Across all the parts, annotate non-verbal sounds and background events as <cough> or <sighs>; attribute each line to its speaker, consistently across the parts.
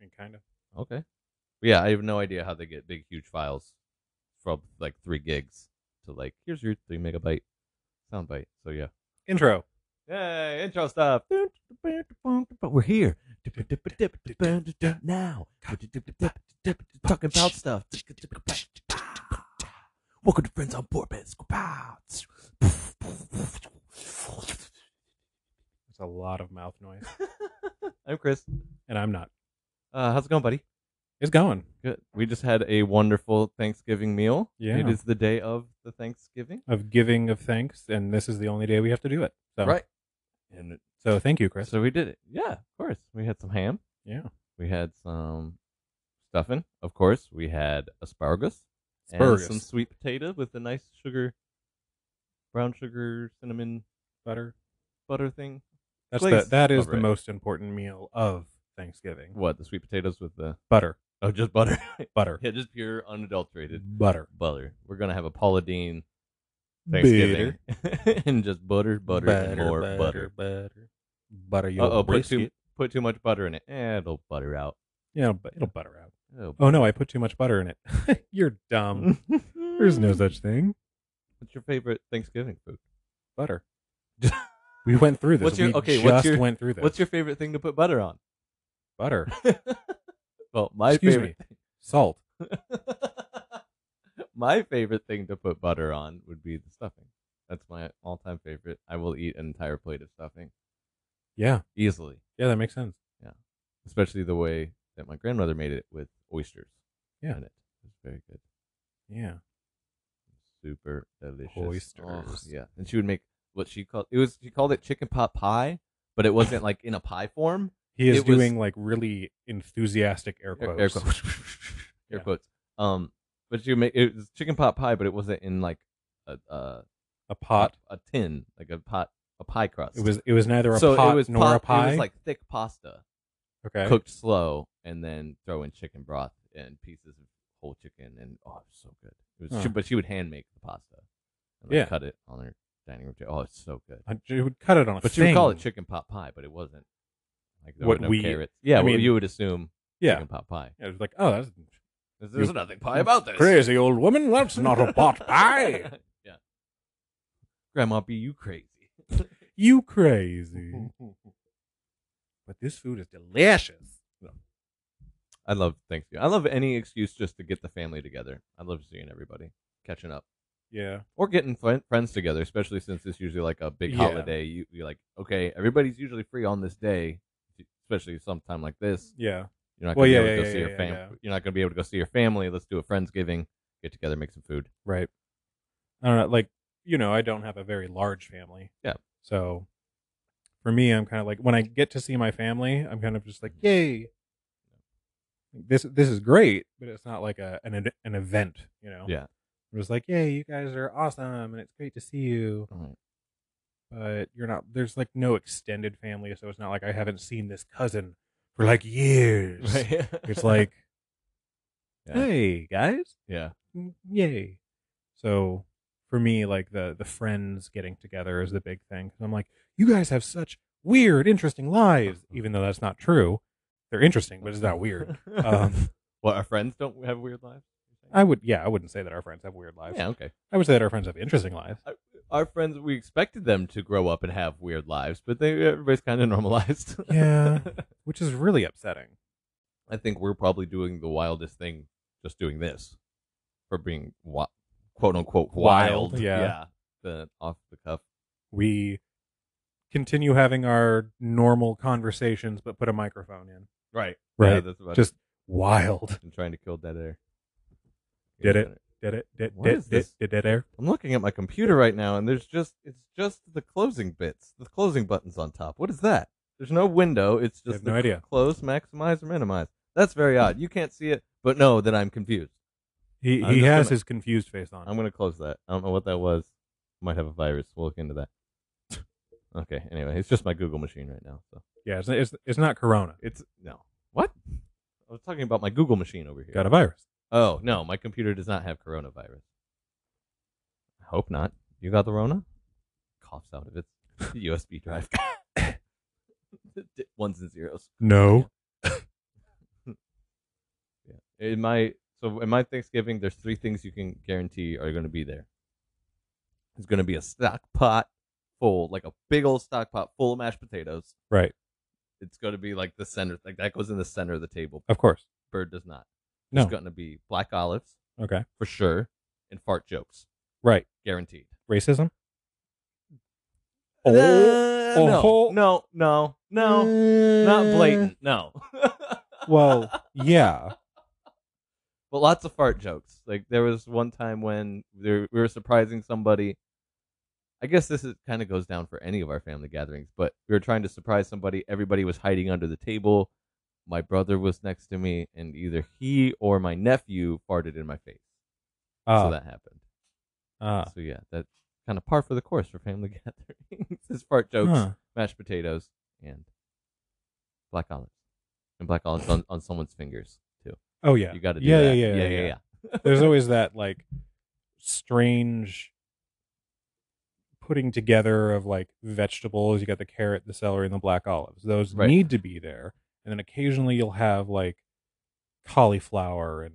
Speaker 1: mean, kind of.
Speaker 2: Okay. Yeah, I have no idea how they get big, huge files from like three gigs to like here's your three megabyte soundbite. So yeah.
Speaker 1: Intro.
Speaker 2: Yay! Intro stuff. We're here now. Talking about stuff. Welcome to Friends on Purpose.
Speaker 1: It's a lot of mouth noise,
Speaker 2: I'm Chris.
Speaker 1: and I'm not.
Speaker 2: Uh, how's it going, buddy?
Speaker 1: It's going.
Speaker 2: Good. We just had a wonderful Thanksgiving meal.
Speaker 1: Yeah.
Speaker 2: It is the day of the Thanksgiving.
Speaker 1: Of giving of thanks, and this is the only day we have to do it. So,
Speaker 2: And
Speaker 1: So thank you, Chris.
Speaker 2: so we did it. Yeah, of course. We had some ham.
Speaker 1: yeah.
Speaker 2: We had some stuffing. Of course, we had asparagus.
Speaker 1: Asparagus.
Speaker 2: And some sweet potato with a nice sugar, brown sugar, cinnamon
Speaker 1: Butter.
Speaker 2: butter thing.
Speaker 1: That's
Speaker 2: Glaze.
Speaker 1: the, that is
Speaker 2: Over
Speaker 1: the
Speaker 2: it.
Speaker 1: most important meal of Thanksgiving.
Speaker 2: What the sweet potatoes with the
Speaker 1: Butter.
Speaker 2: oh just butter. <laughs>
Speaker 1: Butter.
Speaker 2: yeah, just pure unadulterated
Speaker 1: Butter.
Speaker 2: butter. We're gonna have a Paula Dean Thanksgiving <laughs> and just butter, butter, and more butter.
Speaker 1: butter. Butter your
Speaker 2: Uh oh, put
Speaker 1: brisket.
Speaker 2: too, put too much butter in it. Eh, it'll butter out.
Speaker 1: Yeah, it'll, bu- it'll butter out.
Speaker 2: Oh,
Speaker 1: Oh no, I put too much butter in it. <laughs> You're
Speaker 2: <laughs>
Speaker 1: dumb. Um, There's no such thing.
Speaker 2: What's your favorite Thanksgiving food?
Speaker 1: Butter. <laughs> we went through this.
Speaker 2: What's your-
Speaker 1: we
Speaker 2: okay,
Speaker 1: just
Speaker 2: what's your-
Speaker 1: went through this.
Speaker 2: What's your favorite thing to put butter on? <laughs>
Speaker 1: butter?
Speaker 2: well, my
Speaker 1: Excuse
Speaker 2: favorite.
Speaker 1: Salt.
Speaker 2: <laughs> my favorite thing to put butter on would be the stuffing. That's my all-time favorite. I will eat an entire plate of stuffing
Speaker 1: Yeah.
Speaker 2: easily,
Speaker 1: Yeah, that makes sense.
Speaker 2: especially the way that my grandmother made it with oysters.
Speaker 1: Yeah.
Speaker 2: in it. It's very good.
Speaker 1: Yeah.
Speaker 2: super delicious Oh,
Speaker 1: Oysters.
Speaker 2: yeah, and she would make what she called it was she called it chicken pot pie, but it wasn't like in a pie form.
Speaker 1: He is
Speaker 2: It was-
Speaker 1: doing like really enthusiastic air
Speaker 2: Air-
Speaker 1: quotes.
Speaker 2: Air quotes. <laughs> Air
Speaker 1: Yeah.
Speaker 2: quotes. Um, but she would make it was chicken pot pie, but it wasn't in like a uh,
Speaker 1: A pot.
Speaker 2: a tin like a pot a pie crust.
Speaker 1: It was it was neither a
Speaker 2: so
Speaker 1: pot
Speaker 2: it was
Speaker 1: nor
Speaker 2: pot,
Speaker 1: a pie.
Speaker 2: It was like thick pasta
Speaker 1: okay.
Speaker 2: cooked slow, and then throw in chicken broth and pieces of whole chicken, and oh, it was so good. It was, she,
Speaker 1: Huh.
Speaker 2: but she would hand make the pasta. And, like,
Speaker 1: Yeah.
Speaker 2: cut it on her dining room table. Oh, it's so good.
Speaker 1: Uh, you would cut it on a
Speaker 2: But
Speaker 1: thing.
Speaker 2: you would call it chicken pot pie, but it wasn't. Like there
Speaker 1: What
Speaker 2: were no
Speaker 1: we-
Speaker 2: carrots. Yeah,
Speaker 1: I
Speaker 2: what
Speaker 1: mean-
Speaker 2: you would assume
Speaker 1: Yeah.
Speaker 2: chicken pot pie.
Speaker 1: Yeah, It was like, oh, that's
Speaker 2: There's,
Speaker 1: You-
Speaker 2: nothing pie about this. <laughs>
Speaker 1: crazy old woman. That's not a pot pie.
Speaker 2: yeah. Grandma, be
Speaker 1: <laughs>
Speaker 2: you crazy?
Speaker 1: You crazy. But this food is delicious.
Speaker 2: I love Thanksgiving. I love any excuse just to get the family together. I love seeing everybody, catching up,
Speaker 1: Yeah.
Speaker 2: or getting fri- friends together. Especially since it's usually like a big
Speaker 1: Yeah.
Speaker 2: holiday. You, you're like, okay, everybody's usually free on this day, especially sometime like this.
Speaker 1: Yeah.
Speaker 2: You're not
Speaker 1: Well,
Speaker 2: gonna
Speaker 1: yeah,
Speaker 2: be able to
Speaker 1: yeah,
Speaker 2: go
Speaker 1: yeah,
Speaker 2: see your
Speaker 1: yeah,
Speaker 2: fam-
Speaker 1: yeah.
Speaker 2: You're not gonna be able to go see your family. Let's do a friendsgiving. Get together, make some food.
Speaker 1: Right. I don't know. Like, you know, I don't have a very large family.
Speaker 2: Yeah.
Speaker 1: So for me, I'm kind of like, when I get to see my family, I'm kind of just like,
Speaker 2: Mm-hmm.
Speaker 1: yay. This this is great, but it's not like a an ed- an event, you know.
Speaker 2: Yeah.
Speaker 1: I'm just like, yay, you guys are awesome, and it's great to see you.
Speaker 2: Right.
Speaker 1: But you're not. There's like no extended family, so it's not like I haven't seen this cousin for like
Speaker 2: <laughs>
Speaker 1: years. It's like,
Speaker 2: Yeah.
Speaker 1: hey guys,
Speaker 2: yeah,
Speaker 1: Mm, yay. So for me, like the the friends getting together is the big thing. 'Cause I'm like, you guys have such weird, interesting <laughs> lives, even though that's not true. They're interesting, but it's not <laughs>
Speaker 2: <laughs>
Speaker 1: weird. Um,
Speaker 2: well, our friends don't have weird lives.
Speaker 1: I would, yeah, I wouldn't say that our friends have weird lives.
Speaker 2: yeah, okay.
Speaker 1: I would say that our friends have interesting <laughs> lives.
Speaker 2: Our friends, we expected them to grow up and have weird lives, but they everybody's kind of <laughs> normalized.
Speaker 1: Yeah. which is really upsetting.
Speaker 2: I think we're probably doing the wildest thing, just doing this for being wi- quote unquote wild.
Speaker 1: Wild, yeah.
Speaker 2: the off the cuff.
Speaker 1: We continue having our normal conversations, but put a microphone in.
Speaker 2: Right, Yeah,
Speaker 1: Right.
Speaker 2: that's about
Speaker 1: Just wild.
Speaker 2: it. I'm trying to kill dead air.
Speaker 1: Did it? Did it? Did,
Speaker 2: What
Speaker 1: did,
Speaker 2: is
Speaker 1: did,
Speaker 2: this?
Speaker 1: did that air?
Speaker 2: I'm looking at my computer right now, and there's just it's just the closing bits, the closing buttons on top. What is that? There's no window. It's
Speaker 1: I
Speaker 2: just
Speaker 1: have
Speaker 2: the
Speaker 1: no idea.
Speaker 2: close, maximize, or minimize. That's very odd. You can't see it, but know that I'm confused.
Speaker 1: He,
Speaker 2: I'm
Speaker 1: he
Speaker 2: just
Speaker 1: has
Speaker 2: gonna-
Speaker 1: his confused face on.
Speaker 2: I'm gonna close that. I don't know what that was. Might have a virus. We'll look into that. <laughs> Okay. Anyway, it's just my Google machine right now. So
Speaker 1: Yeah, it's, it's, it's not Corona.
Speaker 2: it's no. What? I was talking about my Google machine over here.
Speaker 1: Got a virus.
Speaker 2: Oh no, my computer does not have coronavirus. I hope not. You got the Rona? Coughs out of its <laughs> USB drive. D- Ones and zeros.
Speaker 1: No.
Speaker 2: in my so in my Thanksgiving, there's three things you can guarantee are going to be there. It's going to be a stock pot full, like a big old stock pot full of mashed potatoes.
Speaker 1: Right.
Speaker 2: It's going to be like the center, like that goes in the center of the table.
Speaker 1: Of course.
Speaker 2: Bird does not.
Speaker 1: No.
Speaker 2: It's going to be black olives
Speaker 1: Okay.
Speaker 2: for sure and fart jokes
Speaker 1: Right.
Speaker 2: guaranteed.
Speaker 1: Racism.
Speaker 2: Uh,
Speaker 1: oh. Mm.
Speaker 2: no, no, no, no, not blatant. No. <laughs>
Speaker 1: Well, yeah.
Speaker 2: But lots of fart jokes. Like there was one time when there, we were surprising somebody. I guess this is kind of goes down for any of our family gatherings, but we were trying to surprise somebody. Everybody was hiding under the table. My brother was next to me, and either he or my nephew farted in my face.
Speaker 1: Uh,
Speaker 2: so that happened.
Speaker 1: uh,
Speaker 2: So yeah, that's kind of par for the course for family <laughs> gatherings. is fart jokes,
Speaker 1: huh.
Speaker 2: mashed potatoes, and black olives, and black olives on, on someone's fingers too.
Speaker 1: Oh yeah.
Speaker 2: You got to do
Speaker 1: yeah,
Speaker 2: that.
Speaker 1: Yeah, yeah, yeah,
Speaker 2: yeah,
Speaker 1: yeah. There's always that like strange putting together of like vegetables. You got the carrot, the celery, and the black olives. Those
Speaker 2: Right.
Speaker 1: need to be there. And then occasionally you'll have like cauliflower and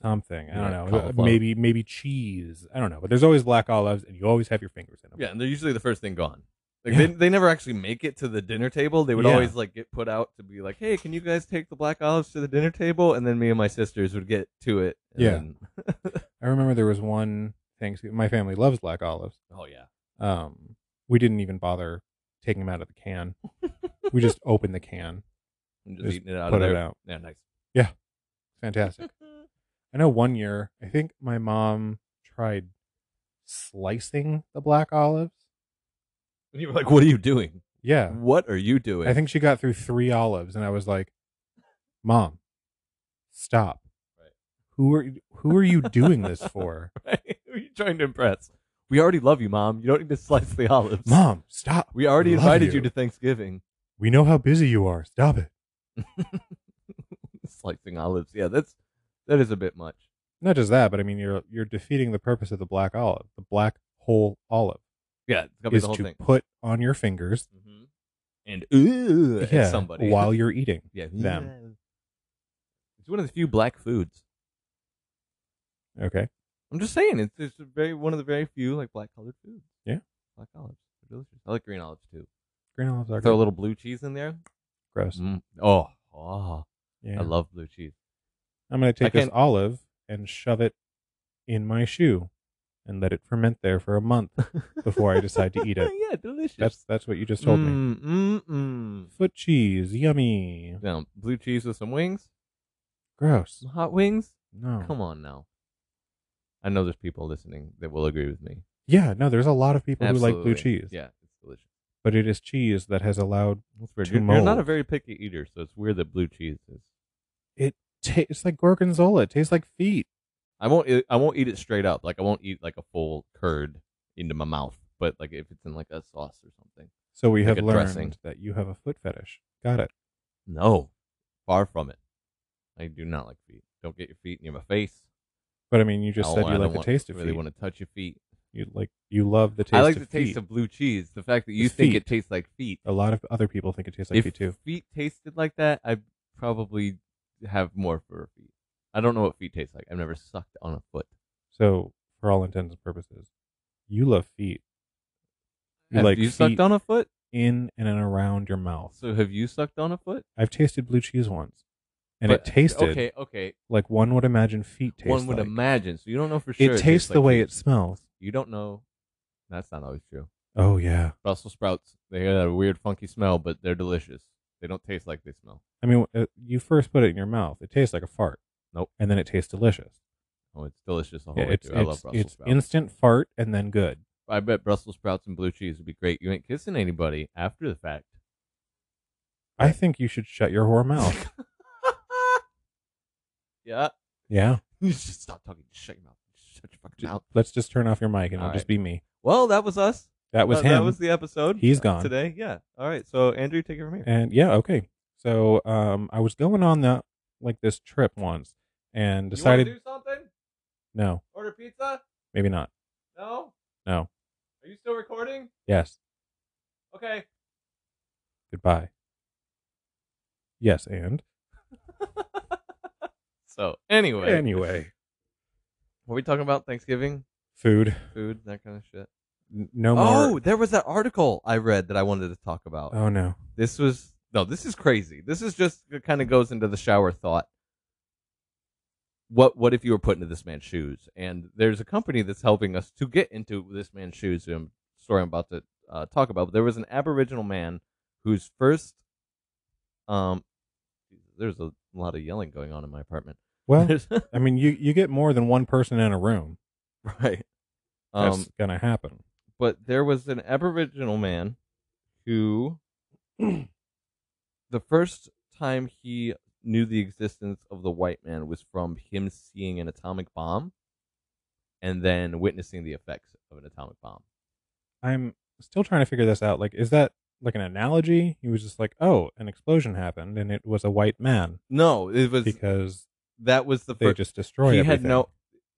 Speaker 1: something. I don't
Speaker 2: Yeah,
Speaker 1: know.
Speaker 2: cauliflower.
Speaker 1: Maybe maybe cheese. I don't know. But there's always black olives, and you always have your fingers in them.
Speaker 2: Yeah, and they're usually the first thing gone. Like
Speaker 1: Yeah.
Speaker 2: they, they never actually make it to the dinner table. They would
Speaker 1: Yeah.
Speaker 2: always like get put out to be like, "Hey, can you guys take the black olives to the dinner table?" And then me and my sisters would get to it. and
Speaker 1: Yeah.
Speaker 2: then-
Speaker 1: I remember there was one Thanksgiving. My family loves black olives.
Speaker 2: oh yeah.
Speaker 1: Um, we didn't even bother taking them out of the can. we just opened the can,
Speaker 2: And just,
Speaker 1: Just
Speaker 2: eating it out
Speaker 1: put
Speaker 2: of
Speaker 1: it
Speaker 2: there.
Speaker 1: out.
Speaker 2: Yeah, <laughs> nice.
Speaker 1: Fantastic. I know one year, I think my mom tried slicing the black olives.
Speaker 2: And you were like, "What are you doing?
Speaker 1: Yeah.
Speaker 2: What are you doing?"
Speaker 1: I think she got through three olives, and I was like, "Mom, stop!
Speaker 2: Right.
Speaker 1: Who are who are you doing this
Speaker 2: <laughs>
Speaker 1: for?
Speaker 2: <laughs> Right? Who are you trying to impress? We already love you, mom. You don't need to slice the olives.
Speaker 1: Mom, stop!
Speaker 2: we already
Speaker 1: love
Speaker 2: invited you.
Speaker 1: you.
Speaker 2: to Thanksgiving.
Speaker 1: We know how busy you are. Stop it!
Speaker 2: <laughs> Slicing olives. Yeah, that's that is a bit much.
Speaker 1: Not just that, but I mean, you're you're defeating the purpose of the black olive. The black whole olive
Speaker 2: Yeah, it's gonna be
Speaker 1: is
Speaker 2: the whole
Speaker 1: to
Speaker 2: thing.
Speaker 1: put on your fingers
Speaker 2: Mm-hmm. And ooh, at
Speaker 1: yeah,
Speaker 2: somebody
Speaker 1: while you're eating.
Speaker 2: yeah
Speaker 1: them.
Speaker 2: Yeah. It's one of the few black foods.
Speaker 1: Okay,
Speaker 2: I'm just saying, it's, it's a very one of the very few like black colored foods.
Speaker 1: Yeah.
Speaker 2: black olives, they're delicious. I like green olives too.
Speaker 1: green olives are
Speaker 2: Throw a
Speaker 1: good.
Speaker 2: little blue cheese in there.
Speaker 1: gross.
Speaker 2: Mm. Oh, oh,
Speaker 1: Yeah.
Speaker 2: I love blue cheese. <laughs>
Speaker 1: I'm going to
Speaker 2: I
Speaker 1: take this
Speaker 2: can't-
Speaker 1: olive and shove it in my shoe and let it ferment there for a
Speaker 2: <laughs>
Speaker 1: month before I decide to eat it.
Speaker 2: yeah, delicious.
Speaker 1: That's that's what you just told me.
Speaker 2: Mm, mm, mm.
Speaker 1: Foot cheese, yummy.
Speaker 2: Now, blue cheese with some wings,
Speaker 1: Gross.
Speaker 2: some hot wings.
Speaker 1: No.
Speaker 2: Come on now. I know there's people listening that will agree with me.
Speaker 1: Yeah, no, there's a lot of people who like blue
Speaker 2: Absolutely.
Speaker 1: cheese.
Speaker 2: Yeah, it's delicious.
Speaker 1: But it is cheese that has allowed
Speaker 2: That's weird.
Speaker 1: to
Speaker 2: You're, you're not a
Speaker 1: mold.
Speaker 2: very picky eater, so it's weird that blue cheese is.
Speaker 1: ta- it's like gorgonzola. It tastes like feet.
Speaker 2: I won't. eat- I won't eat it straight up. Like I won't eat like a full curd into my mouth. But like if it's in like a sauce or something.
Speaker 1: So we
Speaker 2: Like
Speaker 1: have
Speaker 2: a
Speaker 1: learned
Speaker 2: dressing.
Speaker 1: that you have a foot fetish. Got it.
Speaker 2: No, far from it. I do not like feet. Don't get your feet near my face.
Speaker 1: But I mean, you just
Speaker 2: I
Speaker 1: said
Speaker 2: don't-
Speaker 1: you
Speaker 2: Oh, I
Speaker 1: like
Speaker 2: don't
Speaker 1: the
Speaker 2: want-
Speaker 1: taste of
Speaker 2: really
Speaker 1: feet.
Speaker 2: want to touch your feet.
Speaker 1: You like you love the taste
Speaker 2: I like
Speaker 1: of
Speaker 2: the taste
Speaker 1: feet.
Speaker 2: of blue cheese. The fact that you
Speaker 1: It's
Speaker 2: think
Speaker 1: feet.
Speaker 2: it tastes like feet.
Speaker 1: a lot of other people think it tastes like
Speaker 2: if
Speaker 1: feet too.
Speaker 2: feet tasted like that, I probably have more for feet. I don't know what feet taste like. I've never sucked on a foot.
Speaker 1: So, for all intents and purposes, you love feet. You
Speaker 2: have
Speaker 1: like
Speaker 2: you
Speaker 1: feet
Speaker 2: sucked on a foot?
Speaker 1: in and around your mouth.
Speaker 2: So have you sucked on a foot?
Speaker 1: I've tasted blue cheese once, and
Speaker 2: But-
Speaker 1: it tasted
Speaker 2: Okay, okay.
Speaker 1: like one would imagine feet taste.
Speaker 2: One would
Speaker 1: like.
Speaker 2: imagine. So you don't know for
Speaker 1: It
Speaker 2: sure.
Speaker 1: tastes the
Speaker 2: like
Speaker 1: way
Speaker 2: feet.
Speaker 1: it smells.
Speaker 2: You don't know. That's not always true.
Speaker 1: Oh yeah.
Speaker 2: Brussels sprouts. They got a weird, funky smell, but they're delicious. They don't taste like they smell.
Speaker 1: I mean, uh, you first put it in your mouth. It tastes like a fart.
Speaker 2: Nope.
Speaker 1: And then it tastes delicious.
Speaker 2: Oh, it's delicious the whole
Speaker 1: Yeah,
Speaker 2: way
Speaker 1: it's
Speaker 2: through. I love
Speaker 1: it's,
Speaker 2: Brussels
Speaker 1: it's
Speaker 2: sprouts.
Speaker 1: instant fart and then good.
Speaker 2: I bet Brussels sprouts and blue cheese would be great. You ain't kissing anybody after the fact.
Speaker 1: I think you should shut your whore mouth.
Speaker 2: <laughs> yeah.
Speaker 1: yeah.
Speaker 2: You <laughs> just stop talking. Just shut your mouth. Just shut your fucking mouth.
Speaker 1: Let's just turn off your mic and it'll
Speaker 2: All
Speaker 1: just be me.
Speaker 2: Well, that was us.
Speaker 1: That was
Speaker 2: Uh,
Speaker 1: him.
Speaker 2: That was the episode.
Speaker 1: He's
Speaker 2: uh,
Speaker 1: gone.
Speaker 2: today. Yeah. All right. So Andrew, take it from here.
Speaker 1: And yeah, okay. So um, I was going on that like this trip once and decided
Speaker 2: You want to do something?
Speaker 1: no,
Speaker 2: Order pizza?
Speaker 1: maybe not.
Speaker 2: No.
Speaker 1: No.
Speaker 2: Are you still recording?
Speaker 1: Yes.
Speaker 2: Okay.
Speaker 1: Goodbye. Yes, and
Speaker 2: So anyway,
Speaker 1: Anyway,
Speaker 2: were we talking about Thanksgiving
Speaker 1: food.
Speaker 2: food, that kind of shit?
Speaker 1: N- No
Speaker 2: Oh,
Speaker 1: more.
Speaker 2: there was that article I read that I wanted to talk about.
Speaker 1: Oh no.
Speaker 2: This was no, this is crazy. This is just it kind of goes into the shower thought. What what if you were put into this man's shoes? And there's a company that's helping us to get into this man's shoes. who I'm story I'm about to uh, talk about. But there was an Aboriginal man whose first um, there's a lot of yelling going on in my apartment. <laughs>
Speaker 1: Well, I mean, you you get more than one person in a room.
Speaker 2: right.
Speaker 1: That's
Speaker 2: Um
Speaker 1: gonna happen.
Speaker 2: but there was an Aboriginal man
Speaker 1: <clears throat>
Speaker 2: who, the first time he knew the existence of the white man was from him seeing an atomic bomb and then witnessing the effects of an atomic bomb.
Speaker 1: I'm still trying to figure this out. Like, is that like an analogy? He was just like, oh, an explosion happened and it was a white man
Speaker 2: No, it was
Speaker 1: because
Speaker 2: that was the
Speaker 1: they
Speaker 2: first.
Speaker 1: just destroy
Speaker 2: he
Speaker 1: everything.
Speaker 2: had no.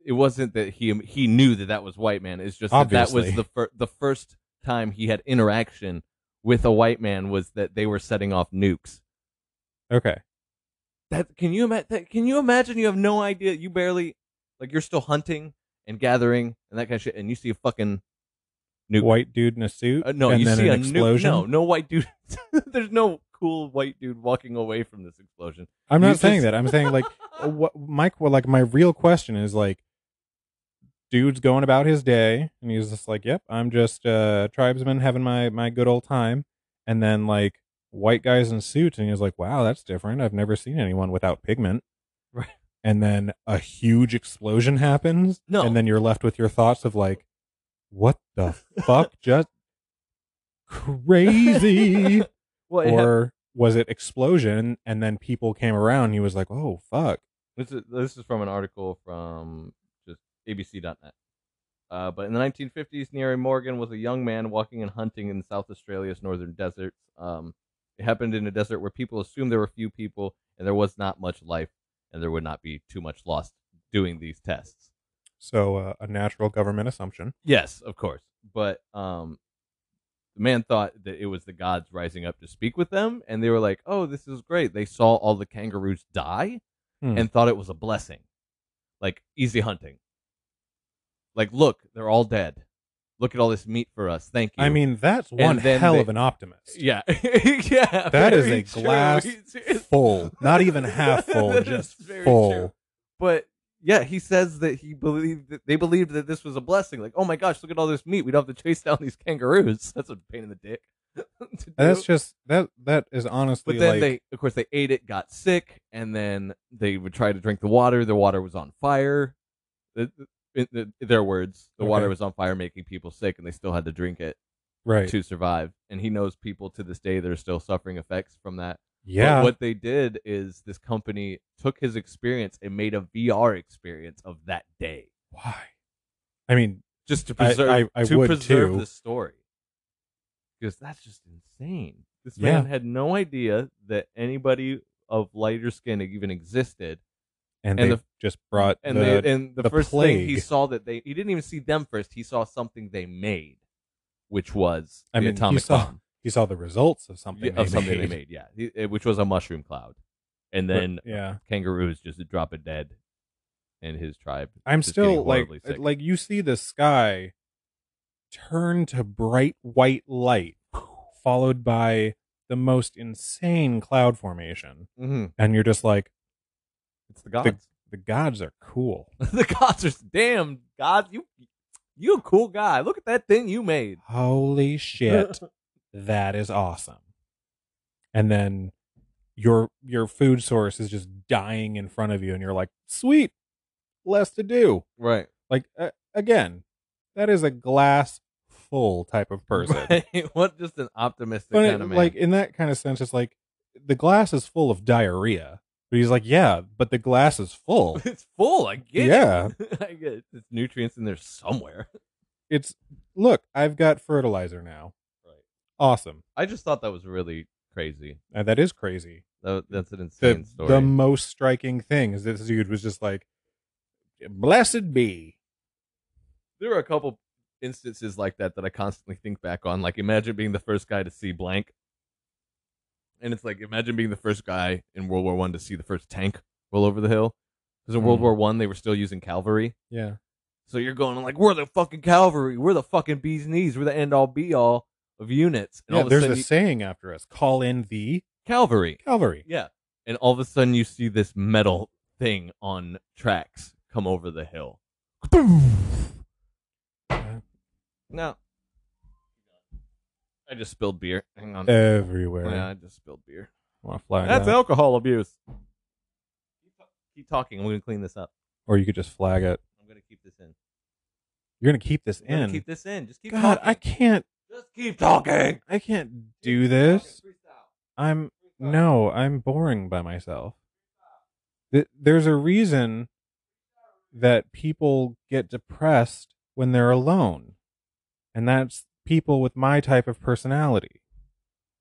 Speaker 2: It wasn't that he he knew that that was white man. It's just that, that was
Speaker 1: Obviously.
Speaker 2: the fir- the first time he had interaction with a white man was that they were setting off nukes.
Speaker 1: Okay.
Speaker 2: that can you imagine that can you imagine you have no idea you barely like you're still hunting and gathering and that kind of shit and you see a fucking nuke
Speaker 1: White dude in a suit.
Speaker 2: uh, no
Speaker 1: and
Speaker 2: you
Speaker 1: then
Speaker 2: see
Speaker 1: an
Speaker 2: a nuke-
Speaker 1: explosion.
Speaker 2: no no white dude <laughs> there's no cool white dude walking away from this explosion
Speaker 1: I'm
Speaker 2: You
Speaker 1: not
Speaker 2: just-
Speaker 1: saying that. I'm saying like <laughs> what Mike. Well, like my real question is like, dude's going about his day, and he's just like, "Yep, I'm just uh, tribesman having my my good old time," and then like white guys in suits, and he's like, "Wow, that's different. I've never seen anyone without pigment."
Speaker 2: Right.
Speaker 1: And then a huge explosion happens,
Speaker 2: No.
Speaker 1: and then you're left with your thoughts of like, "What the fuck
Speaker 2: <laughs>
Speaker 1: just crazy?"
Speaker 2: <laughs> well it ha-
Speaker 1: or was it explosion and then people came around and he was like oh fuck
Speaker 2: this, is, this is from an article from just abc.net uh, but in the 1950s, Neary Morgan was a young man walking and hunting in South Australia's northern deserts. Um, it happened in a desert where people assumed there were few people and there was not much life, and there would not be too much lost doing these tests.
Speaker 1: so uh, a natural government assumption
Speaker 2: Yes, of course. But um, the man thought that it was the gods rising up to speak with them, and they were like, "Oh, this is great." They saw all the kangaroos die
Speaker 1: Hmm.
Speaker 2: and thought it was a blessing, like easy hunting. Like, look, they're all dead. Look at all this meat for us. Thank you.
Speaker 1: i mean that's one
Speaker 2: then
Speaker 1: hell
Speaker 2: they-
Speaker 1: of an optimist
Speaker 2: yeah, <laughs> yeah.
Speaker 1: That is
Speaker 2: very
Speaker 1: a
Speaker 2: <laughs>
Speaker 1: glass
Speaker 2: true.
Speaker 1: full not even
Speaker 2: <laughs>
Speaker 1: half full
Speaker 2: That is
Speaker 1: just
Speaker 2: very
Speaker 1: full
Speaker 2: true. But yeah, he says that he believed that they believed that this was a blessing. Like, oh my gosh, look at all this meat. We don't have to chase down these kangaroos. <laughs> That's a pain in the dick. to do.
Speaker 1: And that's just that that is honestly
Speaker 2: but then
Speaker 1: like
Speaker 2: they, of course, they ate it, got sick, and then they would try to drink the water. The water was on fire. The- the- in the- in their words, the water
Speaker 1: Okay.
Speaker 2: was on fire, making people sick, and they still had to drink it
Speaker 1: right
Speaker 2: to survive. And he knows people to this day that are still suffering effects from that.
Speaker 1: yeah
Speaker 2: But what they did is this company took his experience and made a VR experience of that day,
Speaker 1: why i mean
Speaker 2: just to
Speaker 1: I-
Speaker 2: preserve
Speaker 1: I- I
Speaker 2: to
Speaker 1: would
Speaker 2: preserve
Speaker 1: too.
Speaker 2: the story. Because that's just insane. This
Speaker 1: Yeah.
Speaker 2: man had no idea that anybody of lighter skin even existed,
Speaker 1: and,
Speaker 2: and
Speaker 1: they
Speaker 2: the-
Speaker 1: just brought
Speaker 2: and
Speaker 1: the,
Speaker 2: they, and the,
Speaker 1: the
Speaker 2: first thing he
Speaker 1: plague.
Speaker 2: saw that they he didn't even see them first. He saw something they made, which was
Speaker 1: I
Speaker 2: the
Speaker 1: mean, he
Speaker 2: atomic
Speaker 1: saw
Speaker 2: bomb.
Speaker 1: he saw the results of something,
Speaker 2: Yeah,
Speaker 1: they
Speaker 2: of something they
Speaker 1: <laughs> made.
Speaker 2: made. Yeah, He- it- which was a mushroom cloud, and
Speaker 1: But-
Speaker 2: then
Speaker 1: yeah
Speaker 2: kangaroos just dropping dead, and his tribe.
Speaker 1: I'm
Speaker 2: just getting
Speaker 1: still like uh,
Speaker 2: horribly sick.
Speaker 1: like you see the sky turn to bright white light followed by the most insane cloud formation
Speaker 2: Mhm.
Speaker 1: and you're just like
Speaker 2: It's the gods.
Speaker 1: the gods are cool.
Speaker 2: <laughs> The, gods are damn gods. You, you a cool guy. Look at that thing you made.
Speaker 1: Holy
Speaker 2: <laughs>
Speaker 1: shit. that is awesome. And then your your food source is just dying in front of you and you're like, "Sweet. Less to do."
Speaker 2: <laughs> Right.
Speaker 1: Like uh, again, that is a glass full type
Speaker 2: <laughs>
Speaker 1: of person.
Speaker 2: what just an optimistic
Speaker 1: but
Speaker 2: kind
Speaker 1: it-
Speaker 2: of man.
Speaker 1: like in that kind of sense it's like the glass is full of diarrhea but he's like yeah but the glass is <laughs> full
Speaker 2: <laughs> it's full. I get
Speaker 1: Yeah.
Speaker 2: it. <laughs> I get it. It's nutrients in there somewhere.
Speaker 1: it's look i've got fertilizer now
Speaker 2: Right.
Speaker 1: awesome
Speaker 2: I just thought that was really crazy.
Speaker 1: Uh, that is crazy
Speaker 2: That, that's an insane
Speaker 1: the,
Speaker 2: story.
Speaker 1: the most striking thing is this dude was just like blessed be
Speaker 2: there are a couple instances like that that I constantly think back on. Like, imagine being the first guy to see blank, and it's like imagine being the first guy in World War One to see the first tank roll over the hill. because in World
Speaker 1: Mm.
Speaker 2: War One they were still using cavalry.
Speaker 1: Yeah.
Speaker 2: So you're going like, we're the fucking cavalry, we're the fucking bees knees, we're the end all be all of units. And
Speaker 1: yeah.
Speaker 2: all of a
Speaker 1: There's
Speaker 2: sudden,
Speaker 1: a
Speaker 2: you-
Speaker 1: saying after us: "Call in the
Speaker 2: cavalry.
Speaker 1: <laughs> cavalry."
Speaker 2: Yeah. And all of a sudden you see this metal thing on tracks come over the hill.
Speaker 1: Yeah.
Speaker 2: No. I just spilled beer. Hang on.
Speaker 1: Everywhere.
Speaker 2: yeah, I just spilled beer.
Speaker 1: Want to flag
Speaker 2: That's
Speaker 1: that?
Speaker 2: alcohol abuse. Keep talking. I'm going to clean this up.
Speaker 1: Or you could just flag it.
Speaker 2: I'm going to keep this in.
Speaker 1: You're gonna keep this
Speaker 2: I'm gonna
Speaker 1: in.
Speaker 2: Keep this in. Just keep
Speaker 1: God,
Speaker 2: talking.
Speaker 1: I can't.
Speaker 2: Just keep talking.
Speaker 1: I can't do
Speaker 2: Keep
Speaker 1: this.
Speaker 2: talking. Freestyle.
Speaker 1: I'm
Speaker 2: Freestyle.
Speaker 1: no. I'm boring by myself. Th- There's a reason that people get depressed when they're alone, and that's people with my type of personality.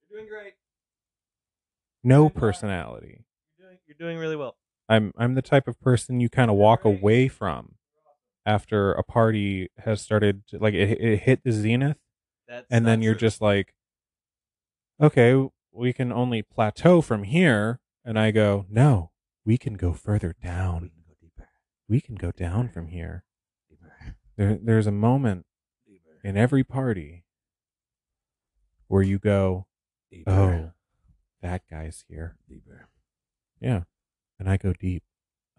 Speaker 2: You're doing great.
Speaker 1: No personality.
Speaker 2: You're doing, you're doing really well.
Speaker 1: I'm I'm the type of person you kind of walk away from after a party has started to, like it, it hit the zenith
Speaker 2: That's
Speaker 1: and then
Speaker 2: not
Speaker 1: you're
Speaker 2: true.
Speaker 1: just like okay we can only plateau from here and i go no we can go further down
Speaker 2: go deeper,
Speaker 1: we can go down from here
Speaker 2: deeper,
Speaker 1: there, there's a moment
Speaker 2: deeper,
Speaker 1: in every party where you go
Speaker 2: deeper,
Speaker 1: oh that guy's here
Speaker 2: deeper.
Speaker 1: yeah and i go deep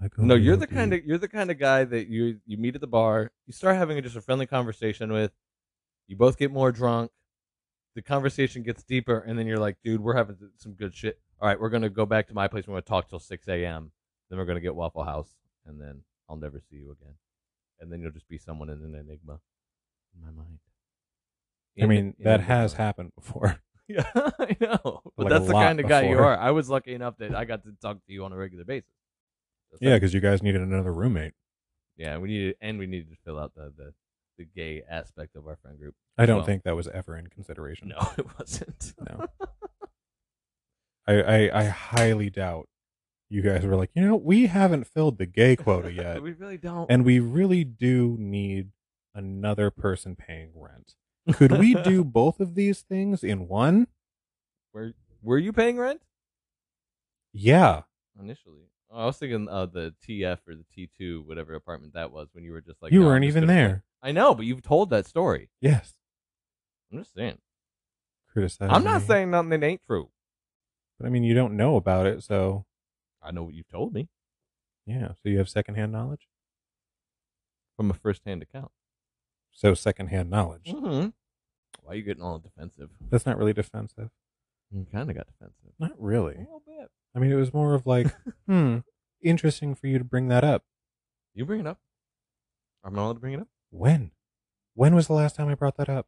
Speaker 1: i go
Speaker 2: No, you're
Speaker 1: real
Speaker 2: the kind
Speaker 1: deep.
Speaker 2: of you're the kind of guy that you you meet at the bar, you start having a, just a friendly conversation with, you both get more drunk, the conversation gets deeper, and then you're like, dude, we're having some good shit. All right, we're gonna go back to my place. We're gonna talk till six a.m. Then we're gonna get Waffle House, and then I'll never see you again. And then you'll just be someone in an enigma in my mind.
Speaker 1: i
Speaker 2: In-
Speaker 1: mean
Speaker 2: in
Speaker 1: that
Speaker 2: enigma.
Speaker 1: has happened before <laughs>
Speaker 2: Yeah, <laughs> I know. But
Speaker 1: Like a
Speaker 2: that's the
Speaker 1: lot
Speaker 2: kind of guy you
Speaker 1: before.
Speaker 2: are. I was lucky enough that I got to talk to you on a regular basis. That's
Speaker 1: yeah because you guys needed another roommate
Speaker 2: Yeah, we needed and we needed to fill out the the, the gay aspect of our friend group.
Speaker 1: i don't
Speaker 2: Well-
Speaker 1: think that was ever in consideration
Speaker 2: <laughs> No, it wasn't. <laughs>
Speaker 1: No. I, I I highly doubt you guys were like, you know, we haven't filled the gay
Speaker 2: <laughs>
Speaker 1: quota yet,
Speaker 2: we really don't.
Speaker 1: and we really do need another person paying rent. Could we
Speaker 2: <laughs>
Speaker 1: do both of these things in one?
Speaker 2: Were Were you paying rent
Speaker 1: Yeah.
Speaker 2: initially? Oh, I was thinking uh, the TF or the T two, whatever apartment that was, when you were just like
Speaker 1: you
Speaker 2: "No, I'm
Speaker 1: weren't
Speaker 2: just
Speaker 1: even
Speaker 2: gonna
Speaker 1: there.
Speaker 2: play." I know, but you've told that story.
Speaker 1: Yes.
Speaker 2: I'm just saying.
Speaker 1: Criticize.
Speaker 2: I'm not
Speaker 1: me.
Speaker 2: saying nothing that ain't true.
Speaker 1: but I mean you don't know about it, so
Speaker 2: I know what you've told me
Speaker 1: yeah. So you have secondhand knowledge?
Speaker 2: from a first hand account.
Speaker 1: So secondhand knowledge.
Speaker 2: Mm-hmm. Why are you getting all defensive?
Speaker 1: That's not really defensive.
Speaker 2: You kind of got defensive.
Speaker 1: Not
Speaker 2: A
Speaker 1: really.
Speaker 2: little bit.
Speaker 1: I mean it was more of
Speaker 2: <laughs>
Speaker 1: like, hmm, interesting for you to bring that up.
Speaker 2: You bring it up. I'm not allowed to bring it up.
Speaker 1: When? When was the last time I brought that up?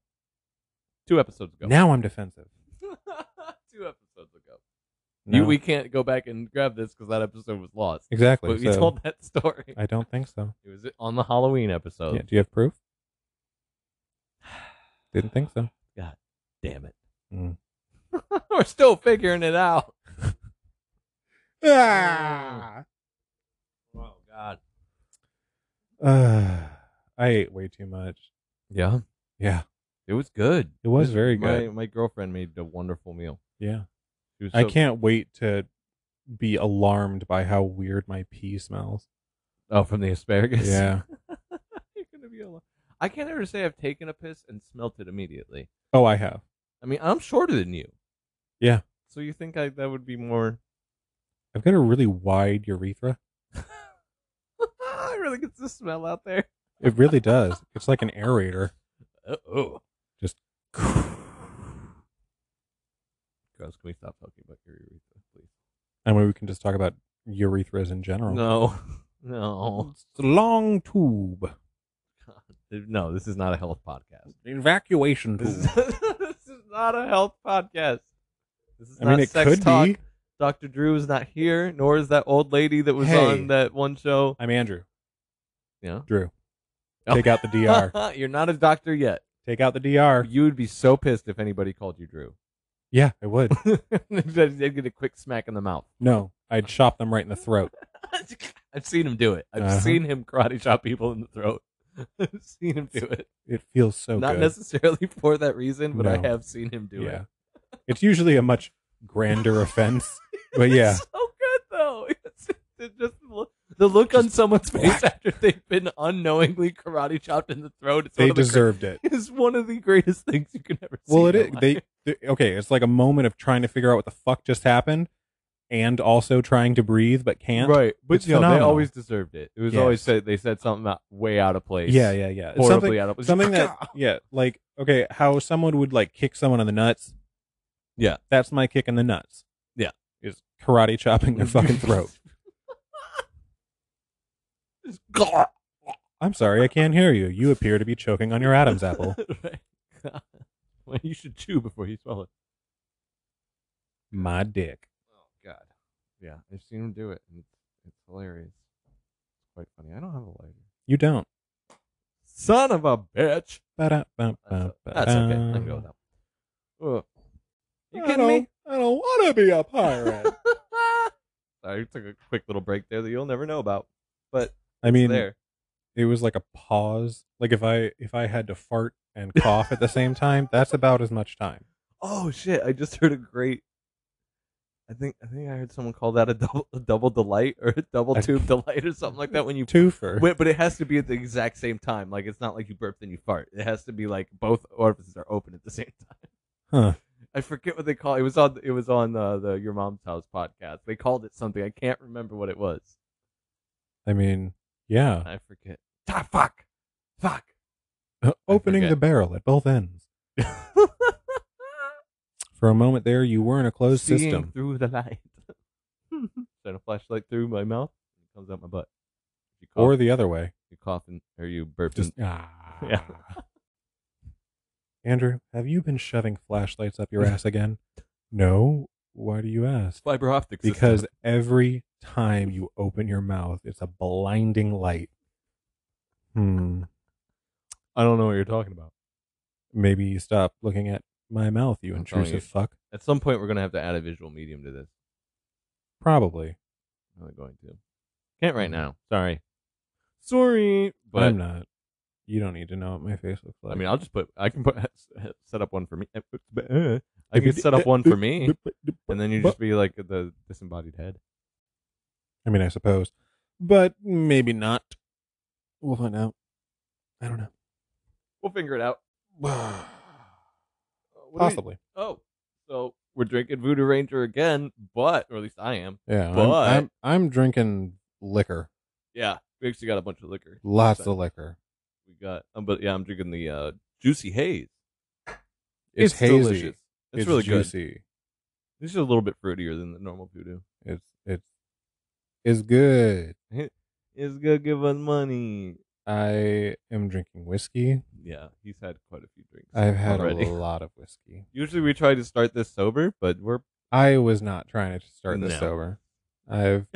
Speaker 2: Two episodes ago.
Speaker 1: Now I'm defensive.
Speaker 2: <laughs> two episodes ago.
Speaker 1: No.
Speaker 2: You, we can't go back and grab this because that episode was lost.
Speaker 1: exactly.
Speaker 2: But we
Speaker 1: so
Speaker 2: told that story.
Speaker 1: uh, I don't think so.
Speaker 2: It was on the Halloween episode.
Speaker 1: Yeah, do you have proof? Didn't think so.
Speaker 2: Damn it.
Speaker 1: Mm.
Speaker 2: <laughs> We're still figuring it out. Ah. Oh, God.
Speaker 1: Uh, <sighs> I ate way too much.
Speaker 2: Yeah.
Speaker 1: Yeah,
Speaker 2: It was good.
Speaker 1: it was very
Speaker 2: my,
Speaker 1: good.
Speaker 2: My girlfriend made a wonderful meal.
Speaker 1: Yeah,
Speaker 2: She was
Speaker 1: I
Speaker 2: so-
Speaker 1: can't wait to be alarmed by how weird my pee
Speaker 2: <laughs>
Speaker 1: smells.
Speaker 2: Oh, from the asparagus?
Speaker 1: Yeah.
Speaker 2: <laughs> You're going to be alone. I can't ever say I've taken a piss and smelt it immediately.
Speaker 1: Oh, I have.
Speaker 2: I mean, I'm shorter than you.
Speaker 1: Yeah.
Speaker 2: So you think I that would be more <laughs>
Speaker 1: I've got a really wide urethra.
Speaker 2: I really gets the smell out there.
Speaker 1: It really does. It's like an aerator.
Speaker 2: Oh. <laughs>
Speaker 1: Just-
Speaker 2: Girls, can we stop talking about your urethra, please?
Speaker 1: I mean, we can just talk about urethras in general. <laughs>
Speaker 2: No. No.
Speaker 1: It's a long tube.
Speaker 2: No, this is not a health podcast.
Speaker 1: Evacuation
Speaker 2: This is, <laughs> this is not a health podcast. This is
Speaker 1: I
Speaker 2: not
Speaker 1: mean, it
Speaker 2: sex
Speaker 1: could
Speaker 2: talk.
Speaker 1: be.
Speaker 2: Dr. Drew is not here, nor is that old lady that was
Speaker 1: Hey.
Speaker 2: on that one show.
Speaker 1: I'm Andrew.
Speaker 2: Yeah.
Speaker 1: Drew. <laughs>
Speaker 2: Oh.
Speaker 1: Take out the DR.
Speaker 2: <laughs> You're not a
Speaker 1: <laughs>
Speaker 2: doctor yet.
Speaker 1: Take out the DR.
Speaker 2: You would be so pissed if anybody called you Drew. <laughs>
Speaker 1: Yeah, I would.
Speaker 2: They'd get a quick smack in the mouth.
Speaker 1: No, I'd chop them right in the throat.
Speaker 2: <laughs> I've seen him do it. I've
Speaker 1: Uh-huh.
Speaker 2: seen him karate chop people in the throat. <laughs> I've seen him do it.
Speaker 1: It feels so
Speaker 2: Not
Speaker 1: oh, good.
Speaker 2: necessarily <laughs> for that reason, but I
Speaker 1: No.
Speaker 2: have seen him do
Speaker 1: yeah.
Speaker 2: it.
Speaker 1: It's usually a much
Speaker 2: <laughs>
Speaker 1: grander offense. But yeah.
Speaker 2: It's so good though. It's, it's just the, the The look on
Speaker 1: Just
Speaker 2: someone's face
Speaker 1: whack.
Speaker 2: after they've been unnowingly karate chopped in the throat. It's
Speaker 1: They
Speaker 2: one of the cra-
Speaker 1: deserved it.
Speaker 2: <laughs> is one of the greatest things you can ever see.
Speaker 1: Well, it
Speaker 2: in
Speaker 1: is.
Speaker 2: your
Speaker 1: They,
Speaker 2: life.
Speaker 1: they okay. It's like a moment of trying to figure out what the fuck just happened, and also trying to breathe but can't.
Speaker 2: right, but
Speaker 1: It's
Speaker 2: you know, they
Speaker 1: phenomenal.
Speaker 2: always deserved it. It was
Speaker 1: Yes.
Speaker 2: always said they said something out, way out of place.
Speaker 1: Yeah, yeah, yeah. It's Something,
Speaker 2: horribly out of place. <laughs>
Speaker 1: something that yeah, like okay, how someone would like kick someone in the nuts.
Speaker 2: Yeah.
Speaker 1: that's my kick in the nuts.
Speaker 2: Yeah.
Speaker 1: is karate chopping their
Speaker 2: <laughs>
Speaker 1: fucking throat.
Speaker 2: Just gah.
Speaker 1: I'm sorry, I can't hear you. You appear to be choking on your Adam's apple.
Speaker 2: <laughs> Right. well, you should chew before you swallow it.
Speaker 1: My dick.
Speaker 2: Oh God. Yeah, I've seen him do it, and it's, it's hilarious. It's quite funny. I don't have a lighter.
Speaker 1: You don't.
Speaker 2: Son of a bitch. That's,
Speaker 1: Ba-da-ba-ba-ba-da.
Speaker 2: that's okay. I can go with that. Ugh. You
Speaker 1: I
Speaker 2: kidding
Speaker 1: don't-
Speaker 2: me?
Speaker 1: I don't want to be a
Speaker 2: <laughs>
Speaker 1: pirate.
Speaker 2: Sorry, I took a quick little break there that you'll never know about, but
Speaker 1: I mean,
Speaker 2: there.
Speaker 1: it was like a pause. Like if I if I had to fart and cough at the same time, that's about as much
Speaker 2: <laughs>
Speaker 1: time.
Speaker 2: Oh shit! I just <laughs> heard a great. I think I think I heard someone call that a double a double delight or a double
Speaker 1: I-
Speaker 2: tube delight or something like that when
Speaker 1: <laughs>
Speaker 2: you
Speaker 1: Twofer.
Speaker 2: Wait, but it has to be at the exact same time. Like it's not like you burp then you fart. It has to be like both orifices are open at the same <laughs> time.
Speaker 1: Huh.
Speaker 2: I forget what they call it. was on it was on uh, the Your Mom's House podcast. They called it something. I can't remember what it was.
Speaker 1: I mean, yeah.
Speaker 2: I forget. Ah, fuck. Fuck.
Speaker 1: Uh, Opening the
Speaker 2: forget.
Speaker 1: barrel at both ends.
Speaker 2: <laughs>
Speaker 1: For a moment there, you were in a closed
Speaker 2: Seeing
Speaker 1: system.
Speaker 2: through the light. <laughs> Shine a flashlight through my mouth. It comes out my butt. You cough,
Speaker 1: Or the other way.
Speaker 2: you coughing Oh. or you burping.
Speaker 1: Just ah. Andrew, have you been shoving flashlights up your
Speaker 2: <laughs>
Speaker 1: ass again? No. Why do you ask?
Speaker 2: fiber optics. system.
Speaker 1: Because every time you open your mouth, it's a blinding light. Hmm.
Speaker 2: I don't know what you're talking about.
Speaker 1: Maybe you stop looking at my mouth, you
Speaker 2: I'm telling
Speaker 1: intrusive
Speaker 2: you.
Speaker 1: fuck.
Speaker 2: At some point, we're gonna have to add a visual medium to this.
Speaker 1: Probably.
Speaker 2: I'm not going to. Can't right now. Sorry. Mm-hmm. Sorry, but
Speaker 1: I'm not. You don't need to know what my face looks like.
Speaker 2: I mean, I'll just put. I can put <laughs> set up one for me. Eh, I can set up one for me, and then you just be like the disembodied head.
Speaker 1: I mean, I suppose. But maybe not. We'll find out. I don't know. <sighs>
Speaker 2: We'll figure it out. Uh, what do we-
Speaker 1: Possibly.
Speaker 2: oh, so we're drinking Voodoo Ranger again, but or at least I am.
Speaker 1: Yeah. I'm-
Speaker 2: But-
Speaker 1: I'm, I'm drinking liquor.
Speaker 2: Yeah, we actually got a bunch of liquor.
Speaker 1: Lots
Speaker 2: So
Speaker 1: of liquor.
Speaker 2: we got. Um, but yeah, I'm drinking the uh, juicy haze.
Speaker 1: It's hazy.
Speaker 2: delicious. It's, really good.
Speaker 1: juicy.
Speaker 2: This is a little bit fruitier than the normal voodoo.
Speaker 1: It's it's it's good.
Speaker 2: It's gonna give us money.
Speaker 1: I am drinking whiskey.
Speaker 2: Yeah, he's had quite a few drinks.
Speaker 1: I've had
Speaker 2: already. <laughs>
Speaker 1: a lot of whiskey.
Speaker 2: Usually we try to start this sober, but we're
Speaker 1: I was not trying to start this
Speaker 2: No.
Speaker 1: sober. I've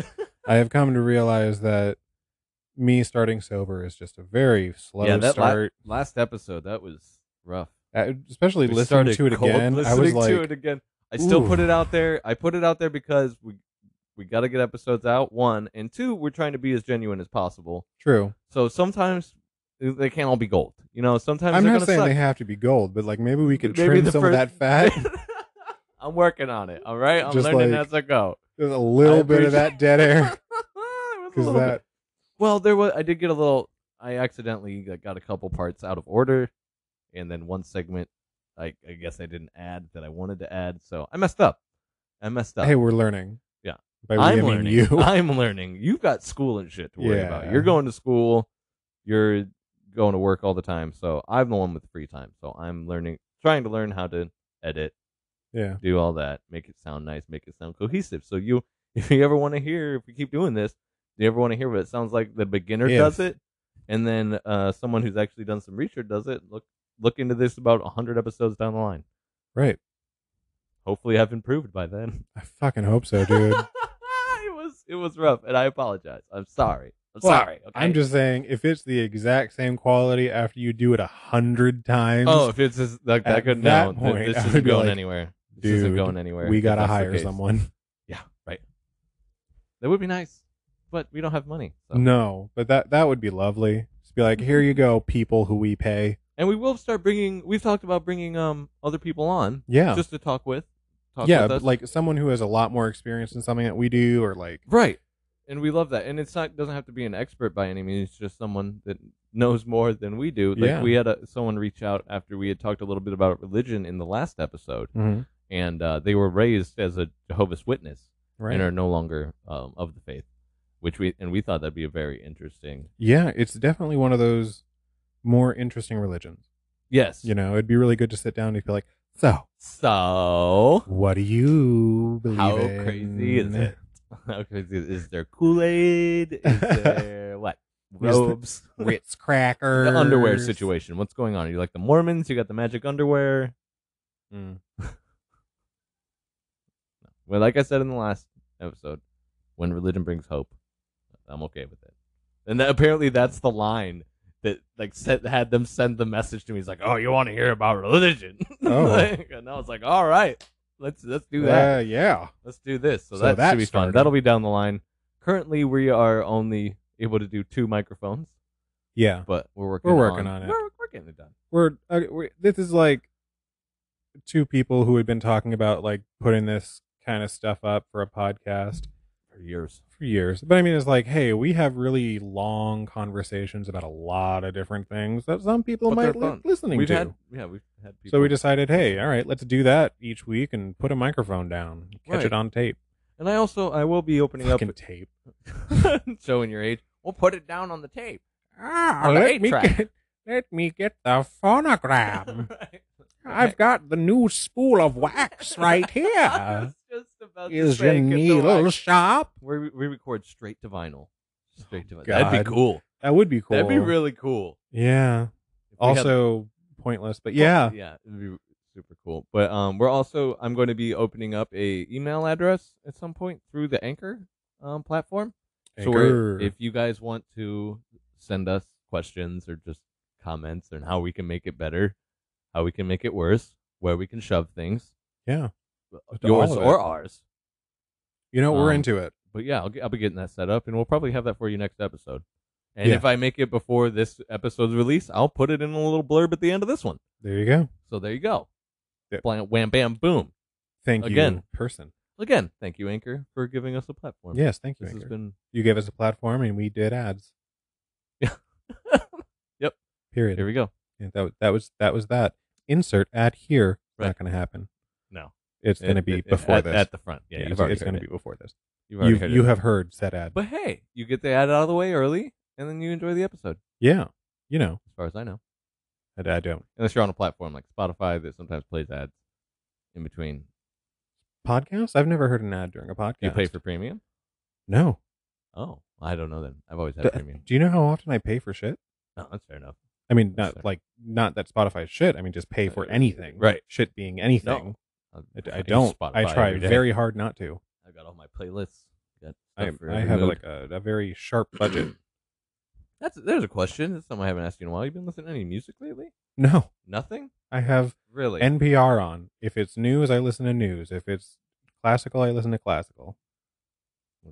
Speaker 1: I have come to realize that me starting sober is just a very slow
Speaker 2: yeah. That la-
Speaker 1: start.
Speaker 2: last episode that was rough.
Speaker 1: Uh, especially
Speaker 2: We
Speaker 1: listening
Speaker 2: started
Speaker 1: to it
Speaker 2: cold
Speaker 1: again. I was
Speaker 2: listening
Speaker 1: like,
Speaker 2: to it again. I still
Speaker 1: "Ooh."
Speaker 2: put it out there. I put it out there because we we got to get episodes out. One and two, we're trying to be as genuine as possible. <laughs>
Speaker 1: true.
Speaker 2: So sometimes uh, they can't all be gold. You know, sometimes
Speaker 1: I'm
Speaker 2: they're
Speaker 1: not
Speaker 2: gonna
Speaker 1: saying
Speaker 2: suck.
Speaker 1: they have to be gold, but like maybe we could
Speaker 2: Maybe
Speaker 1: trim
Speaker 2: the
Speaker 1: some
Speaker 2: first-
Speaker 1: of that
Speaker 2: <laughs>
Speaker 1: fat.
Speaker 2: I'm working on it. All right, I'm
Speaker 1: Just
Speaker 2: learning
Speaker 1: like-
Speaker 2: as I go.
Speaker 1: There's a little
Speaker 2: I
Speaker 1: bit of that dead air
Speaker 2: <laughs> It
Speaker 1: <laughs>
Speaker 2: was a
Speaker 1: because
Speaker 2: little bit-
Speaker 1: that
Speaker 2: Well, there was. I did get a little. I accidentally like, got a couple parts out of order, and then one segment. I, I guess I didn't add that I wanted to add, so I messed up. I messed
Speaker 1: <laughs>
Speaker 2: up.
Speaker 1: hey, we're learning.
Speaker 2: Yeah.
Speaker 1: by we, I
Speaker 2: I'm
Speaker 1: mean
Speaker 2: learning.
Speaker 1: you. <laughs>
Speaker 2: <laughs> I'm learning. You've got school and shit to worry
Speaker 1: Yeah.
Speaker 2: about. You're going to school. You're going to work all the time. So I'm the one with free time. So I'm learning, trying to learn how to edit,
Speaker 1: yeah,
Speaker 2: do all that, make it sound nice, make it sound cohesive. So you, <laughs> if you ever want to hear, if we keep doing this, do you ever want to hear what it sounds like? The beginner
Speaker 1: If.
Speaker 2: does it, and then uh, someone who's actually done some research does it. Look, look into this about hundred episodes down the line.
Speaker 1: right.
Speaker 2: Hopefully, I've improved by then.
Speaker 1: I fucking hope so, dude.
Speaker 2: <laughs> it was it was rough, and I apologize. I'm sorry. I'm
Speaker 1: Well,
Speaker 2: sorry. Okay?
Speaker 1: I'm just saying, if it's the exact same quality after you do it a hundred times,
Speaker 2: Oh, if it's just like that
Speaker 1: At
Speaker 2: good
Speaker 1: that
Speaker 2: now,
Speaker 1: point,
Speaker 2: this
Speaker 1: I
Speaker 2: isn't
Speaker 1: would be
Speaker 2: going
Speaker 1: like,
Speaker 2: anywhere. This isn't
Speaker 1: "Dude,
Speaker 2: going anywhere.
Speaker 1: we
Speaker 2: if
Speaker 1: gotta
Speaker 2: that's the
Speaker 1: hire
Speaker 2: case."
Speaker 1: someone.
Speaker 2: Yeah, right. That would be nice, but we don't have money, so.
Speaker 1: No, but that that would be lovely. Just be like, here you go, people who we pay.
Speaker 2: and we will start bringing. We've talked about bringing um other people on
Speaker 1: Yeah,
Speaker 2: just to talk with. Talk
Speaker 1: yeah,
Speaker 2: with us.
Speaker 1: like someone who has a lot more experience in something that we do, or like
Speaker 2: right. and we love that. And it's not doesn't have to be an expert by any means. It's just someone that knows more than we do. Like
Speaker 1: Yeah.
Speaker 2: we had a, someone reach out after we had talked a little bit about religion in the last episode,
Speaker 1: Mhm.
Speaker 2: and uh, they were raised as a Jehovah's Witness
Speaker 1: Right.
Speaker 2: and are no longer um, of the faith, which we and we thought that'd be a very interesting.
Speaker 1: yeah, it's definitely one of those more interesting religions.
Speaker 2: Yes.
Speaker 1: You know, it'd be really good to sit down and be like, so
Speaker 2: So
Speaker 1: what do you believe
Speaker 2: how
Speaker 1: in?
Speaker 2: crazy is it? <laughs> How crazy is, is there Kool Aid? Is there what robes?
Speaker 1: <laughs> Ritz crackers.
Speaker 2: the underwear situation. What's going on? Are you like the Mormons? You got the magic underwear.
Speaker 1: Mm.
Speaker 2: <laughs> Well, like I said in the last episode, when religion brings hope, I'm okay with it. And that, apparently, that's the line that like sent, had them send the message to me. It's like, oh, you want to hear about religion? <laughs>
Speaker 1: Oh.
Speaker 2: Like, and I was like, all right, let's let's do that.
Speaker 1: Uh, yeah.
Speaker 2: Let's do this. So,
Speaker 1: So
Speaker 2: that,
Speaker 1: that
Speaker 2: should be fun.
Speaker 1: started.
Speaker 2: That'll be down the line. Currently, we are only able to do two microphones,
Speaker 1: Yeah.
Speaker 2: but we're working.
Speaker 1: We're working on it.
Speaker 2: We're, we're getting it done.
Speaker 1: We're, uh, we this is like two people who had been talking about like putting this kind of stuff up for a podcast
Speaker 2: For years.
Speaker 1: for years. But I mean, it's like, hey, we have really long conversations about a lot of different things that some people
Speaker 2: But
Speaker 1: might
Speaker 2: they're
Speaker 1: li-
Speaker 2: fun.
Speaker 1: listening
Speaker 2: We've
Speaker 1: to.
Speaker 2: had yeah, we've had people.
Speaker 1: so we decided, hey, all right, let's do that each week and put a microphone down, catch
Speaker 2: Right.
Speaker 1: it on tape,
Speaker 2: and I also I will be opening up
Speaker 1: fucking tape.
Speaker 2: <laughs> showing your age. We'll put it down on
Speaker 1: <laughs>
Speaker 2: the tape.
Speaker 1: Ah,
Speaker 2: On the
Speaker 1: let me
Speaker 2: eight-track.
Speaker 1: get, let me get the phonogram.
Speaker 2: <laughs> Right.
Speaker 1: I've got the new spool of wax right
Speaker 2: <laughs> I
Speaker 1: here.
Speaker 2: was just about to
Speaker 1: Is
Speaker 2: say,
Speaker 1: your
Speaker 2: get the
Speaker 1: needle
Speaker 2: wax.
Speaker 1: sharp?
Speaker 2: We we record straight to vinyl. Straight to vinyl.
Speaker 1: Oh, God.
Speaker 2: That'd be cool.
Speaker 1: That would be cool.
Speaker 2: That'd be really cool.
Speaker 1: Yeah.
Speaker 2: If we had-
Speaker 1: Also pointless, but yeah.
Speaker 2: yeah, it'd be super cool. But um, we're also I'm going to be opening up a email address at some point through the Anchor um platform. So
Speaker 1: Anchor.
Speaker 2: we're, if you guys want to send us questions or just comments on how we can make it better, how we can make it worse, where we can shove things,
Speaker 1: yeah. To
Speaker 2: yours
Speaker 1: all of
Speaker 2: or
Speaker 1: it.
Speaker 2: ours.
Speaker 1: You know, we're
Speaker 2: Um,
Speaker 1: into it.
Speaker 2: But yeah, I'll, get, I'll be getting that set up, and we'll probably have that for you next episode. And
Speaker 1: Yeah.
Speaker 2: if I make it before this episode's release, I'll put it in a little blurb at the end of this one.
Speaker 1: There you go.
Speaker 2: So there you go.
Speaker 1: Yep.
Speaker 2: Blam, wham, bam, boom.
Speaker 1: Thank you,
Speaker 2: Again.
Speaker 1: person.
Speaker 2: Again, thank you, Anchor, for giving us a platform.
Speaker 1: Yes, thank you.
Speaker 2: This has
Speaker 1: Anchor. <laughs>
Speaker 2: been
Speaker 1: you gave us a platform and we did ads.
Speaker 2: Yep.
Speaker 1: Period.
Speaker 2: here we go.
Speaker 1: Yeah, that was- that was that was that. Insert ad here.
Speaker 2: Right.
Speaker 1: Not going to happen.
Speaker 2: No.
Speaker 1: It's going to
Speaker 2: It-
Speaker 1: be
Speaker 2: it- it-
Speaker 1: before
Speaker 2: at,
Speaker 1: this.
Speaker 2: At the front. Yeah,
Speaker 1: Yeah,
Speaker 2: you've
Speaker 1: it's,
Speaker 2: already
Speaker 1: going to
Speaker 2: heard
Speaker 1: be
Speaker 2: it.
Speaker 1: before this.
Speaker 2: You've already
Speaker 1: You
Speaker 2: heard
Speaker 1: you
Speaker 2: it.
Speaker 1: have heard said ad.
Speaker 2: But hey, you get the ad out of the way early, and then you enjoy the episode.
Speaker 1: yeah, you know,
Speaker 2: As far as I know,
Speaker 1: I, I don't.
Speaker 2: unless you're on a platform like Spotify that sometimes plays ads in between.
Speaker 1: Podcasts? I've never heard an ad during a podcast.
Speaker 2: You pay for premium?
Speaker 1: no.
Speaker 2: Oh, I don't know. Then I've always had
Speaker 1: D-
Speaker 2: premium.
Speaker 1: Do you know how often I pay for shit?
Speaker 2: Oh, that's fair enough.
Speaker 1: I mean, not
Speaker 2: That's fair.
Speaker 1: like not that Spotify is shit. I mean, just pay for anything.
Speaker 2: Right.
Speaker 1: Shit being anything.
Speaker 2: I,
Speaker 1: I, I
Speaker 2: use
Speaker 1: don't. I
Speaker 2: Spotify
Speaker 1: try
Speaker 2: every day.
Speaker 1: very hard not to.
Speaker 2: I've got all my playlists. Got
Speaker 1: I,
Speaker 2: stuff for
Speaker 1: I
Speaker 2: every
Speaker 1: have
Speaker 2: mood.
Speaker 1: like a, a very sharp budget.
Speaker 2: <clears throat> That's there's a question. That's something I haven't asked you in a while. You been listening to any music lately?
Speaker 1: no,
Speaker 2: Nothing
Speaker 1: I have
Speaker 2: really.
Speaker 1: NPR on. If it's news, I listen to news. If it's classical, I listen to classical.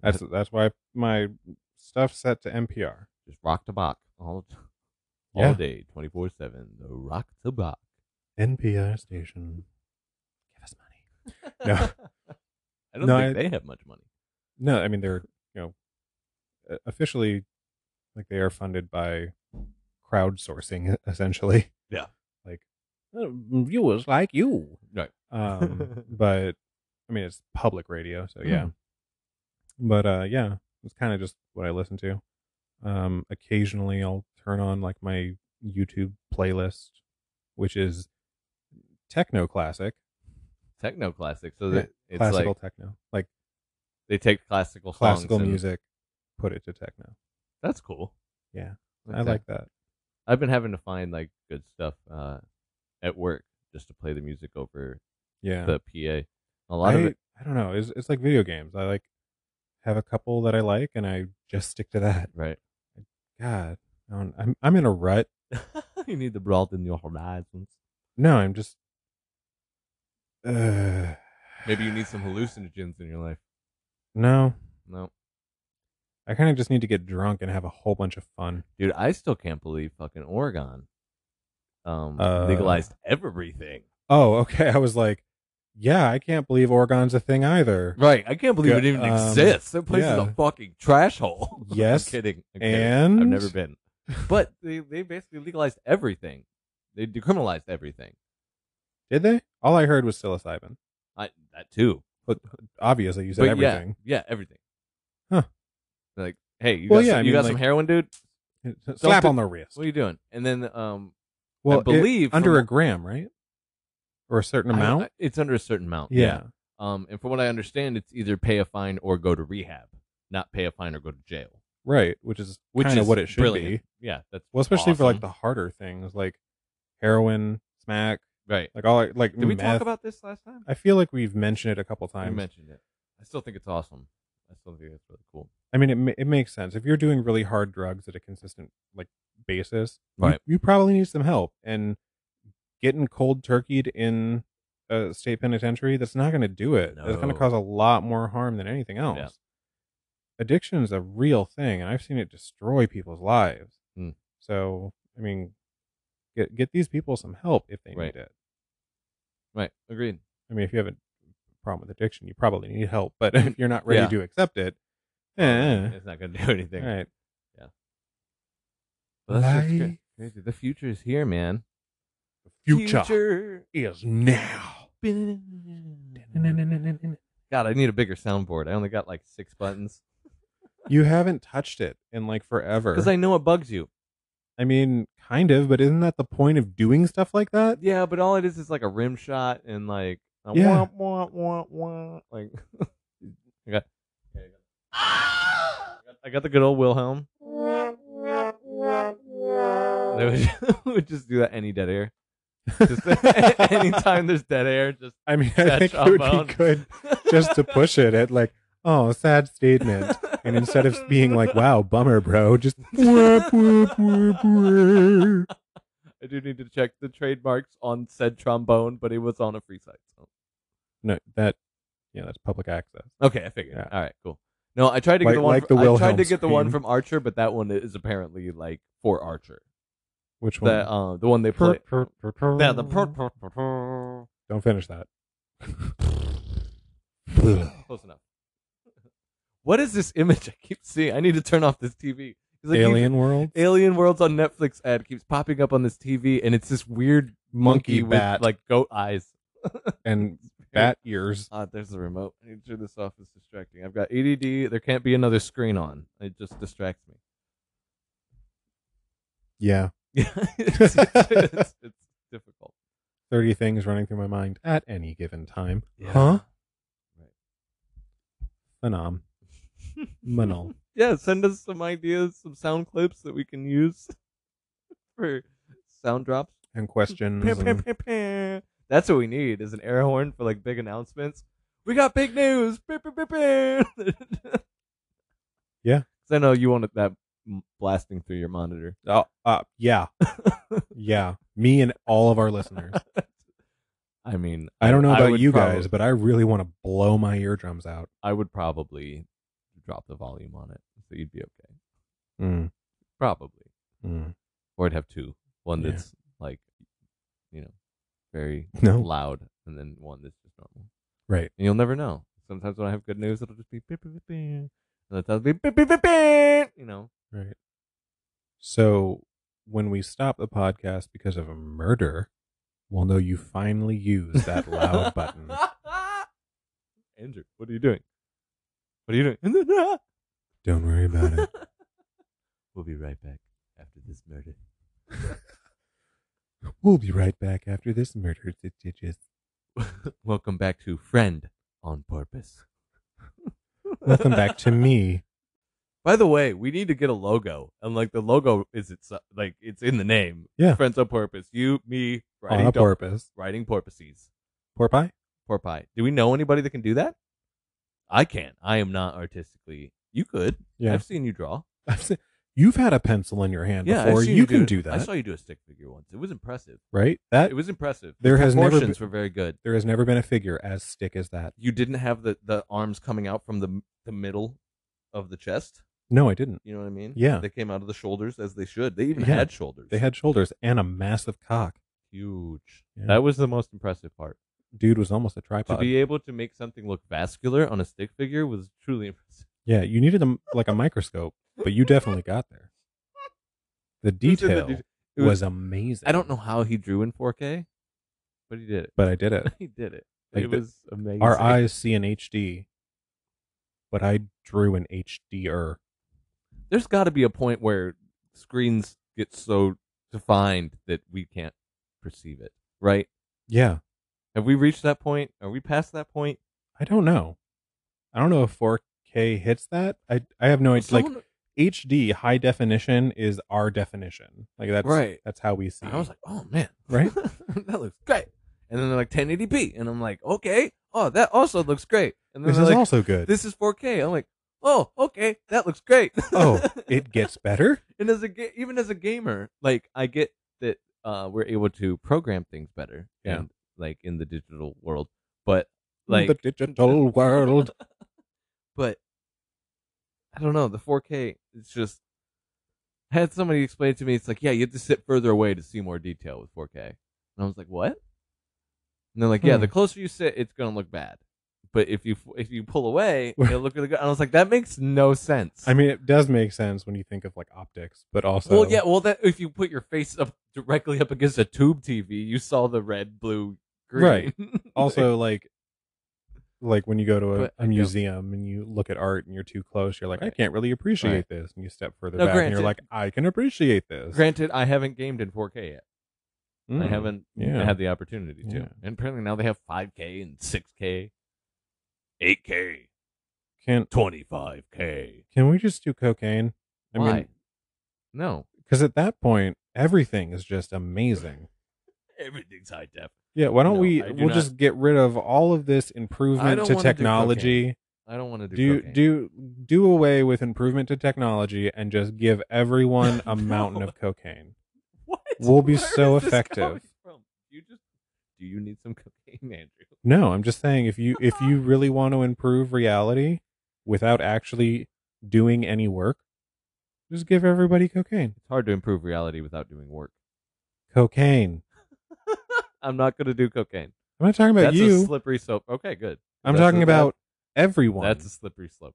Speaker 1: That's that's why my stuff set to NPR.
Speaker 2: just rock to Bach all all
Speaker 1: Yeah.
Speaker 2: day, twenty four seven. The rock to Bach.
Speaker 1: NPR station. Give us money. No.
Speaker 2: <laughs> I don't
Speaker 1: No,
Speaker 2: think
Speaker 1: I-
Speaker 2: they have much money.
Speaker 1: No, I mean they're you know uh, officially like they are funded by crowdsourcing <laughs> e- essentially.
Speaker 2: Yeah.
Speaker 1: Like uh, viewers like you.
Speaker 2: Right. <laughs>
Speaker 1: Um, but I mean it's public radio, so yeah.
Speaker 2: Mhm.
Speaker 1: But uh, yeah, it's kind of just what I listen to. Um, occasionally I'll turn on like my YouTube playlist, which is techno classic,
Speaker 2: Techno classic. So
Speaker 1: Yeah,
Speaker 2: that it's
Speaker 1: classical
Speaker 2: like
Speaker 1: techno, like
Speaker 2: they take classical songs
Speaker 1: classical
Speaker 2: and-
Speaker 1: music, put it to techno.
Speaker 2: That's cool.
Speaker 1: Yeah. I
Speaker 2: that.
Speaker 1: like that.
Speaker 2: I've been having to find like good stuff uh, at work just to play the music over
Speaker 1: Yeah.
Speaker 2: the PA. A lot
Speaker 1: I,
Speaker 2: of it.
Speaker 1: I don't know. It's, it's like video games. I like have a couple that I like, and I just stick to that.
Speaker 2: Right.
Speaker 1: God, I don't- I'm I'm in a rut.
Speaker 2: <laughs> you need to broaden your horizons.
Speaker 1: No, I'm just. Uh,
Speaker 2: Maybe you need some hallucinogens in your life.
Speaker 1: no,
Speaker 2: No.
Speaker 1: I kind of just need to get drunk and have a whole bunch of fun.
Speaker 2: Dude, I still can't believe fucking Oregon um,
Speaker 1: Uh,
Speaker 2: legalized everything.
Speaker 1: <laughs> Oh, okay. I was like, yeah, I can't believe Oregon's a thing either.
Speaker 2: Right. I can't believe it even
Speaker 1: Um,
Speaker 2: exists. That place is
Speaker 1: yeah.
Speaker 2: a fucking trash hole. <laughs>
Speaker 1: Yes,
Speaker 2: I'm kidding. I'm kidding. I've
Speaker 1: and- <laughs>
Speaker 2: never been. But they, they basically legalized everything. They decriminalized everything.
Speaker 1: Did they? All I heard was psilocybin.
Speaker 2: I that too.
Speaker 1: Obviously, you said
Speaker 2: But
Speaker 1: everything.
Speaker 2: Yeah, yeah, everything.
Speaker 1: Huh.
Speaker 2: They're like, hey, you
Speaker 1: Well,
Speaker 2: got,
Speaker 1: yeah,
Speaker 2: some,
Speaker 1: I
Speaker 2: you
Speaker 1: mean,
Speaker 2: got
Speaker 1: like-
Speaker 2: some heroin, dude?
Speaker 1: Slap
Speaker 2: do-
Speaker 1: on the wrist.
Speaker 2: What are you doing? And then um,
Speaker 1: Well,
Speaker 2: I
Speaker 1: it-
Speaker 2: believe
Speaker 1: under a
Speaker 2: from-
Speaker 1: gram, right? Or a certain
Speaker 2: I-
Speaker 1: amount.
Speaker 2: I- it's under a certain amount.
Speaker 1: yeah.
Speaker 2: Um, and from what I understand, it's either pay a fine or go to rehab, not pay a fine or go to jail.
Speaker 1: right. Which is
Speaker 2: Which
Speaker 1: kind
Speaker 2: is
Speaker 1: of what it should
Speaker 2: brilliant.
Speaker 1: be.
Speaker 2: Yeah, that's
Speaker 1: Well, especially for
Speaker 2: awesome.
Speaker 1: like the harder things like heroin, smack,
Speaker 2: right.
Speaker 1: like all like
Speaker 2: Did we
Speaker 1: meth.
Speaker 2: talk about this last time?
Speaker 1: I feel like we've mentioned it a couple
Speaker 2: I
Speaker 1: times.
Speaker 2: mentioned it. I still think it's awesome. I still think it's really cool.
Speaker 1: I mean, it ma- it makes sense if you're doing really hard drugs at a consistent like basis. you-
Speaker 2: Right.
Speaker 1: You, probably need some help, and getting cold turkeyed in a state penitentiary that's not going to do it. That's going
Speaker 2: No.
Speaker 1: to cause a lot more harm than anything else.
Speaker 2: Yeah.
Speaker 1: Addiction is a real thing, and I've seen it destroy people's lives.
Speaker 2: Mm.
Speaker 1: So, I mean, get get these people some help if they
Speaker 2: Right.
Speaker 1: need it.
Speaker 2: Right. Agreed.
Speaker 1: I mean, if you have a problem with addiction, you probably need help. But <laughs> if you're not ready
Speaker 2: Yeah.
Speaker 1: to accept it, eh,
Speaker 2: It's not going to do <laughs> anything.
Speaker 1: all right.
Speaker 2: But that's just
Speaker 1: Life.
Speaker 2: cra- crazy. The future is here, man.
Speaker 1: is now. <laughs>
Speaker 2: Future. God, I need a bigger soundboard. I only got like six buttons
Speaker 1: You haven't touched it in like forever.
Speaker 2: because I know it bugs you.
Speaker 1: I mean, kind of, but isn't that the point of doing stuff like that?
Speaker 2: Yeah, but all it is is like a rim shot and like a
Speaker 1: Yeah.
Speaker 2: wah, wah, wah, wah, like. <laughs> I got. okay, I got- I got the good old Wilhelm. They would, <laughs> would just do that any dead air. Just <laughs> anytime there's dead air, just
Speaker 1: I mean, I
Speaker 2: that
Speaker 1: think it would
Speaker 2: trombone.
Speaker 1: be good just to push it at like, oh, sad statement. And instead of being like, wow, bummer, bro, just. <laughs> whoop, whoop, whoop, whoop.
Speaker 2: I do need to check the trademarks on said trombone, but it was on a free site. So.
Speaker 1: No, that, yeah, that's public access.
Speaker 2: Okay, I figured.
Speaker 1: Yeah.
Speaker 2: All right, cool. No, I tried to get
Speaker 1: Like-
Speaker 2: the one.
Speaker 1: like the
Speaker 2: fr- I tried
Speaker 1: Wilhelm
Speaker 2: to get the one
Speaker 1: scream.
Speaker 2: from Archer, but that one is apparently like for Archer.
Speaker 1: Which one?
Speaker 2: The uh, the one they
Speaker 1: Purr,
Speaker 2: play.
Speaker 1: purr, purr, purr.
Speaker 2: Yeah, the purr, purr, purr, purr.
Speaker 1: Don't finish <laughs> that.
Speaker 2: close enough. <laughs> What is this image I keep seeing? I need to turn off this TV. 'Cause I keep-
Speaker 1: Alien <laughs> World?
Speaker 2: Alien Worlds on Netflix ad keeps popping up on this TV, and it's this weird monkey,
Speaker 1: Monkey bat
Speaker 2: with like goat eyes.
Speaker 1: and bat ears.
Speaker 2: Ah, there's the remote. I need to turn this off. It's distracting. I've got ADD. There can't be another screen on. It just distracts me.
Speaker 1: Yeah.
Speaker 2: Yeah, <laughs> it's, it's, it's, it's difficult.
Speaker 1: 30 things running through my mind at any given time. Huh? Phenom. Manol.
Speaker 2: <laughs> Yeah, send us some ideas, some sound clips that we can use <laughs> for sound drops.
Speaker 1: And questions.
Speaker 2: Pew, pew,
Speaker 1: and
Speaker 2: pew, pew. That's what we need is an air horn for like big announcements. We got big news. Pew, pew, pew, pew. <laughs>
Speaker 1: Yeah.
Speaker 2: 'Cause I know you want it that m- blasting through
Speaker 1: <laughs>
Speaker 2: your monitor.
Speaker 1: oh, uh, yeah. yeah. Me and all of our listeners.
Speaker 2: I mean,
Speaker 1: I don't know about
Speaker 2: would
Speaker 1: you
Speaker 2: prob-
Speaker 1: guys, but I really want to blow my eardrums out.
Speaker 2: I would probably drop the volume on it so you'd be okay.
Speaker 1: Mm,
Speaker 2: Probably.
Speaker 1: mm.
Speaker 2: Or I'd have two. One
Speaker 1: Yeah.
Speaker 2: that's like, you know, very
Speaker 1: <laughs> No.
Speaker 2: loud, and then one that's just normal.
Speaker 1: Right.
Speaker 2: And you'll never know. Sometimes when I have good news, it'll just be beep, beep, beep, beep. and it'll be beep, beep, beep, beep, you know.
Speaker 1: Right. So when we stop the podcast because of a murder, we'll know you finally used that
Speaker 2: <laughs>
Speaker 1: loud button.
Speaker 2: Andrew, what are you doing? What are you doing? <laughs>
Speaker 1: Don't worry about it.
Speaker 2: we'll be right back after this murder. <laughs>
Speaker 1: We'll be right back after this murder.
Speaker 2: Welcome back to Friend on Purpose.
Speaker 1: Welcome back to
Speaker 2: <laughs>
Speaker 1: me.
Speaker 2: By the way, we need to get a logo, and like the logo is it's like it's in the name.
Speaker 1: Yeah.
Speaker 2: Friends on Purpose. You, me,
Speaker 1: on
Speaker 2: writing
Speaker 1: a
Speaker 2: dog-
Speaker 1: porpoise.
Speaker 2: writing porpoises.
Speaker 1: Porpoise?
Speaker 2: Porpoise. Do we know anybody that can do that? I can't. I am not artistically. You could.
Speaker 1: Yeah.
Speaker 2: I've seen you draw.
Speaker 1: I've seen, you've had a pencil in your hand
Speaker 2: yeah, I've
Speaker 1: before.
Speaker 2: seen
Speaker 1: You, can do
Speaker 2: I
Speaker 1: that,
Speaker 2: saw you do a stick figure once. It was impressive.
Speaker 1: right? That
Speaker 2: It was impressive.
Speaker 1: There
Speaker 2: the
Speaker 1: has never
Speaker 2: proportions were very good.
Speaker 1: there has never been a figure as stick as that.
Speaker 2: You didn't have the the arms coming out from the the middle of the chest.
Speaker 1: No, I didn't.
Speaker 2: You know what I mean?
Speaker 1: Yeah.
Speaker 2: They came out of the shoulders as they should. They even
Speaker 1: Yeah.
Speaker 2: had shoulders.
Speaker 1: They had shoulders and a massive cock.
Speaker 2: huge.
Speaker 1: Yeah.
Speaker 2: That was the most impressive part.
Speaker 1: dude was almost a
Speaker 2: To
Speaker 1: tripod.
Speaker 2: be able to make something look vascular on a stick figure was truly <laughs> impressive.
Speaker 1: yeah, you needed a, like a microscope, but you definitely got there.
Speaker 2: <laughs>
Speaker 1: The
Speaker 2: Who's in the
Speaker 1: detail
Speaker 2: detail? It
Speaker 1: was,
Speaker 2: was-
Speaker 1: amazing.
Speaker 2: I don't know how he drew in 4K, but he did it. <laughs>
Speaker 1: but I did it.
Speaker 2: he did it.
Speaker 1: Like
Speaker 2: it
Speaker 1: the-
Speaker 2: was amazing.
Speaker 1: Our eyes see in HD, but I drew in HDR.
Speaker 2: There's got to be a point where screens get so defined that we can't perceive it, right?
Speaker 1: Yeah,
Speaker 2: Have we reached that point? Are we past that point?
Speaker 1: I don't know. I don't know if 4K hits that. I I have no. It's like
Speaker 2: Someone-
Speaker 1: HD high definition is our definition. Like that's
Speaker 2: Right.
Speaker 1: That's how we see.
Speaker 2: I was like, oh man,
Speaker 1: Right?
Speaker 2: <laughs> that looks great. And then they're like 1080p, and I'm like, okay, oh that also looks great. And then
Speaker 1: this
Speaker 2: they're
Speaker 1: is
Speaker 2: like,
Speaker 1: also good.
Speaker 2: this is 4K. I'm like, oh okay, that looks great. <laughs>
Speaker 1: oh, it gets better.
Speaker 2: and as a ga- even as a gamer, like I get that uh, we're able to program things better,
Speaker 1: Yeah.
Speaker 2: and, like in the digital world, but like
Speaker 1: the
Speaker 2: <laughs>
Speaker 1: digital world.
Speaker 2: but I don't know. The 4K, it's just. I had somebody explain it to me. It's like, yeah, you have to sit further away to see more detail with 4K, and I was like, what? And they're like, yeah,
Speaker 1: Hmm.
Speaker 2: the closer you sit, it's gonna look bad. But if you if you pull away, it'll look really good. And I was like, that makes no sense.
Speaker 1: I mean, it does make sense when you think of like optics, but also
Speaker 2: well, yeah, well, that if you put your face up directly up against a tube TV, you saw the red, blue, green.
Speaker 1: Right. also like like when you go to a,
Speaker 2: But I
Speaker 1: a
Speaker 2: don't-
Speaker 1: museum and you look at art and you're too close, you're like, I
Speaker 2: Right.
Speaker 1: can't really appreciate this. And you step further
Speaker 2: No,
Speaker 1: back and you're like,
Speaker 2: granted-
Speaker 1: I can appreciate this.
Speaker 2: <laughs> Granted, I haven't gamed in 4K yet.
Speaker 1: Mm.
Speaker 2: I haven't
Speaker 1: Yeah.
Speaker 2: had the opportunity to.
Speaker 1: Yeah.
Speaker 2: And apparently now they have 5K and 6K, 8K,
Speaker 1: Can
Speaker 2: 25K.
Speaker 1: can we just do cocaine? I
Speaker 2: Why?
Speaker 1: mean,
Speaker 2: no,
Speaker 1: because at that point, everything is just amazing.
Speaker 2: everything's high def.
Speaker 1: Yeah, why don't
Speaker 2: No,
Speaker 1: we
Speaker 2: I do
Speaker 1: we'll
Speaker 2: not-
Speaker 1: just get rid of all of this improvement
Speaker 2: don't
Speaker 1: to
Speaker 2: wanna do
Speaker 1: technology.
Speaker 2: I don't want to do.
Speaker 1: Do
Speaker 2: cocaine.
Speaker 1: do do away with improvement to technology and just give everyone a
Speaker 2: <laughs> No.
Speaker 1: mountain of cocaine.
Speaker 2: <laughs> what?
Speaker 1: we'll be
Speaker 2: Where
Speaker 1: so
Speaker 2: is this
Speaker 1: effective.
Speaker 2: coming from? You just do you need some <laughs> cocaine, Andrew?
Speaker 1: No, I'm just saying if you if you really want to improve reality without actually doing any work, just give everybody cocaine.
Speaker 2: It's hard to improve reality without doing work.
Speaker 1: Cocaine.
Speaker 2: I'm not going to do cocaine.
Speaker 1: I'm not talking about
Speaker 2: That's a
Speaker 1: you.
Speaker 2: slippery slope. Okay, good.
Speaker 1: I'm
Speaker 2: that's
Speaker 1: talking
Speaker 2: a-
Speaker 1: about everyone.
Speaker 2: That's a slippery slope.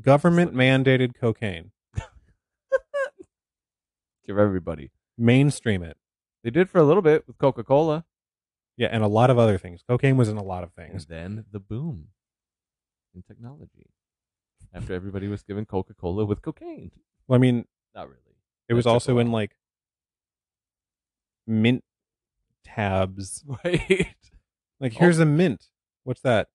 Speaker 1: government
Speaker 2: slip.
Speaker 1: mandated cocaine.
Speaker 2: Give everybody.
Speaker 1: Mainstream it.
Speaker 2: They did for a little bit with Coca Cola.
Speaker 1: Yeah, and a lot of other things. Cocaine was in a lot of
Speaker 2: And
Speaker 1: things.
Speaker 2: then the boom in technology. After everybody was given Coca Cola with cocaine.
Speaker 1: Well, I mean,
Speaker 2: Not really. <laughs>
Speaker 1: It was
Speaker 2: That took a
Speaker 1: also in
Speaker 2: while.
Speaker 1: like mint tabs.
Speaker 2: Right. Oh.
Speaker 1: Like, here's a mint. What's that?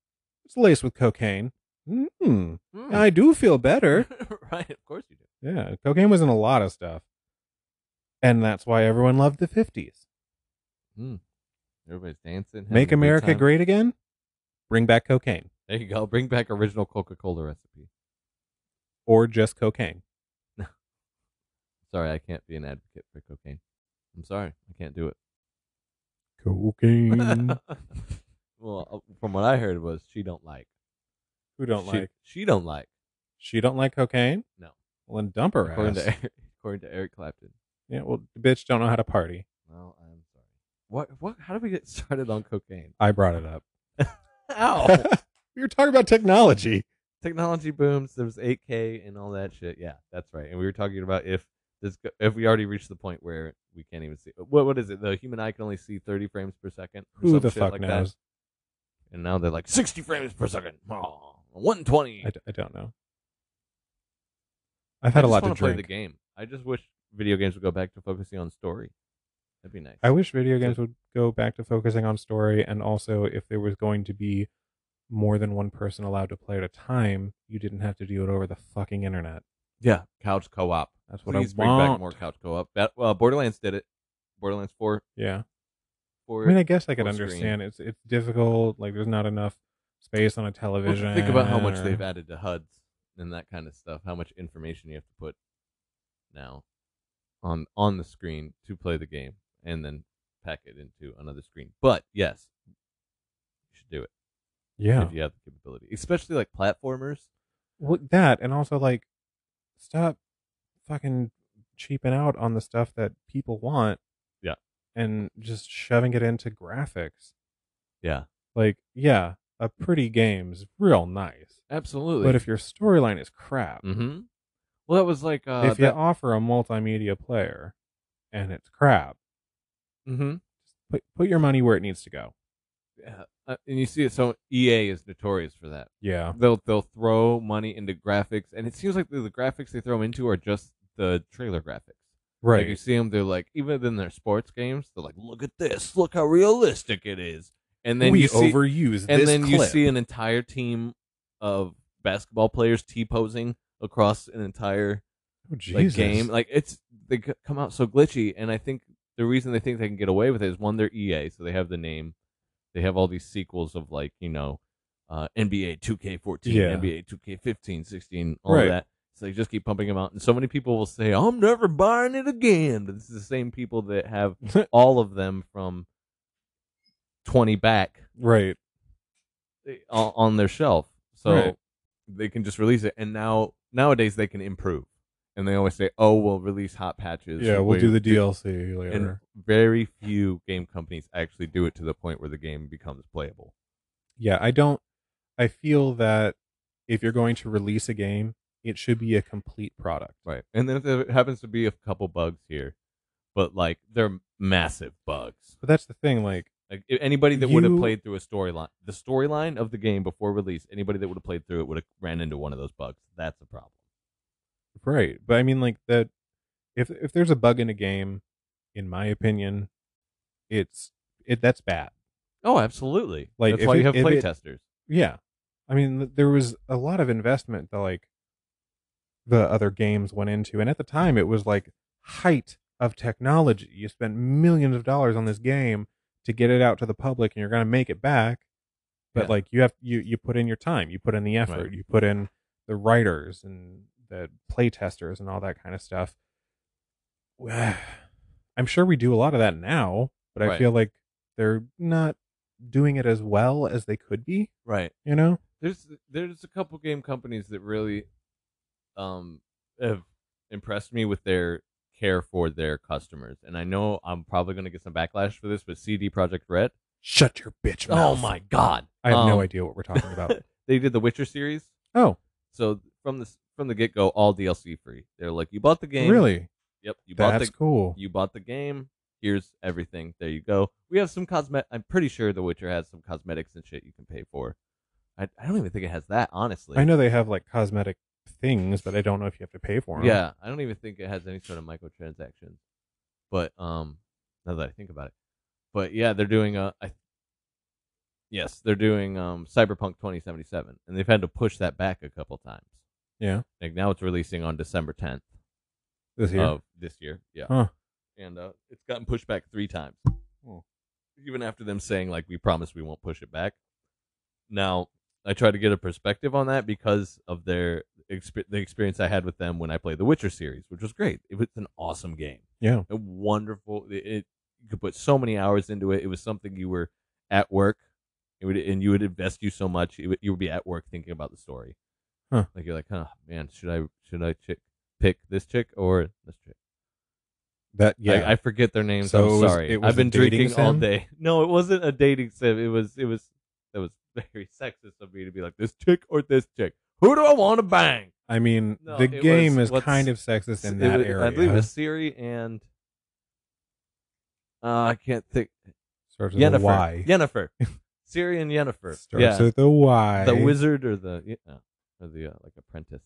Speaker 1: It's laced with cocaine.
Speaker 2: Hmm.
Speaker 1: Mm, I do feel better.
Speaker 2: <laughs> right. Of course you do.
Speaker 1: yeah, cocaine was in a lot of stuff. And that's why everyone loved the 50s.
Speaker 2: Everybody's dancing. having a
Speaker 1: Make
Speaker 2: good
Speaker 1: America
Speaker 2: time.
Speaker 1: great again? Bring back cocaine
Speaker 2: There you go. Bring back original Coca Cola recipe.
Speaker 1: or just cocaine.
Speaker 2: Sorry, I can't be an advocate for cocaine. I'm sorry. I can't
Speaker 1: <laughs>
Speaker 2: do it.
Speaker 1: Cocaine.
Speaker 2: <laughs> well, uh, from what I heard was she don't like.
Speaker 1: <laughs> Who don't
Speaker 2: she,
Speaker 1: like?
Speaker 2: She don't like.
Speaker 1: She don't like cocaine?
Speaker 2: No.
Speaker 1: Well, then dump her
Speaker 2: according
Speaker 1: ass.
Speaker 2: to Eric, according to Eric Clapton.
Speaker 1: Yeah, well, bitch don't know how to party.
Speaker 2: Well, I'm sorry. What? What? How did we get <laughs> started on cocaine?
Speaker 1: I brought it up. <laughs>
Speaker 2: Ow!
Speaker 1: we were talking about technology.
Speaker 2: Technology booms. There was 8K and all that shit. Yeah, that's right. And we were talking about if this, go- if we already reached the point where we can't even see. What? What is it? The human eye can only see 30 frames per second. or
Speaker 1: Who
Speaker 2: some
Speaker 1: the
Speaker 2: shit
Speaker 1: fuck
Speaker 2: like that.
Speaker 1: knows?
Speaker 2: And now they're like 60 frames per second. Aw, 120.
Speaker 1: I, d- I don't know. I've had a
Speaker 2: just
Speaker 1: lot to
Speaker 2: wanna play
Speaker 1: drink.
Speaker 2: the game. I just wish video games would go back to focusing on story. That'd be nice.
Speaker 1: I wish video games would go back to focusing on story, and also if there was going to be more than one person allowed to play at a time, you didn't have to do it over the fucking internet.
Speaker 2: yeah, couch co-op.
Speaker 1: That's what
Speaker 2: Please
Speaker 1: I
Speaker 2: bring
Speaker 1: want.
Speaker 2: back more couch co-op. That well, Borderlands did it. Borderlands Four.
Speaker 1: Yeah, I
Speaker 2: Four.
Speaker 1: mean, I guess I could
Speaker 2: Full screen.
Speaker 1: understand. It's it's difficult. Like, there's not enough space on a television.
Speaker 2: Well, think about how much
Speaker 1: or-
Speaker 2: they've added to HUDs and that kind of stuff. How much information you have to put now on on the screen to play the game, and then pack it into another screen. But yes, you should do it
Speaker 1: Yeah,
Speaker 2: if you have the capability, especially like platformers.
Speaker 1: well, that, and also like, stop fucking cheaping out on the stuff that people want.
Speaker 2: Yeah.
Speaker 1: and just shoving it into graphics.
Speaker 2: Yeah.
Speaker 1: Like, yeah, a pretty game's real nice.
Speaker 2: Absolutely.
Speaker 1: But if your storyline is crap,
Speaker 2: hmm Well, that was like uh,
Speaker 1: if you offer a multimedia player and it's crap,
Speaker 2: hmm
Speaker 1: put, put your money where it needs to go.
Speaker 2: uh, and you see it. So EA is notorious for that.
Speaker 1: Yeah.
Speaker 2: They'll they'll throw money into graphics, and it seems like the, the graphics they throw into are just the trailer graphics. Like, you
Speaker 1: Right.
Speaker 2: see them, they're like even in their sports games, they're like, look at this, look how realistic it is, and then you see,
Speaker 1: overuse
Speaker 2: and then you see an entire team of basketball players t posing across an entire
Speaker 1: oh,
Speaker 2: like
Speaker 1: Jesus.
Speaker 2: game. Like it's they c- come out so glitchy, and I think the reason they think they can get away with it is one, they're EA, so they have the name, they have all these sequels of like you know, uh, NBA 2K14,
Speaker 1: Yeah.
Speaker 2: NBA 2K15, 16, all
Speaker 1: Right.
Speaker 2: that. So they just keep pumping them out, and so many people will say, "I'm never buying it again." But this is the same people
Speaker 1: <laughs>
Speaker 2: that have all of them from twenty back
Speaker 1: right.
Speaker 2: they- eh, on on their shelf, so
Speaker 1: Right.
Speaker 2: they can just release it. And now nowadays they can improve, and they always say, "Oh, we'll release hot patches."
Speaker 1: Yeah,
Speaker 2: and
Speaker 1: we'll do the
Speaker 2: do-"
Speaker 1: DLC later.
Speaker 2: And very few game companies actually do it to the point where the game becomes playable.
Speaker 1: yeah, I don't. I feel that if you're going to release a game, it should be a complete product.
Speaker 2: Right, and then if there happens to be a couple bugs here, but like they're massive bugs.
Speaker 1: But that's the thing. Like,
Speaker 2: Like i- anybody that would have
Speaker 1: You-
Speaker 2: played through a storyline, the storyline of the game before release, anybody that would have played through it would have ran into one of those bugs. That's a problem.
Speaker 1: right? But I mean, like that. If if there's a bug in a game, in my opinion, it's it that's bad.
Speaker 2: Oh, absolutely.
Speaker 1: Like,
Speaker 2: that's
Speaker 1: if
Speaker 2: why you
Speaker 1: it-
Speaker 2: have
Speaker 1: if it-
Speaker 2: playtesters.
Speaker 1: Yeah, I mean, th- there was a lot of investment that like the other games went into, and at the time, it was like height of technology. You spent millions of dollars on this game to get it out to the public, and you're going to make it back. But
Speaker 2: Yeah.
Speaker 1: like you have you you put in your time, you put in the effort,
Speaker 2: Right.
Speaker 1: you put in the writers and the play testers and all that kind of stuff. <sighs> I'm sure we do a lot of that now, but I
Speaker 2: Right.
Speaker 1: feel like they're not doing it as well as they could be.
Speaker 2: Right.
Speaker 1: You know.
Speaker 2: There's there's a couple game companies that really um have impressed me with their care for their customers. And I know I'm probably going to get some backlash for this, but CD Project Red.
Speaker 1: Shut your bitch
Speaker 2: Oh
Speaker 1: mouth.
Speaker 2: my god.
Speaker 1: I have no
Speaker 2: Um,
Speaker 1: idea what we're talking
Speaker 2: <laughs>
Speaker 1: about.
Speaker 2: They did the Witcher series.
Speaker 1: oh,
Speaker 2: So from the from the get-go all DLC free. They're like you bought the <laughs> game.
Speaker 1: really?
Speaker 2: Yep, you bought the
Speaker 1: That's cool.
Speaker 2: you bought the game. Here's everything. There you go. We have some cosmet. I'm pretty sure The Witcher has some cosmetics and shit you can pay for. I, I don't even think it has that, honestly.
Speaker 1: I know they have like cosmetic things, but I don't know if you have to pay for them.
Speaker 2: Yeah, I don't even think it has any sort of microtransaction. But um, now that I think about it, but yeah, they're doing a. I, yes, they're doing um Cyberpunk 2077, and they've had to push that back a couple times.
Speaker 1: Yeah.
Speaker 2: Like now it's releasing on December 10th
Speaker 1: This here.
Speaker 2: of this year. Yeah.
Speaker 1: Huh.
Speaker 2: And uh, it's gotten pushed back three times.
Speaker 1: Oh.
Speaker 2: Even after them saying, like, we promise we won't push it back. Now, I try to get a perspective on that because of their exp- the experience I had with them when I played the Witcher series, which was great. It was an awesome game.
Speaker 1: yeah.
Speaker 2: A wonderful. It, it you could put so many hours into it. It was something you were at work, it would, and you would invest you so much. It would, you would be at work thinking about the story.
Speaker 1: Huh.
Speaker 2: Like you're like, huh, man, should I should I chick, pick this chick or this chick?
Speaker 1: That yeah.
Speaker 2: I, I forget their names.
Speaker 1: So it
Speaker 2: I'm
Speaker 1: was-
Speaker 2: sorry.
Speaker 1: it was
Speaker 2: I've been
Speaker 1: a dating
Speaker 2: drinking all
Speaker 1: sim?
Speaker 2: day. <laughs> No, it wasn't a dating sim. It was it was it was <laughs> very sexist of me to be like this chick or this chick. Who do I want to bang?
Speaker 1: I, mean,
Speaker 2: No,
Speaker 1: the
Speaker 2: it
Speaker 1: game
Speaker 2: was
Speaker 1: is
Speaker 2: what's-
Speaker 1: kind of sexist in
Speaker 2: It
Speaker 1: that
Speaker 2: was-
Speaker 1: area.
Speaker 2: I believe it's Siri and uh, I can't think.
Speaker 1: starts with a
Speaker 2: Yennefer.
Speaker 1: Y. <laughs>
Speaker 2: Yennefer. Siri and Yennefer.
Speaker 1: Starts
Speaker 2: yeah.
Speaker 1: with a Y.
Speaker 2: the wizard or the yeah, or the uh, like apprentice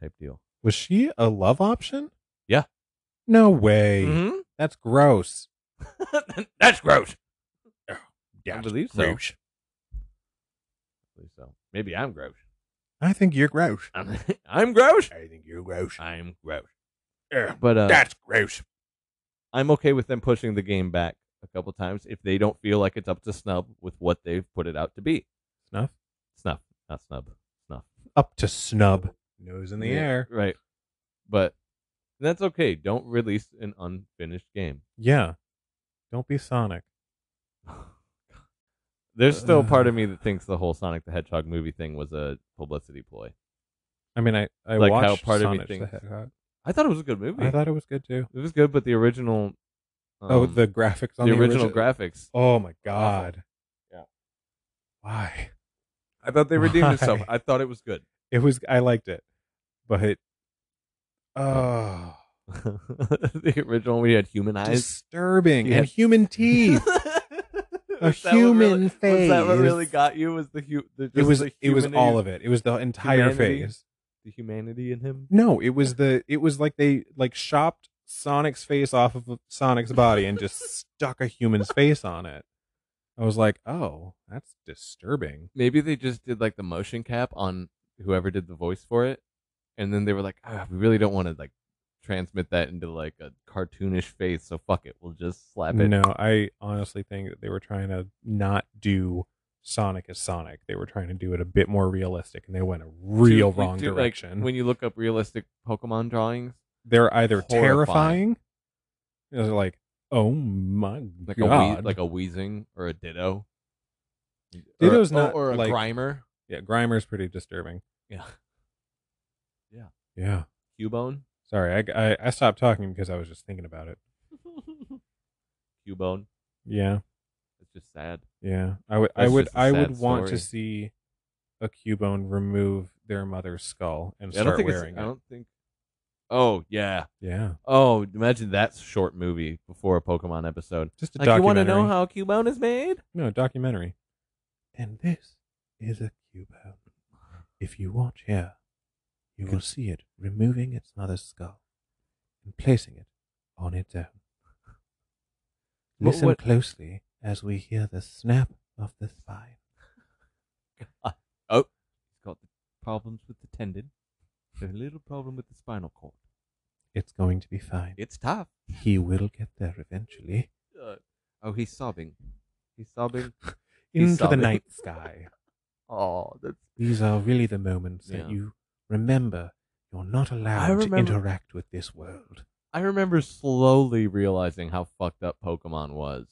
Speaker 2: type deal.
Speaker 1: Was she a love option?
Speaker 2: Yeah.
Speaker 1: No way.
Speaker 2: hmm
Speaker 1: That's gross.
Speaker 2: Mm-hmm. <laughs> That's gross.
Speaker 1: Yeah.
Speaker 2: believe so.
Speaker 1: gross.
Speaker 2: So maybe I'm gross.
Speaker 1: I think you're gross.
Speaker 2: I'm, <laughs> I'm gross.
Speaker 1: I think you're gross.
Speaker 2: I'm gross.
Speaker 1: Yeah.
Speaker 2: But uh,
Speaker 1: That's gross.
Speaker 2: I'm okay with them pushing the game back a couple times if they don't feel like it's up to snub with what they've put it out to be.
Speaker 1: Snuff?
Speaker 2: Snuff, not snub, snuff.
Speaker 1: Up to snub. Nose in the
Speaker 2: Yeah,
Speaker 1: air.
Speaker 2: Right. But that's okay. Don't release an unfinished game.
Speaker 1: Yeah. Don't be Sonic.
Speaker 2: There's still
Speaker 1: <sighs>
Speaker 2: a part of me that thinks the whole Sonic the Hedgehog movie thing was a publicity ploy.
Speaker 1: I mean, I I
Speaker 2: Like how
Speaker 1: watched
Speaker 2: part of me
Speaker 1: Sonic
Speaker 2: thinks-
Speaker 1: the Hedgehog.
Speaker 2: I thought it was a good movie.
Speaker 1: I thought it was good too.
Speaker 2: it was good, but the original. Um,
Speaker 1: oh, the graphics
Speaker 2: the
Speaker 1: on the,
Speaker 2: original
Speaker 1: origi-
Speaker 2: graphics.
Speaker 1: Oh my god.
Speaker 2: Yeah.
Speaker 1: Why?
Speaker 2: I thought they <laughs> redeemed
Speaker 1: Why?
Speaker 2: itself. I thought it was good.
Speaker 1: It was I liked it, but oh,
Speaker 2: <laughs> the original we had human eyes.
Speaker 1: disturbing
Speaker 2: Yeah.
Speaker 1: and human
Speaker 2: <laughs>
Speaker 1: teeth.
Speaker 2: a
Speaker 1: a human
Speaker 2: Was
Speaker 1: face.
Speaker 2: that what really got you? Was the hu- the,
Speaker 1: it
Speaker 2: just
Speaker 1: was
Speaker 2: the
Speaker 1: it was
Speaker 2: humanity-
Speaker 1: all of it. It was the entire
Speaker 2: humanity?
Speaker 1: phase.
Speaker 2: the humanity in him?
Speaker 1: No, it was the it was like they like shopped Sonic's face off of Sonic's body and
Speaker 2: <laughs>
Speaker 1: just stuck a human's face on it. I was like, "Oh, that's disturbing."
Speaker 2: Maybe they just did like the motion cap on whoever did the voice for it, and then they were like, ah, "We really don't want to like transmit that into like a cartoonish face, so fuck it, we'll just slap it."
Speaker 1: No, I honestly think that they were trying to not do Sonic as Sonic. They were trying to do it a bit more realistic, and they went a real
Speaker 2: Dude, we
Speaker 1: wrong
Speaker 2: do, like,
Speaker 1: direction.
Speaker 2: when you look up realistic Pokemon drawings,
Speaker 1: They're either
Speaker 2: Horrifying.
Speaker 1: terrifying, you know, they're like, "Oh my
Speaker 2: like a
Speaker 1: god!"
Speaker 2: whe- like a wheezing or a Ditto,
Speaker 1: Ditto's
Speaker 2: or,
Speaker 1: not,
Speaker 2: or, a
Speaker 1: like-
Speaker 2: Grimer,
Speaker 1: yeah, Grimer's pretty disturbing.
Speaker 2: yeah,
Speaker 1: Yeah,
Speaker 2: Cubone,
Speaker 1: sorry, I, I I stopped talking because I was just thinking about it.
Speaker 2: Cubone.
Speaker 1: Yeah.
Speaker 2: It's just sad.
Speaker 1: Yeah, I would. I
Speaker 2: That's
Speaker 1: would.
Speaker 2: just a
Speaker 1: I
Speaker 2: sad
Speaker 1: would want
Speaker 2: story.
Speaker 1: to see a Cubone remove their mother's skull and
Speaker 2: I don't
Speaker 1: start
Speaker 2: think
Speaker 1: wearing
Speaker 2: it's, I
Speaker 1: it.
Speaker 2: don't think. Oh yeah.
Speaker 1: Yeah,
Speaker 2: Oh, imagine that short movie before a Pokemon episode.
Speaker 1: just a
Speaker 2: Like you want
Speaker 1: documentary.
Speaker 2: to know how Cubone is made?
Speaker 1: No, documentary. And this is a Cubone. If you watch here, you will see it removing its mother's skull and placing it on its own.
Speaker 2: But
Speaker 1: Listen
Speaker 2: what-
Speaker 1: closely as we hear the snap of the spine.
Speaker 2: Oh, it's got the problems with the tendon. There's a little problem with the spinal cord.
Speaker 1: It's going to be fine.
Speaker 2: It's tough.
Speaker 1: He will get there eventually.
Speaker 2: Uh, oh, he's sobbing. He's sobbing. He's
Speaker 1: Into the
Speaker 2: sobbing.
Speaker 1: night sky.
Speaker 2: Oh, that's
Speaker 1: These are really the moments
Speaker 2: Yeah.
Speaker 1: that you remember you're not allowed to
Speaker 2: remember-
Speaker 1: interact with this world.
Speaker 2: I remember slowly realizing how fucked up Pokemon was.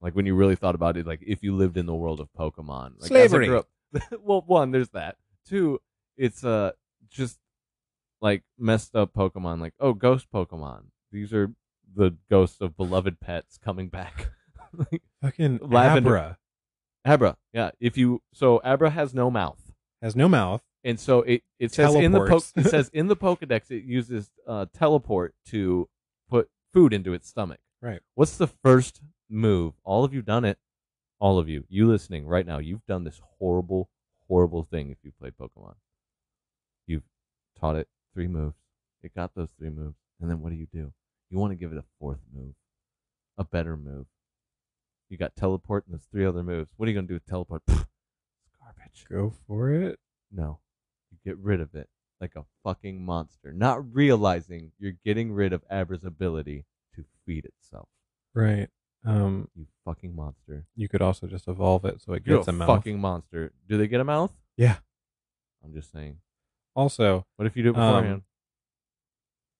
Speaker 2: Like when you really thought about it, like if you lived in the world of Pokemon, like, as I
Speaker 1: Slavery.
Speaker 2: grew up- <laughs> well, one, there's that. Two, it's uh just like messed up Pokemon. Like oh, ghost Pokemon. These are the ghosts of beloved pets coming back. like,
Speaker 1: Fucking
Speaker 2: Lavender.
Speaker 1: Abra
Speaker 2: Abra, yeah. If you so Abra has no mouth,
Speaker 1: has no mouth.
Speaker 2: and so it it says in the po-
Speaker 1: Teleports.
Speaker 2: it says in the Pokedex it uses uh, teleport to put food into its stomach.
Speaker 1: Right.
Speaker 2: What's the first move? All of you done it. All of you, you listening right now, you've done this horrible, horrible thing. If you played Pokemon, you've taught it three moves. It got those three moves, and then what do you do? You want to give it a fourth move, a better move. You got teleport and those three other moves. What are you gonna do with teleport? Pfft, garbage.
Speaker 1: Go for it.
Speaker 2: No. You get rid of it like a fucking monster, not realizing you're getting rid of Abra's ability to feed itself.
Speaker 1: Right. Um,
Speaker 2: You fucking monster.
Speaker 1: you could also just evolve it so it
Speaker 2: You're
Speaker 1: gets
Speaker 2: a
Speaker 1: a mouth.
Speaker 2: fucking monster. Do they get a mouth?
Speaker 1: Yeah.
Speaker 2: I'm just saying.
Speaker 1: Also,
Speaker 2: What if you do it
Speaker 1: Um,
Speaker 2: beforehand?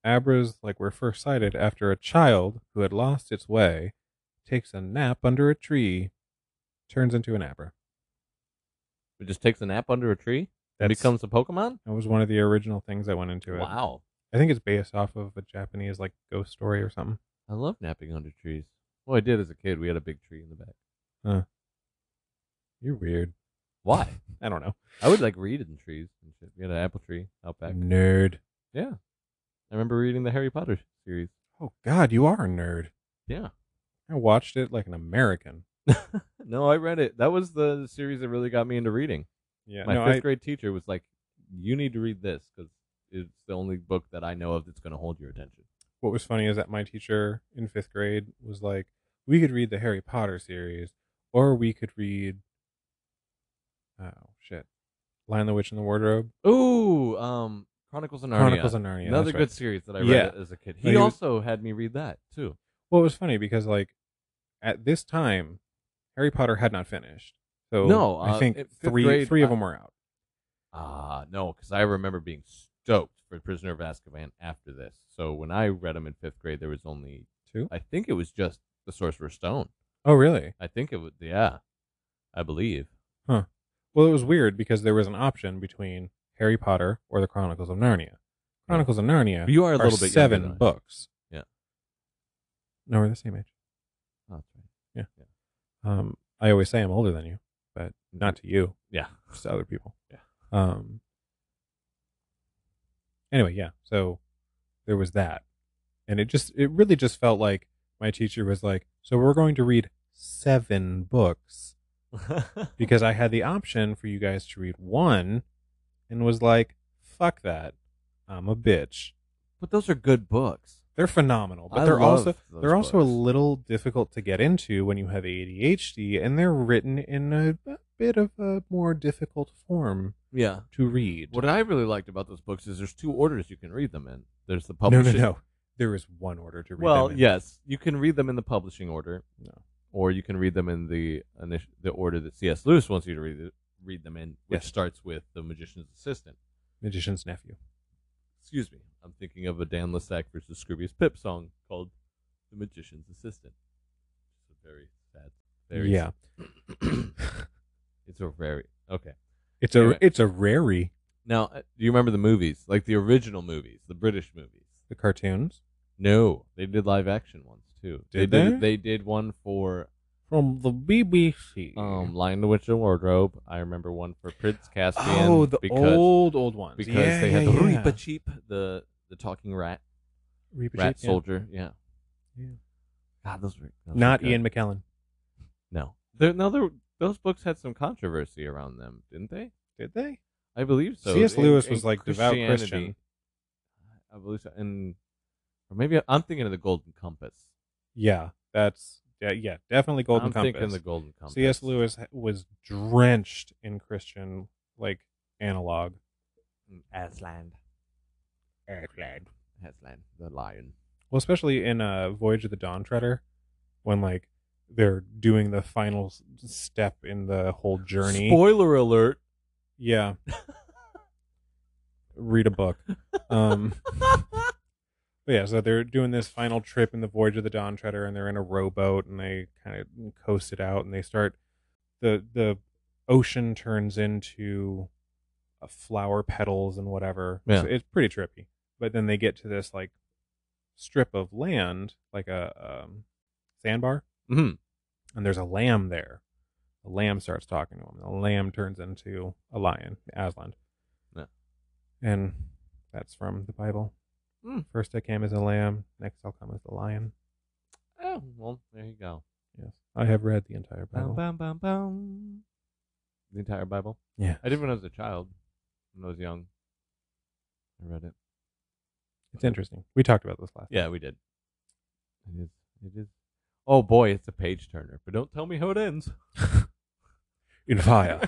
Speaker 1: Abras like were first sighted after a child who had lost its way takes a nap under a tree, turns into an Abra.
Speaker 2: it just takes a nap under a tree and
Speaker 1: That's-
Speaker 2: becomes a Pokemon?
Speaker 1: That was one of the original things that went into it.
Speaker 2: Wow.
Speaker 1: I think it's based off of a Japanese like ghost story or something.
Speaker 2: I love napping under trees. Well, I did as a kid. We had a big tree in the back.
Speaker 1: You're weird.
Speaker 2: Why?
Speaker 1: I don't know.
Speaker 2: I would like read in trees and shit. We had an apple tree out
Speaker 1: Mm.
Speaker 2: back.
Speaker 1: Nerd.
Speaker 2: Yeah. I remember reading the Harry Potter series.
Speaker 1: Oh God, you are a nerd.
Speaker 2: Yeah.
Speaker 1: I watched it like an American.
Speaker 2: no, I read it. That was the series that really got me into reading.
Speaker 1: Yeah,
Speaker 2: My
Speaker 1: no,
Speaker 2: fifth
Speaker 1: I,
Speaker 2: grade teacher was like, "You need to read this because it's the only book that I know of that's going to hold your attention."
Speaker 1: what was funny is that my teacher in fifth grade was like, we could read the Harry Potter series, or we could read, oh shit, Lion the Witch and the Wardrobe,
Speaker 2: Ooh, um, Chronicles of Narnia.
Speaker 1: Chronicles of Narnia.
Speaker 2: Another
Speaker 1: that's
Speaker 2: good
Speaker 1: right.
Speaker 2: series that I read
Speaker 1: Yeah.
Speaker 2: as a kid.
Speaker 1: No,
Speaker 2: He
Speaker 1: he was-
Speaker 2: also had me read that too.
Speaker 1: Well, it was funny because like at this time, Harry Potter had not finished. So
Speaker 2: No, uh,
Speaker 1: I think
Speaker 2: in fifth
Speaker 1: three
Speaker 2: grade,
Speaker 1: three of
Speaker 2: I-
Speaker 1: them were out.
Speaker 2: Ah, no, because I remember being stoked for Prisoner of Azkaban after this. So when I read them in fifth grade, there was only
Speaker 1: Two.
Speaker 2: I think it was just the Sorcerer's Stone.
Speaker 1: Oh really?
Speaker 2: I think it was yeah, I believe.
Speaker 1: Well, it was weird because there was an option between Harry Potter or the Chronicles of Narnia. Chronicles of Narnia.
Speaker 2: You are a
Speaker 1: are
Speaker 2: little bit younger
Speaker 1: seven
Speaker 2: than I am.
Speaker 1: books.
Speaker 2: Yeah.
Speaker 1: No, we're the same age.
Speaker 2: Oh, that's right.
Speaker 1: Um, I always say I'm older than you, but not to you,
Speaker 2: Yeah.
Speaker 1: just to other people.
Speaker 2: Yeah.
Speaker 1: Um. Anyway, yeah. So there was that, and it just it really just felt like my teacher was like, "So we're going to read seven books."
Speaker 2: <laughs>
Speaker 1: because I had the option for you guys to read one and was like, fuck that. I'm a bitch.
Speaker 2: but those are good books.
Speaker 1: They're phenomenal, but
Speaker 2: I
Speaker 1: they're
Speaker 2: love
Speaker 1: also
Speaker 2: those
Speaker 1: they're also a
Speaker 2: books.
Speaker 1: little difficult to get into when you have ADHD and they're written in a, b- bit of a more difficult form
Speaker 2: Yeah.
Speaker 1: to read.
Speaker 2: What I really liked about those books is there's two orders you can read them in. There's the
Speaker 1: no,
Speaker 2: publishing.
Speaker 1: no, no. There is one order to read
Speaker 2: Well,
Speaker 1: them in.
Speaker 2: yes, you can read them in the publishing order,
Speaker 1: No.
Speaker 2: or you can read them in the init- the order that C.S. Lewis wants you to read it, read them in, which
Speaker 1: Yes.
Speaker 2: starts with the magician's assistant.
Speaker 1: Magician's Nephew.
Speaker 2: Excuse me, I'm thinking of a Dan Lissack versus Scroobius Pip song called "The Magician's Assistant." It's a very sad, very
Speaker 1: yeah.
Speaker 2: <clears throat> it's a very okay.
Speaker 1: It's a
Speaker 2: Anyway.
Speaker 1: it's a rarity.
Speaker 2: Now, uh, do you remember the movies, like the original movies, the British movies?
Speaker 1: The cartoons
Speaker 2: No, they did live action ones too.
Speaker 1: Did
Speaker 2: they?
Speaker 1: they?
Speaker 2: Did, they did one for
Speaker 1: from the BBC.
Speaker 2: Um, Lion the Witch and Wardrobe. I remember one for Prince Caspian.
Speaker 1: oh, the
Speaker 2: because,
Speaker 1: old old ones.
Speaker 2: because
Speaker 1: Yeah,
Speaker 2: they
Speaker 1: yeah,
Speaker 2: had the
Speaker 1: yeah.
Speaker 2: Reaper Cheap, the the talking rat,
Speaker 1: Reaper
Speaker 2: rat
Speaker 1: Cheap, yeah.
Speaker 2: soldier. Yeah.
Speaker 1: Yeah.
Speaker 2: God, those were those were
Speaker 1: Not
Speaker 2: good.
Speaker 1: Ian McKellen.
Speaker 2: No, There- no, there, those books had some controversy around them, didn't they?
Speaker 1: Did they?
Speaker 2: I believe so.
Speaker 1: C.S.
Speaker 2: In-
Speaker 1: Lewis
Speaker 2: in
Speaker 1: was, like, devout
Speaker 2: Christianity-
Speaker 1: Christian.
Speaker 2: I believe so, and or maybe I'm thinking of the Golden Compass.
Speaker 1: Yeah, that's yeah, yeah definitely Golden
Speaker 2: I'm
Speaker 1: Compass.
Speaker 2: thinking the Golden Compass.
Speaker 1: C.S. Lewis ha- was drenched in Christian like analog.
Speaker 2: Mm, Aslan. Aslan, the lion.
Speaker 1: Well, especially in uh, Voyage of the Dawn Treader, when like they're doing the final s- step in the whole journey.
Speaker 2: Spoiler alert. <laughs>
Speaker 1: yeah. Read a
Speaker 2: <laughs>
Speaker 1: book. Um. But yeah, so they're doing this final trip in the Voyage of the Dawn Treader, and they're in a rowboat, and they kind of coast it out, and they start the the ocean turns into uh, flower petals and whatever.
Speaker 2: Yeah.
Speaker 1: So it's pretty trippy. But then they get to this like strip of land, like a um, sandbar,
Speaker 2: hmm
Speaker 1: and there's a lamb there. The lamb starts talking to him. The lamb turns into a lion, Aslan.
Speaker 2: Yeah.
Speaker 1: And that's from the Bible.
Speaker 2: Hmm.
Speaker 1: First I came as a lamb, next I'll come as a lion.
Speaker 2: Oh, well, there you go.
Speaker 1: Yes. I have read the entire
Speaker 2: Bum,
Speaker 1: Bible.
Speaker 2: bum, bum, bum. The entire Bible.
Speaker 1: Yeah.
Speaker 2: I did when I was a child, when I was young. I read it.
Speaker 1: It's interesting. We talked about this last
Speaker 2: Yeah, we did. It is. It is. Oh boy, it's a page turner. But don't tell me how it ends.
Speaker 1: In <laughs> fire.
Speaker 2: <laughs>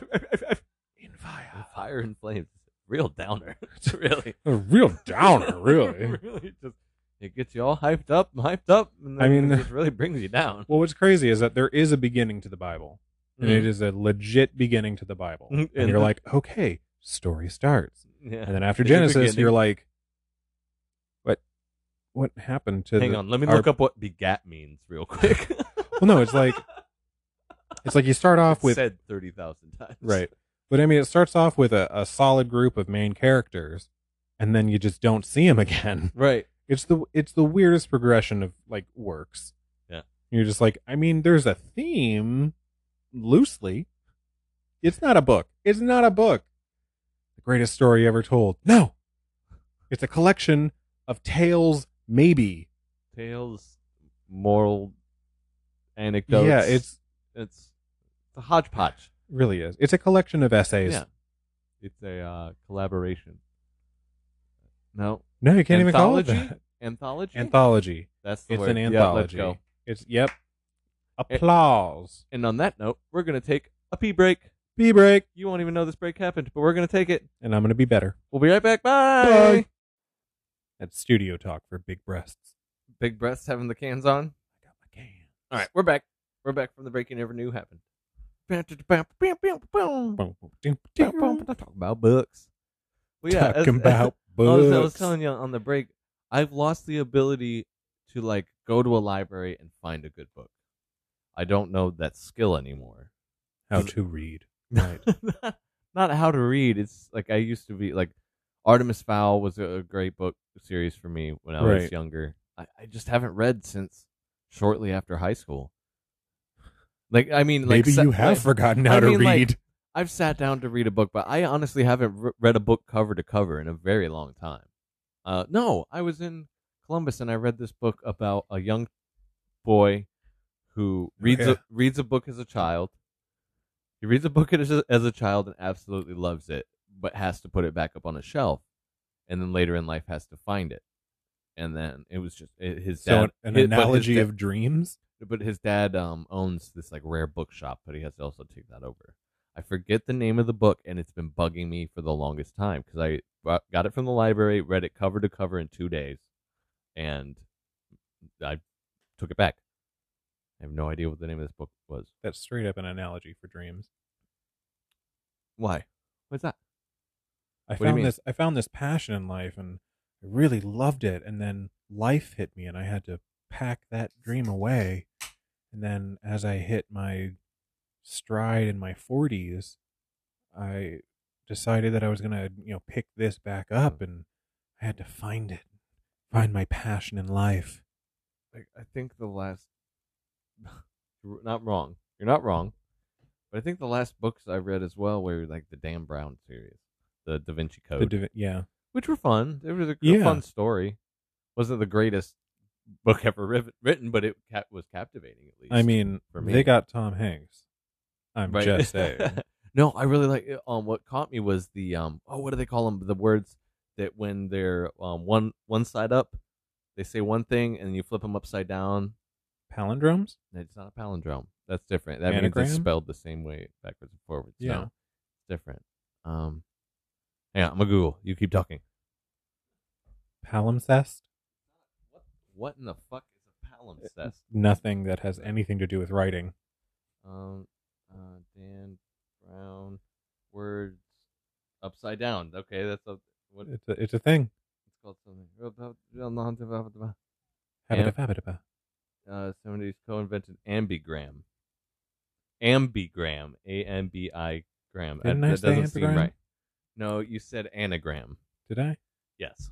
Speaker 2: In fire. Oh, Fire and flames. Real downer. <laughs> It's really.
Speaker 1: A real
Speaker 2: <laughs>
Speaker 1: downer, really.
Speaker 2: really just. It gets you all hyped up, hyped up, and then
Speaker 1: I mean,
Speaker 2: it
Speaker 1: the-
Speaker 2: just really brings you down.
Speaker 1: well, what's crazy is that there is a beginning to the Bible. <laughs> And
Speaker 2: Hmm.
Speaker 1: it is a legit beginning to the
Speaker 2: <laughs>
Speaker 1: Bible.
Speaker 2: Mm,
Speaker 1: and
Speaker 2: and
Speaker 1: you're
Speaker 2: the-
Speaker 1: like, okay, story starts.
Speaker 2: Mm. Yeah.
Speaker 1: And then after
Speaker 2: The
Speaker 1: Genesis,
Speaker 2: beginning.
Speaker 1: you're like, what? What happened to?
Speaker 2: Hang
Speaker 1: the,
Speaker 2: on, let me
Speaker 1: our-
Speaker 2: look up what begat means
Speaker 1: <laughs>
Speaker 2: real quick.
Speaker 1: Well, no, it's
Speaker 2: <laughs>
Speaker 1: like it's like you start off
Speaker 2: It's
Speaker 1: with
Speaker 2: said thirty thousand times.
Speaker 1: right, but I mean, it starts off with a, a solid group of main characters, and then you just don't see them again. <laughs>
Speaker 2: <laughs> right.
Speaker 1: It's the it's the weirdest progression of like works.
Speaker 2: Yeah.
Speaker 1: you're just like, I mean, there's a theme, loosely. It's not a book. It's not a book. The greatest story ever told. No, it's a collection of tales, maybe.
Speaker 2: Tales, moral anecdotes.
Speaker 1: Yeah, it's
Speaker 2: it's a hodgepodge.
Speaker 1: really is. It's a collection of essays.
Speaker 2: Yeah, it's a uh, collaboration. No,
Speaker 1: No, you can't even call it
Speaker 2: Anthology?
Speaker 1: that. <laughs>
Speaker 2: anthology.
Speaker 1: Anthology.
Speaker 2: That's the
Speaker 1: It's
Speaker 2: word.
Speaker 1: an
Speaker 2: Yeah,
Speaker 1: anthology.
Speaker 2: let's go.
Speaker 1: It's yep. Applause.
Speaker 2: And on that note, we're gonna take a pee break.
Speaker 1: B break,
Speaker 2: You won't even know this break happened, but we're gonna take it.
Speaker 1: and I'm gonna be better.
Speaker 2: We'll be right back.
Speaker 1: Bye. That's studio talk for big breasts.
Speaker 2: Big breasts having the cans on.
Speaker 1: I got my can.
Speaker 2: All right, we're back. We're back from the break you never knew happened. Talk
Speaker 1: Boom, boom, ding, ding, boom.
Speaker 2: about books. Well, yeah, as- <laughs>
Speaker 1: Talking about
Speaker 2: I
Speaker 1: books.
Speaker 2: was, I was telling you on the break, I've lost the ability to like go to a library and find a good book. I don't know that skill anymore.
Speaker 1: how to read. Right.
Speaker 2: <laughs> Not not how to read. It's like I used to be like Artemis Fowl was a, a great book series for me when I was
Speaker 1: Right.
Speaker 2: younger. I, I just haven't read since shortly after high school. Like I mean, like
Speaker 1: Maybe
Speaker 2: se-
Speaker 1: you have
Speaker 2: like,
Speaker 1: forgotten how
Speaker 2: I mean,
Speaker 1: to
Speaker 2: like,
Speaker 1: read.
Speaker 2: I've sat down to read a book, but I honestly haven't re- read a book cover to cover in a very long time. Uh, no, I was in Columbus and I read this book about a young boy who reads
Speaker 1: Oh, yeah.
Speaker 2: a, reads a book as a child. He reads a book as a, as a child and absolutely loves it, but has to put it back up on a shelf, and then later in life has to find it. And then it was just it, his
Speaker 1: So
Speaker 2: dad.
Speaker 1: an, an
Speaker 2: hi- but his
Speaker 1: analogy
Speaker 2: da-
Speaker 1: of dreams.
Speaker 2: but his dad um owns this like rare bookshop, but he has to also take that over. I forget the name of the book, and it's been bugging me for the longest time because I bro- got it from the library, read it cover to cover in two days, and I took it back. I have no idea what the name of this book was.
Speaker 1: That's straight up an analogy for dreams.
Speaker 2: Why? What's that?
Speaker 1: I
Speaker 2: What do you
Speaker 1: found
Speaker 2: mean?
Speaker 1: this I found this passion in life and I really loved it and then life hit me and I had to pack that dream away. And then as I hit my stride in my 40s, I decided that I was going to, you know, pick this back up and I had to find it. Find my passion in life.
Speaker 2: like I think the last <sighs> You're not wrong. You're not wrong. But I think the last books I read as well were like the Dan Brown series, the Da Vinci Code,
Speaker 1: The divi- yeah.
Speaker 2: which were fun. It was a, a
Speaker 1: Yeah.
Speaker 2: fun story. Wasn't the greatest book ever riv- written, but it ca- was captivating at least.
Speaker 1: I mean,
Speaker 2: For me.
Speaker 1: they got Tom Hanks. I'm
Speaker 2: Right. <laughs>
Speaker 1: just saying.
Speaker 2: no, I really like. Um, what caught me was the um. Oh, what do they call them? The words that when they're um one one side up, they say one thing, and you flip them upside down,
Speaker 1: Palindromes?
Speaker 2: It's not a palindrome. That's different. That means
Speaker 1: Anagram?
Speaker 2: it's spelled the same way backwards and forwards.
Speaker 1: Yeah.
Speaker 2: No, different. Um, yeah, I'm a Google. You keep talking.
Speaker 1: Palimpsest?
Speaker 2: What, what in the fuck is a palimpsest?
Speaker 1: Nothing that has anything to do with writing.
Speaker 2: Um, uh, Dan Brown words upside down. Okay, that's a, what it's
Speaker 1: It's a, it's a thing.
Speaker 2: called something. Yeah.
Speaker 1: Habba-dabba-dabba.
Speaker 2: Uh, somebody's co-invented ambigram. Ambigram, A M B I gram. That,
Speaker 1: Didn't I
Speaker 2: that
Speaker 1: say
Speaker 2: doesn't seem
Speaker 1: ambigram?
Speaker 2: right. No, you said anagram.
Speaker 1: Did I?
Speaker 2: Yes.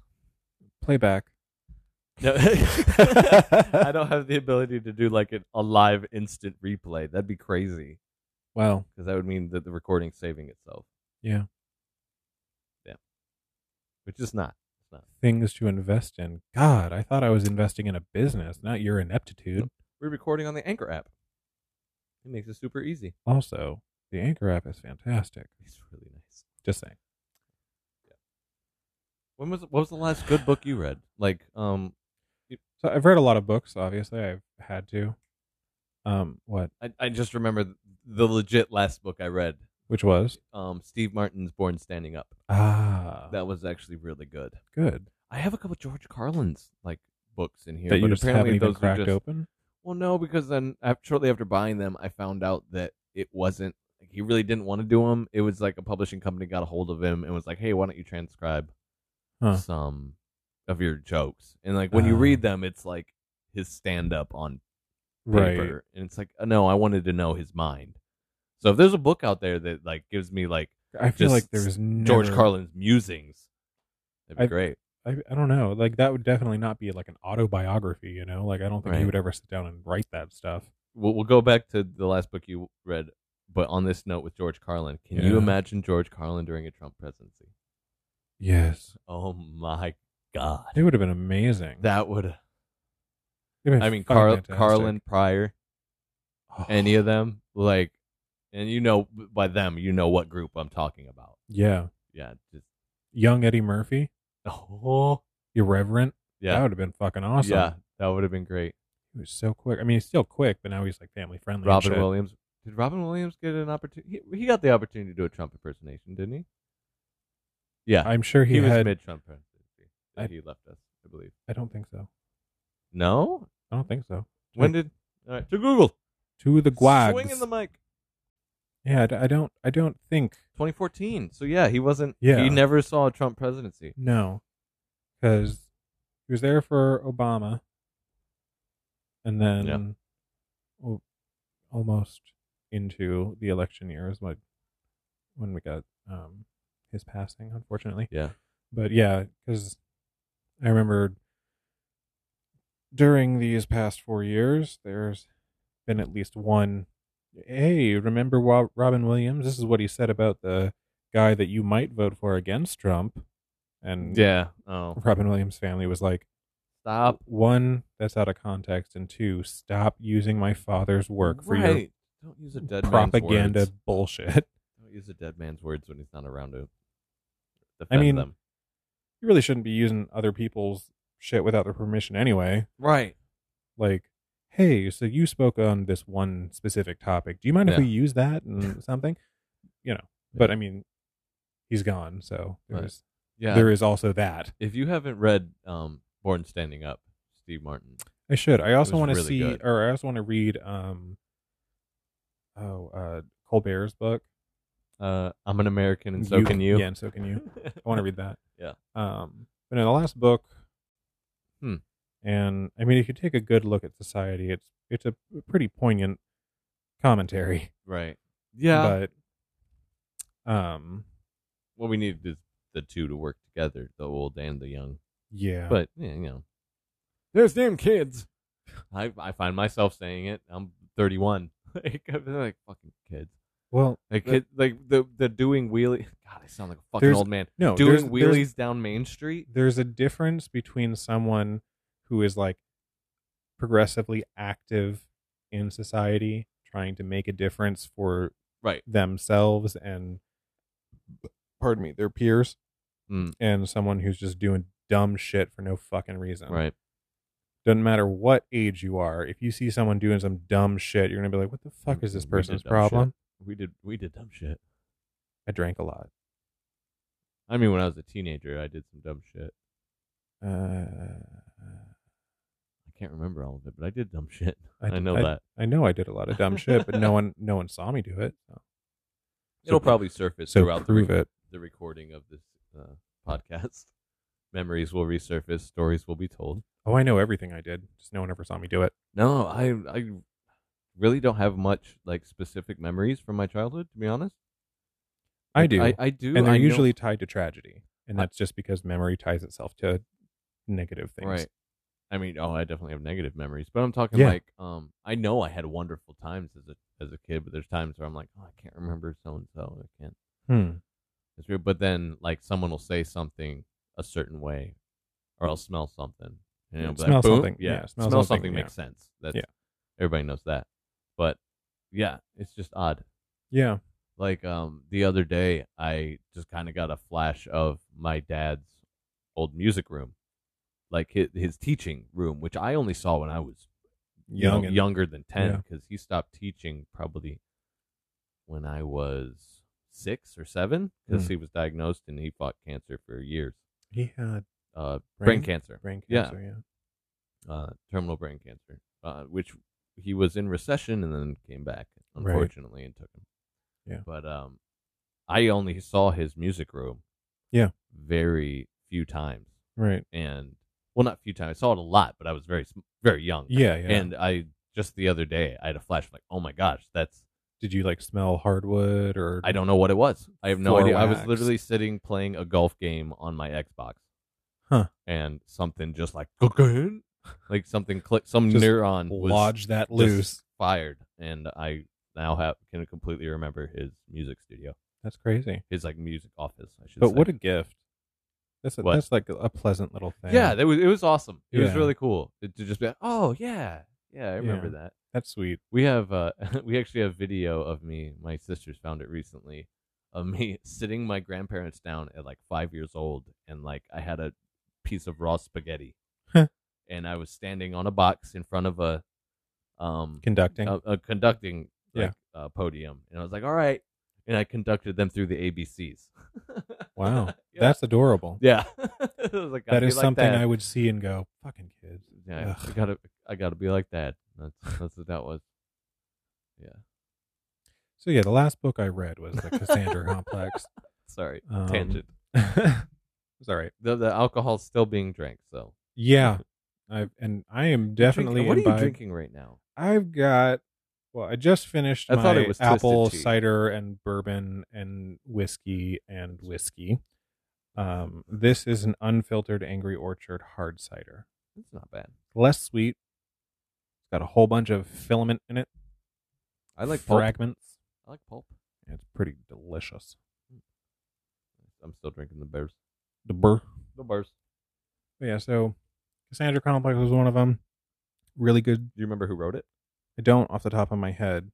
Speaker 1: Playback. <laughs>
Speaker 2: No, <laughs> I don't have the ability to do like an, a live instant replay. That'd be crazy
Speaker 1: Well,
Speaker 2: because that would mean that the recording's saving itself,
Speaker 1: yeah.
Speaker 2: which is not. It's not.
Speaker 1: Things to invest in. God, I thought I was investing in a business, not your ineptitude.
Speaker 2: We're recording on the Anchor app. It makes it super easy. <laughs>
Speaker 1: Also, the Anchor app is fantastic.
Speaker 2: It's really nice.
Speaker 1: Just saying.
Speaker 2: When was what was the last good book you read? Like, um,
Speaker 1: So I've read a lot of books, obviously. I've had to. Um, what?
Speaker 2: I, I just remember th- the legit last book I read.
Speaker 1: Which was?
Speaker 2: Um, Steve Martin's Born Standing Up.
Speaker 1: Ah,
Speaker 2: That was actually really good.
Speaker 1: good.
Speaker 2: I have a couple George Carlin's like books in here,
Speaker 1: that
Speaker 2: but
Speaker 1: you just haven't
Speaker 2: apparently
Speaker 1: even
Speaker 2: those are
Speaker 1: cracked
Speaker 2: just
Speaker 1: open?
Speaker 2: Well, no, because then af shortly after buying them, I found out that it wasn't. Like, he really didn't want to do them. It was like a publishing company got a hold of him and was like, "Hey, why don't you transcribe
Speaker 1: Huh.
Speaker 2: some of your jokes?" And like when you
Speaker 1: Ah.
Speaker 2: read them, it's like his stand up on
Speaker 1: Right.
Speaker 2: paper, and it's like, "Oh, "No, I wanted to know his mind." So if there's a book out there that like gives me like
Speaker 1: I feel
Speaker 2: Just
Speaker 1: like there was never,
Speaker 2: George Carlin's musings, that'd be
Speaker 1: I've-
Speaker 2: great.
Speaker 1: I, I don't know. Like that would definitely not be like an autobiography, you know? Like I don't think
Speaker 2: Right.
Speaker 1: he would ever sit down and write that stuff.
Speaker 2: we'll, we'll go back to the last book you read, but on this note with George Carlin, can you
Speaker 1: Yeah.
Speaker 2: imagine George Carlin during a Trump presidency?
Speaker 1: Yes.
Speaker 2: Oh my God,
Speaker 1: It would have been amazing.
Speaker 2: that would.
Speaker 1: <laughs> It'd been
Speaker 2: I mean,
Speaker 1: fucking
Speaker 2: Carl,
Speaker 1: fantastic.
Speaker 2: Carlin, Pryor,
Speaker 1: Oh,
Speaker 2: any of them, like, and you know by them, you know what group I'm talking about.
Speaker 1: yeah,
Speaker 2: Yeah, just
Speaker 1: young Eddie Murphy,
Speaker 2: oh
Speaker 1: irreverent. That
Speaker 2: yeah,
Speaker 1: would have been fucking awesome.
Speaker 2: yeah, that would have been great.
Speaker 1: he was so quick. I mean, he's still quick, but now he's like family friendly. and
Speaker 2: Robin
Speaker 1: shit.
Speaker 2: Williams. Did Robin Williams get an opportunity? He, he got the opportunity to do a Trump impersonation, didn't he? Yeah,
Speaker 1: I'm sure he,
Speaker 2: he was
Speaker 1: had.
Speaker 2: mid Trump presidency.
Speaker 1: I-
Speaker 2: he left us, I believe.
Speaker 1: I don't think so.
Speaker 2: No,
Speaker 1: I don't think so.
Speaker 2: when did? All right, to Google.
Speaker 1: To the Guags.
Speaker 2: Swinging the mic.
Speaker 1: yeah, I d- I don't. I don't think
Speaker 2: 2014. So yeah, he wasn't.
Speaker 1: Yeah.
Speaker 2: He never saw a Trump presidency.
Speaker 1: no, because he was there for Obama, and then
Speaker 2: Yeah.
Speaker 1: al- almost into the election years, like when we got um, his passing, unfortunately.
Speaker 2: Yeah.
Speaker 1: but yeah, because I remember during these past four years, there's been at least one hey, remember Wa- Robin Williams? This is what he said about the guy that you might vote for against Trump. And
Speaker 2: Yeah. Oh.
Speaker 1: Robin Williams' family was like,
Speaker 2: Stop.
Speaker 1: one, that's out of context, and two, stop using my father's work for your
Speaker 2: right. Don't use a dead Man's
Speaker 1: propaganda
Speaker 2: words.
Speaker 1: bullshit. <laughs>
Speaker 2: Don't use a dead man's words when he's not around to defend
Speaker 1: I mean-
Speaker 2: them.
Speaker 1: You really shouldn't be using other people's shit without their permission anyway.
Speaker 2: Right.
Speaker 1: Like, hey, so you spoke on this one specific topic. Do you mind if
Speaker 2: Yeah.
Speaker 1: we use that
Speaker 2: <laughs>
Speaker 1: and something? You know, but I mean, he's gone, so
Speaker 2: Right.
Speaker 1: there's
Speaker 2: Yeah.
Speaker 1: there is also that.
Speaker 2: if you haven't read um, Born Standing Up, Steve Martin.
Speaker 1: I should. I also
Speaker 2: was
Speaker 1: want to
Speaker 2: really
Speaker 1: see,
Speaker 2: good.
Speaker 1: or I also want to read, um, oh, uh, Colbert's book.
Speaker 2: Uh, I'm an American and so can you.
Speaker 1: Yeah, and so can you. I
Speaker 2: <laughs>
Speaker 1: want to read that.
Speaker 2: Yeah.
Speaker 1: Um, but in the last book,
Speaker 2: Hmm.
Speaker 1: and I mean, if you take a good look at society, it's it's a pretty poignant commentary.
Speaker 2: right. Yeah.
Speaker 1: But, um,
Speaker 2: what we need is the two to work together, the old and the young.
Speaker 1: yeah.
Speaker 2: But yeah, you know, there's damn kids. I I find myself saying it. I'm 31. <laughs> like I've been like fucking kids.
Speaker 1: well,
Speaker 2: Like
Speaker 1: But-
Speaker 2: kid, like the the doing wheelie. God, I sound like a fucking
Speaker 1: There's-
Speaker 2: old man.
Speaker 1: no, there's-
Speaker 2: Doing
Speaker 1: there's-
Speaker 2: wheelies down Main Street.
Speaker 1: there's a difference between someone who is like progressively active in society trying to make a difference for
Speaker 2: Right.
Speaker 1: themselves and pardon me their peers
Speaker 2: Mm.
Speaker 1: and someone who's just doing dumb shit for no fucking reason
Speaker 2: Right.
Speaker 1: doesn't matter what age you are if you see someone doing some dumb shit you're gonna be like what the fuck is this
Speaker 2: We did
Speaker 1: person's
Speaker 2: dumb shit.
Speaker 1: problem
Speaker 2: We did we did dumb shit.
Speaker 1: i drank a lot
Speaker 2: I mean, when I was a teenager, I did some dumb shit.
Speaker 1: uh,
Speaker 2: I can't remember all of it, but I did dumb shit. <laughs>
Speaker 1: I
Speaker 2: I,
Speaker 1: d-
Speaker 2: know
Speaker 1: I-
Speaker 2: that.
Speaker 1: i know i did a lot of dumb shit but
Speaker 2: <laughs>
Speaker 1: no one no one saw me do it so,
Speaker 2: It'll probably surface
Speaker 1: so
Speaker 2: throughout the
Speaker 1: prove
Speaker 2: re-
Speaker 1: it
Speaker 2: the recording of this uh, <laughs> podcast. Memories will resurface, stories will be told.
Speaker 1: Oh, I know everything I did. Just no one ever saw me do it.
Speaker 2: No, I I really don't have much like specific memories from my childhood, to be honest.
Speaker 1: I
Speaker 2: Like,
Speaker 1: do.
Speaker 2: I, I do.
Speaker 1: and they're
Speaker 2: I know-
Speaker 1: usually tied to tragedy. And
Speaker 2: I-
Speaker 1: that's just because memory ties itself to negative things.
Speaker 2: right. I mean, oh, I definitely have negative memories, but I'm talking
Speaker 1: Yeah.
Speaker 2: like um, I know I had wonderful times as a as a kid, but there's times where I'm like, oh, I can't remember so and so, I can't.
Speaker 1: Hmm.
Speaker 2: It's weird. But then like someone will say something a certain way, or I'll smell something. You know,
Speaker 1: Yeah,
Speaker 2: but
Speaker 1: smell
Speaker 2: like, boom,
Speaker 1: something.
Speaker 2: Yeah,
Speaker 1: Yeah,
Speaker 2: smell,
Speaker 1: smell
Speaker 2: something,
Speaker 1: something, yeah.
Speaker 2: makes sense. That's,
Speaker 1: Yeah.
Speaker 2: everybody knows that. But yeah, it's just odd.
Speaker 1: Yeah.
Speaker 2: Like um, the other day, I just kind of got a flash of my dad's old music room, like his, his teaching room, which I only saw when I was you know,
Speaker 1: Young and
Speaker 2: younger than 10
Speaker 1: yeah.
Speaker 2: because he stopped teaching probably when I was six or seven because
Speaker 1: Mm.
Speaker 2: he was diagnosed and he fought cancer for years.
Speaker 1: he had
Speaker 2: Uh, brain?
Speaker 1: Brain?
Speaker 2: cancer,
Speaker 1: brain
Speaker 2: Yeah.
Speaker 1: cancer. Yeah.
Speaker 2: uh, terminal brain cancer, uh, which he was in recession and then came back,
Speaker 1: Right.
Speaker 2: unfortunately, and took him.
Speaker 1: Yeah.
Speaker 2: But um, I only saw his music room.
Speaker 1: Yeah.
Speaker 2: Very few times.
Speaker 1: Right.
Speaker 2: And, well, not few times. I saw it a lot, but I was very, sm- very young.
Speaker 1: Yeah. Yeah.
Speaker 2: And I just the other day I had a flash like, oh my gosh, that's
Speaker 1: did you like smell hardwood or
Speaker 2: I don't know what it was. I have no
Speaker 1: Floor
Speaker 2: idea. I was
Speaker 1: wax.
Speaker 2: literally sitting playing a golf game on my Xbox.
Speaker 1: Huh.
Speaker 2: And something just like "Cocaine?" like something click some
Speaker 1: Just
Speaker 2: neuron was
Speaker 1: lodge that
Speaker 2: just
Speaker 1: loose?
Speaker 2: fired and I now have can completely remember his music studio.
Speaker 1: That's crazy.
Speaker 2: His like music office, I should
Speaker 1: But
Speaker 2: say.
Speaker 1: what a gift. That's a,
Speaker 2: What?
Speaker 1: that's like a pleasant little thing.
Speaker 2: Yeah, that was it was awesome. It was
Speaker 1: Yeah.
Speaker 2: really cool. It, to just be like, oh yeah. Yeah, I remember
Speaker 1: Yeah.
Speaker 2: that.
Speaker 1: that's sweet.
Speaker 2: We have uh, <laughs> we actually have video of me. My sisters found it recently of me <laughs> sitting my grandparents down at like five years old, and like I had a piece of raw spaghetti,
Speaker 1: Huh.
Speaker 2: and I was standing on a box in front of a um
Speaker 1: Conducting.
Speaker 2: a, a conducting like, uh, podium, and I was like, all right, and I conducted them through the ABCs.
Speaker 1: wow.
Speaker 2: <laughs> Yeah.
Speaker 1: That's adorable.
Speaker 2: yeah. <laughs> It was like, gotta
Speaker 1: that
Speaker 2: be
Speaker 1: is
Speaker 2: like
Speaker 1: something
Speaker 2: that.
Speaker 1: I would see and go, fucking kids.
Speaker 2: Yeah, I
Speaker 1: Ugh.
Speaker 2: gotta I gotta be like that. That's that's what that was. Yeah.
Speaker 1: So yeah, the last book I read was the
Speaker 2: <laughs>
Speaker 1: Cassandra Complex.
Speaker 2: Sorry.
Speaker 1: Um,
Speaker 2: Tangent.
Speaker 1: <laughs> it's all right.
Speaker 2: The, the alcohol's still being drank, so <laughs>
Speaker 1: Yeah, I and I am definitely.
Speaker 2: Drinking- what are you
Speaker 1: imbibed.
Speaker 2: drinking right now?
Speaker 1: I've got. Well, I just finished
Speaker 2: I
Speaker 1: my
Speaker 2: thought it was
Speaker 1: apple
Speaker 2: Twisted Tea.
Speaker 1: cider and bourbon and whiskey and whiskey. Um, this is an unfiltered Angry Orchard hard cider.
Speaker 2: It's not bad.
Speaker 1: Less sweet. It's got a whole bunch of filament in it.
Speaker 2: I like pulp.
Speaker 1: fragments.
Speaker 2: I like pulp.
Speaker 1: It's pretty delicious.
Speaker 2: I'm still drinking the beers.
Speaker 1: The burr.
Speaker 2: The beers.
Speaker 1: But yeah, so Cassandra Complex was one of them. Really good.
Speaker 2: Do you remember who wrote it?
Speaker 1: I don't off the top of my head.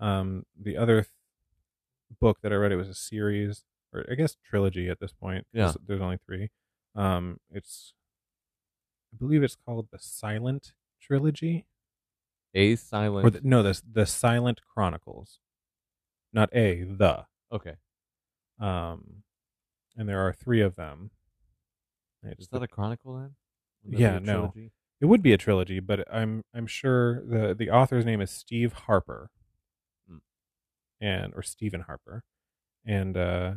Speaker 1: Um, the other th- book that I read, it was a series, or I guess trilogy at this point. 'cause There's only three. Um, it's, I believe it's called the Silent Trilogy.
Speaker 2: A silent.
Speaker 1: Or the, no, the, the Silent Chronicles. Not A, the.
Speaker 2: okay.
Speaker 1: Um, and there are three of them. And
Speaker 2: Is
Speaker 1: It's
Speaker 2: that
Speaker 1: the
Speaker 2: a chronicle then? Would that
Speaker 1: Yeah,
Speaker 2: be a
Speaker 1: no.
Speaker 2: trilogy?
Speaker 1: It would be a trilogy, but I'm I'm sure the the author's name is Steve Harper,
Speaker 2: Hmm.
Speaker 1: and or Stephen Harper, and uh,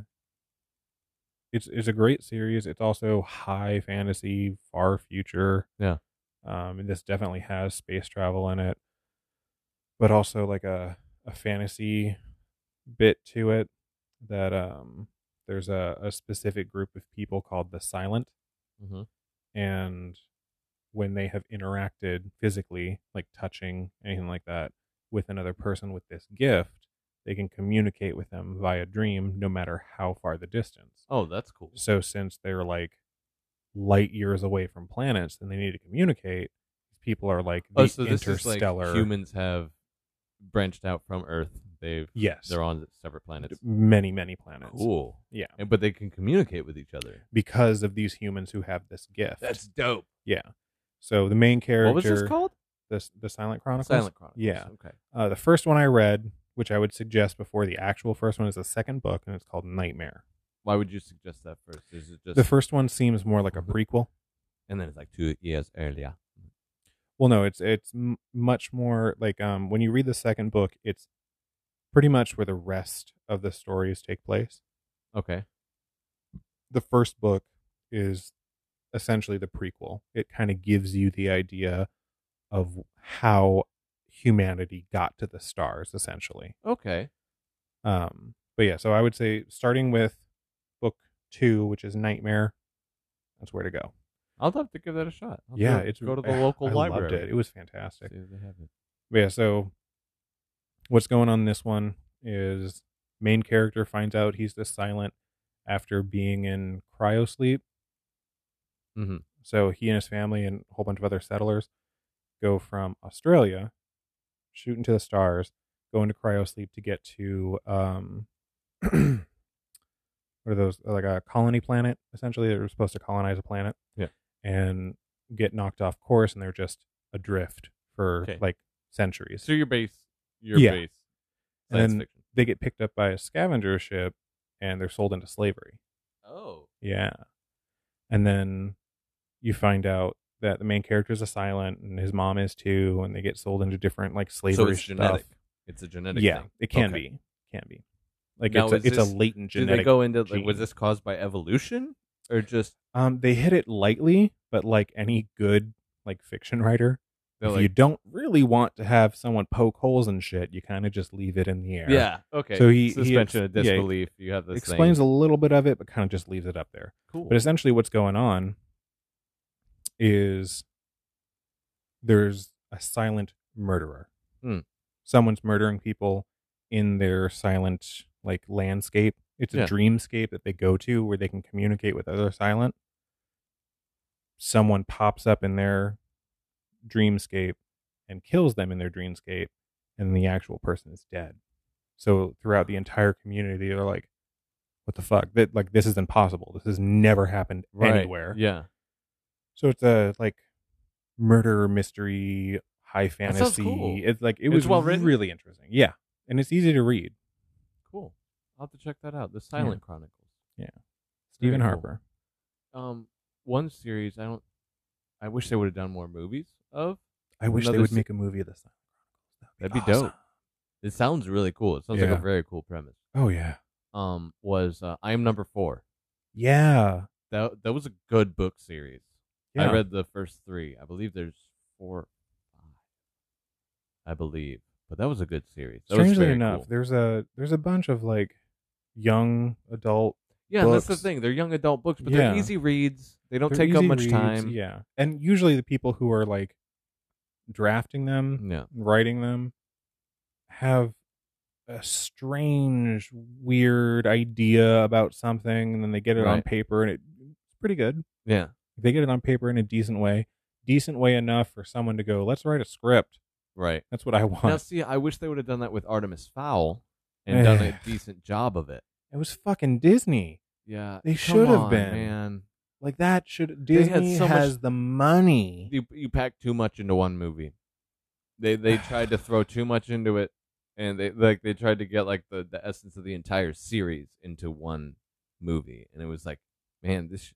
Speaker 1: it's it's a great series. It's also high fantasy, far future.
Speaker 2: Yeah.
Speaker 1: um, and this definitely has space travel in it, but also like a a fantasy bit to it that um there's a, a specific group of people called the Silent
Speaker 2: Mhm.
Speaker 1: and when they have interacted physically, like touching, anything like that, with another person with this gift, they can communicate with them via dream no matter how far the distance.
Speaker 2: Oh, that's cool.
Speaker 1: So, since they're like light years away from planets and they need to communicate, people are like the
Speaker 2: oh, so this is like
Speaker 1: interstellar
Speaker 2: humans have branched out from Earth. They've
Speaker 1: Yes.
Speaker 2: they're on separate planets.
Speaker 1: Many, many planets.
Speaker 2: Cool.
Speaker 1: Yeah.
Speaker 2: And but they can communicate with each other.
Speaker 1: Because of these humans who have this gift.
Speaker 2: dope.
Speaker 1: yeah. So the main character,
Speaker 2: What was this called?
Speaker 1: The, the Silent Chronicles.
Speaker 2: Silent Chronicles.
Speaker 1: Yeah.
Speaker 2: Okay.
Speaker 1: Uh, the first one I read, which I would suggest before the actual first one, is the second book, and it's called Nightmare.
Speaker 2: Why would you suggest that first? Is it just
Speaker 1: The first one seems more like a prequel.
Speaker 2: and then it's like two years earlier.
Speaker 1: Well, no, it's it's m- much more like um, when you read the second book, it's pretty much where the rest of the stories take place.
Speaker 2: Okay.
Speaker 1: The first book is essentially the prequel. It kind of gives you the idea of how humanity got to the stars, essentially.
Speaker 2: Okay.
Speaker 1: Um, but yeah, so I would say starting with book two, which is Nightmare, that's where to go.
Speaker 2: I'll have to give that a shot. I'll
Speaker 1: yeah,
Speaker 2: go,
Speaker 1: it's
Speaker 2: Oh, go to the
Speaker 1: <laughs> I-
Speaker 2: local
Speaker 1: I
Speaker 2: library.
Speaker 1: Loved it. it was fantastic.
Speaker 2: See if they have it.
Speaker 1: But yeah, so what's going on in this one is main character finds out he's the silent after being in cryosleep.
Speaker 2: Mhm.
Speaker 1: So he and his family and a whole bunch of other settlers go from Australia, shooting to the stars, go into cryosleep to get to um <clears throat> what are those like a colony planet essentially they were supposed to colonize a planet.
Speaker 2: Yeah.
Speaker 1: And get knocked off course and they're just adrift for
Speaker 2: Okay.
Speaker 1: like centuries.
Speaker 2: So your base, your
Speaker 1: Yeah.
Speaker 2: base,
Speaker 1: And
Speaker 2: science
Speaker 1: then-
Speaker 2: fiction.
Speaker 1: They get picked up by a scavenger ship and they're sold into slavery.
Speaker 2: Oh,
Speaker 1: Yeah. And then you find out that the main character is a silent and his mom is too, and they get sold into different like slavery
Speaker 2: so it's
Speaker 1: stuff.
Speaker 2: genetic. It's a genetic.
Speaker 1: Yeah,
Speaker 2: thing.
Speaker 1: it can
Speaker 2: Okay.
Speaker 1: be. Can be. Like
Speaker 2: Now,
Speaker 1: it's a,
Speaker 2: is
Speaker 1: it's
Speaker 2: this-
Speaker 1: a latent
Speaker 2: Did
Speaker 1: genetic.
Speaker 2: they go into like? Was
Speaker 1: gene.
Speaker 2: this caused by evolution or just
Speaker 1: um, they hit it lightly, but like any good like fiction writer,
Speaker 2: they're
Speaker 1: if
Speaker 2: like,
Speaker 1: you don't really want to have someone poke holes and shit, you kind of just leave it in the air.
Speaker 2: yeah, okay.
Speaker 1: So he- he
Speaker 2: suspension
Speaker 1: ex-
Speaker 2: of
Speaker 1: yeah, he
Speaker 2: disbelief. you have this
Speaker 1: explains
Speaker 2: thing.
Speaker 1: a little bit of it, but kind of just leaves it up there.
Speaker 2: cool.
Speaker 1: But essentially, what's going on is there's a silent murderer.
Speaker 2: Hmm.
Speaker 1: Someone's murdering people in their silent like landscape. It's a
Speaker 2: Yeah.
Speaker 1: dreamscape that they go to where they can communicate with other silent. Someone pops up in their dreamscape and kills them in their dreamscape, and the actual person is dead. So throughout the entire community, they're like, "What the fuck? That like this is impossible. This has never happened
Speaker 2: right.
Speaker 1: anywhere."
Speaker 2: Yeah,
Speaker 1: So it's a like murder mystery, high
Speaker 2: sounds
Speaker 1: fantasy.
Speaker 2: cool.
Speaker 1: It's like it
Speaker 2: It's
Speaker 1: was
Speaker 2: well written?
Speaker 1: really interesting. Yeah, and it's easy to read.
Speaker 2: cool. I'll have to check that out. The Silent Chronicles.
Speaker 1: Yeah.
Speaker 2: Very
Speaker 1: Stephen
Speaker 2: cool.
Speaker 1: Harper.
Speaker 2: Um, one series. I don't. I wish they would have done more movies of.
Speaker 1: I wish they
Speaker 2: Another
Speaker 1: would
Speaker 2: se-
Speaker 1: make a movie of this.
Speaker 2: That'd be dope. It sounds really cool. It sounds like
Speaker 1: Yeah.
Speaker 2: a very cool premise.
Speaker 1: Oh yeah,
Speaker 2: Um, was uh, I am number four.
Speaker 1: yeah.
Speaker 2: That that was a good book series.
Speaker 1: yeah.
Speaker 2: I read the first three. I believe there's four, five. I believe, but that was a good series. That was
Speaker 1: Strangely
Speaker 2: very
Speaker 1: enough,
Speaker 2: cool.
Speaker 1: there's a there's a bunch of like young adult
Speaker 2: yeah, that's
Speaker 1: books-
Speaker 2: the thing. They're young adult books, but
Speaker 1: Yeah.
Speaker 2: they're easy reads. They don't
Speaker 1: They're
Speaker 2: take up
Speaker 1: easy
Speaker 2: much
Speaker 1: reads,
Speaker 2: time.
Speaker 1: Yeah, and usually the people who are like drafting them,
Speaker 2: Yeah.
Speaker 1: writing them, have a strange, weird idea about something, and then they get it on
Speaker 2: Right.
Speaker 1: paper, and it, it's pretty good.
Speaker 2: Yeah.
Speaker 1: They get it on paper in a decent way, decent way enough for someone to go, "Let's write a script."
Speaker 2: Right.
Speaker 1: That's what I <laughs>
Speaker 2: Now,
Speaker 1: want.
Speaker 2: see, I wish they would have done that with Artemis Fowl and done
Speaker 1: Eh.
Speaker 2: a decent job of it.
Speaker 1: It was fucking Disney.
Speaker 2: Yeah.
Speaker 1: They
Speaker 2: come
Speaker 1: should have
Speaker 2: on,
Speaker 1: been.
Speaker 2: Man,
Speaker 1: Like that should
Speaker 2: They had
Speaker 1: Disney
Speaker 2: so much-
Speaker 1: has the money.
Speaker 2: you you pack too much into one movie.
Speaker 1: <sighs>
Speaker 2: They they tried to throw too much into it, and they like they tried to get like the the essence of the entire series into one movie, and it was like, man, this sh-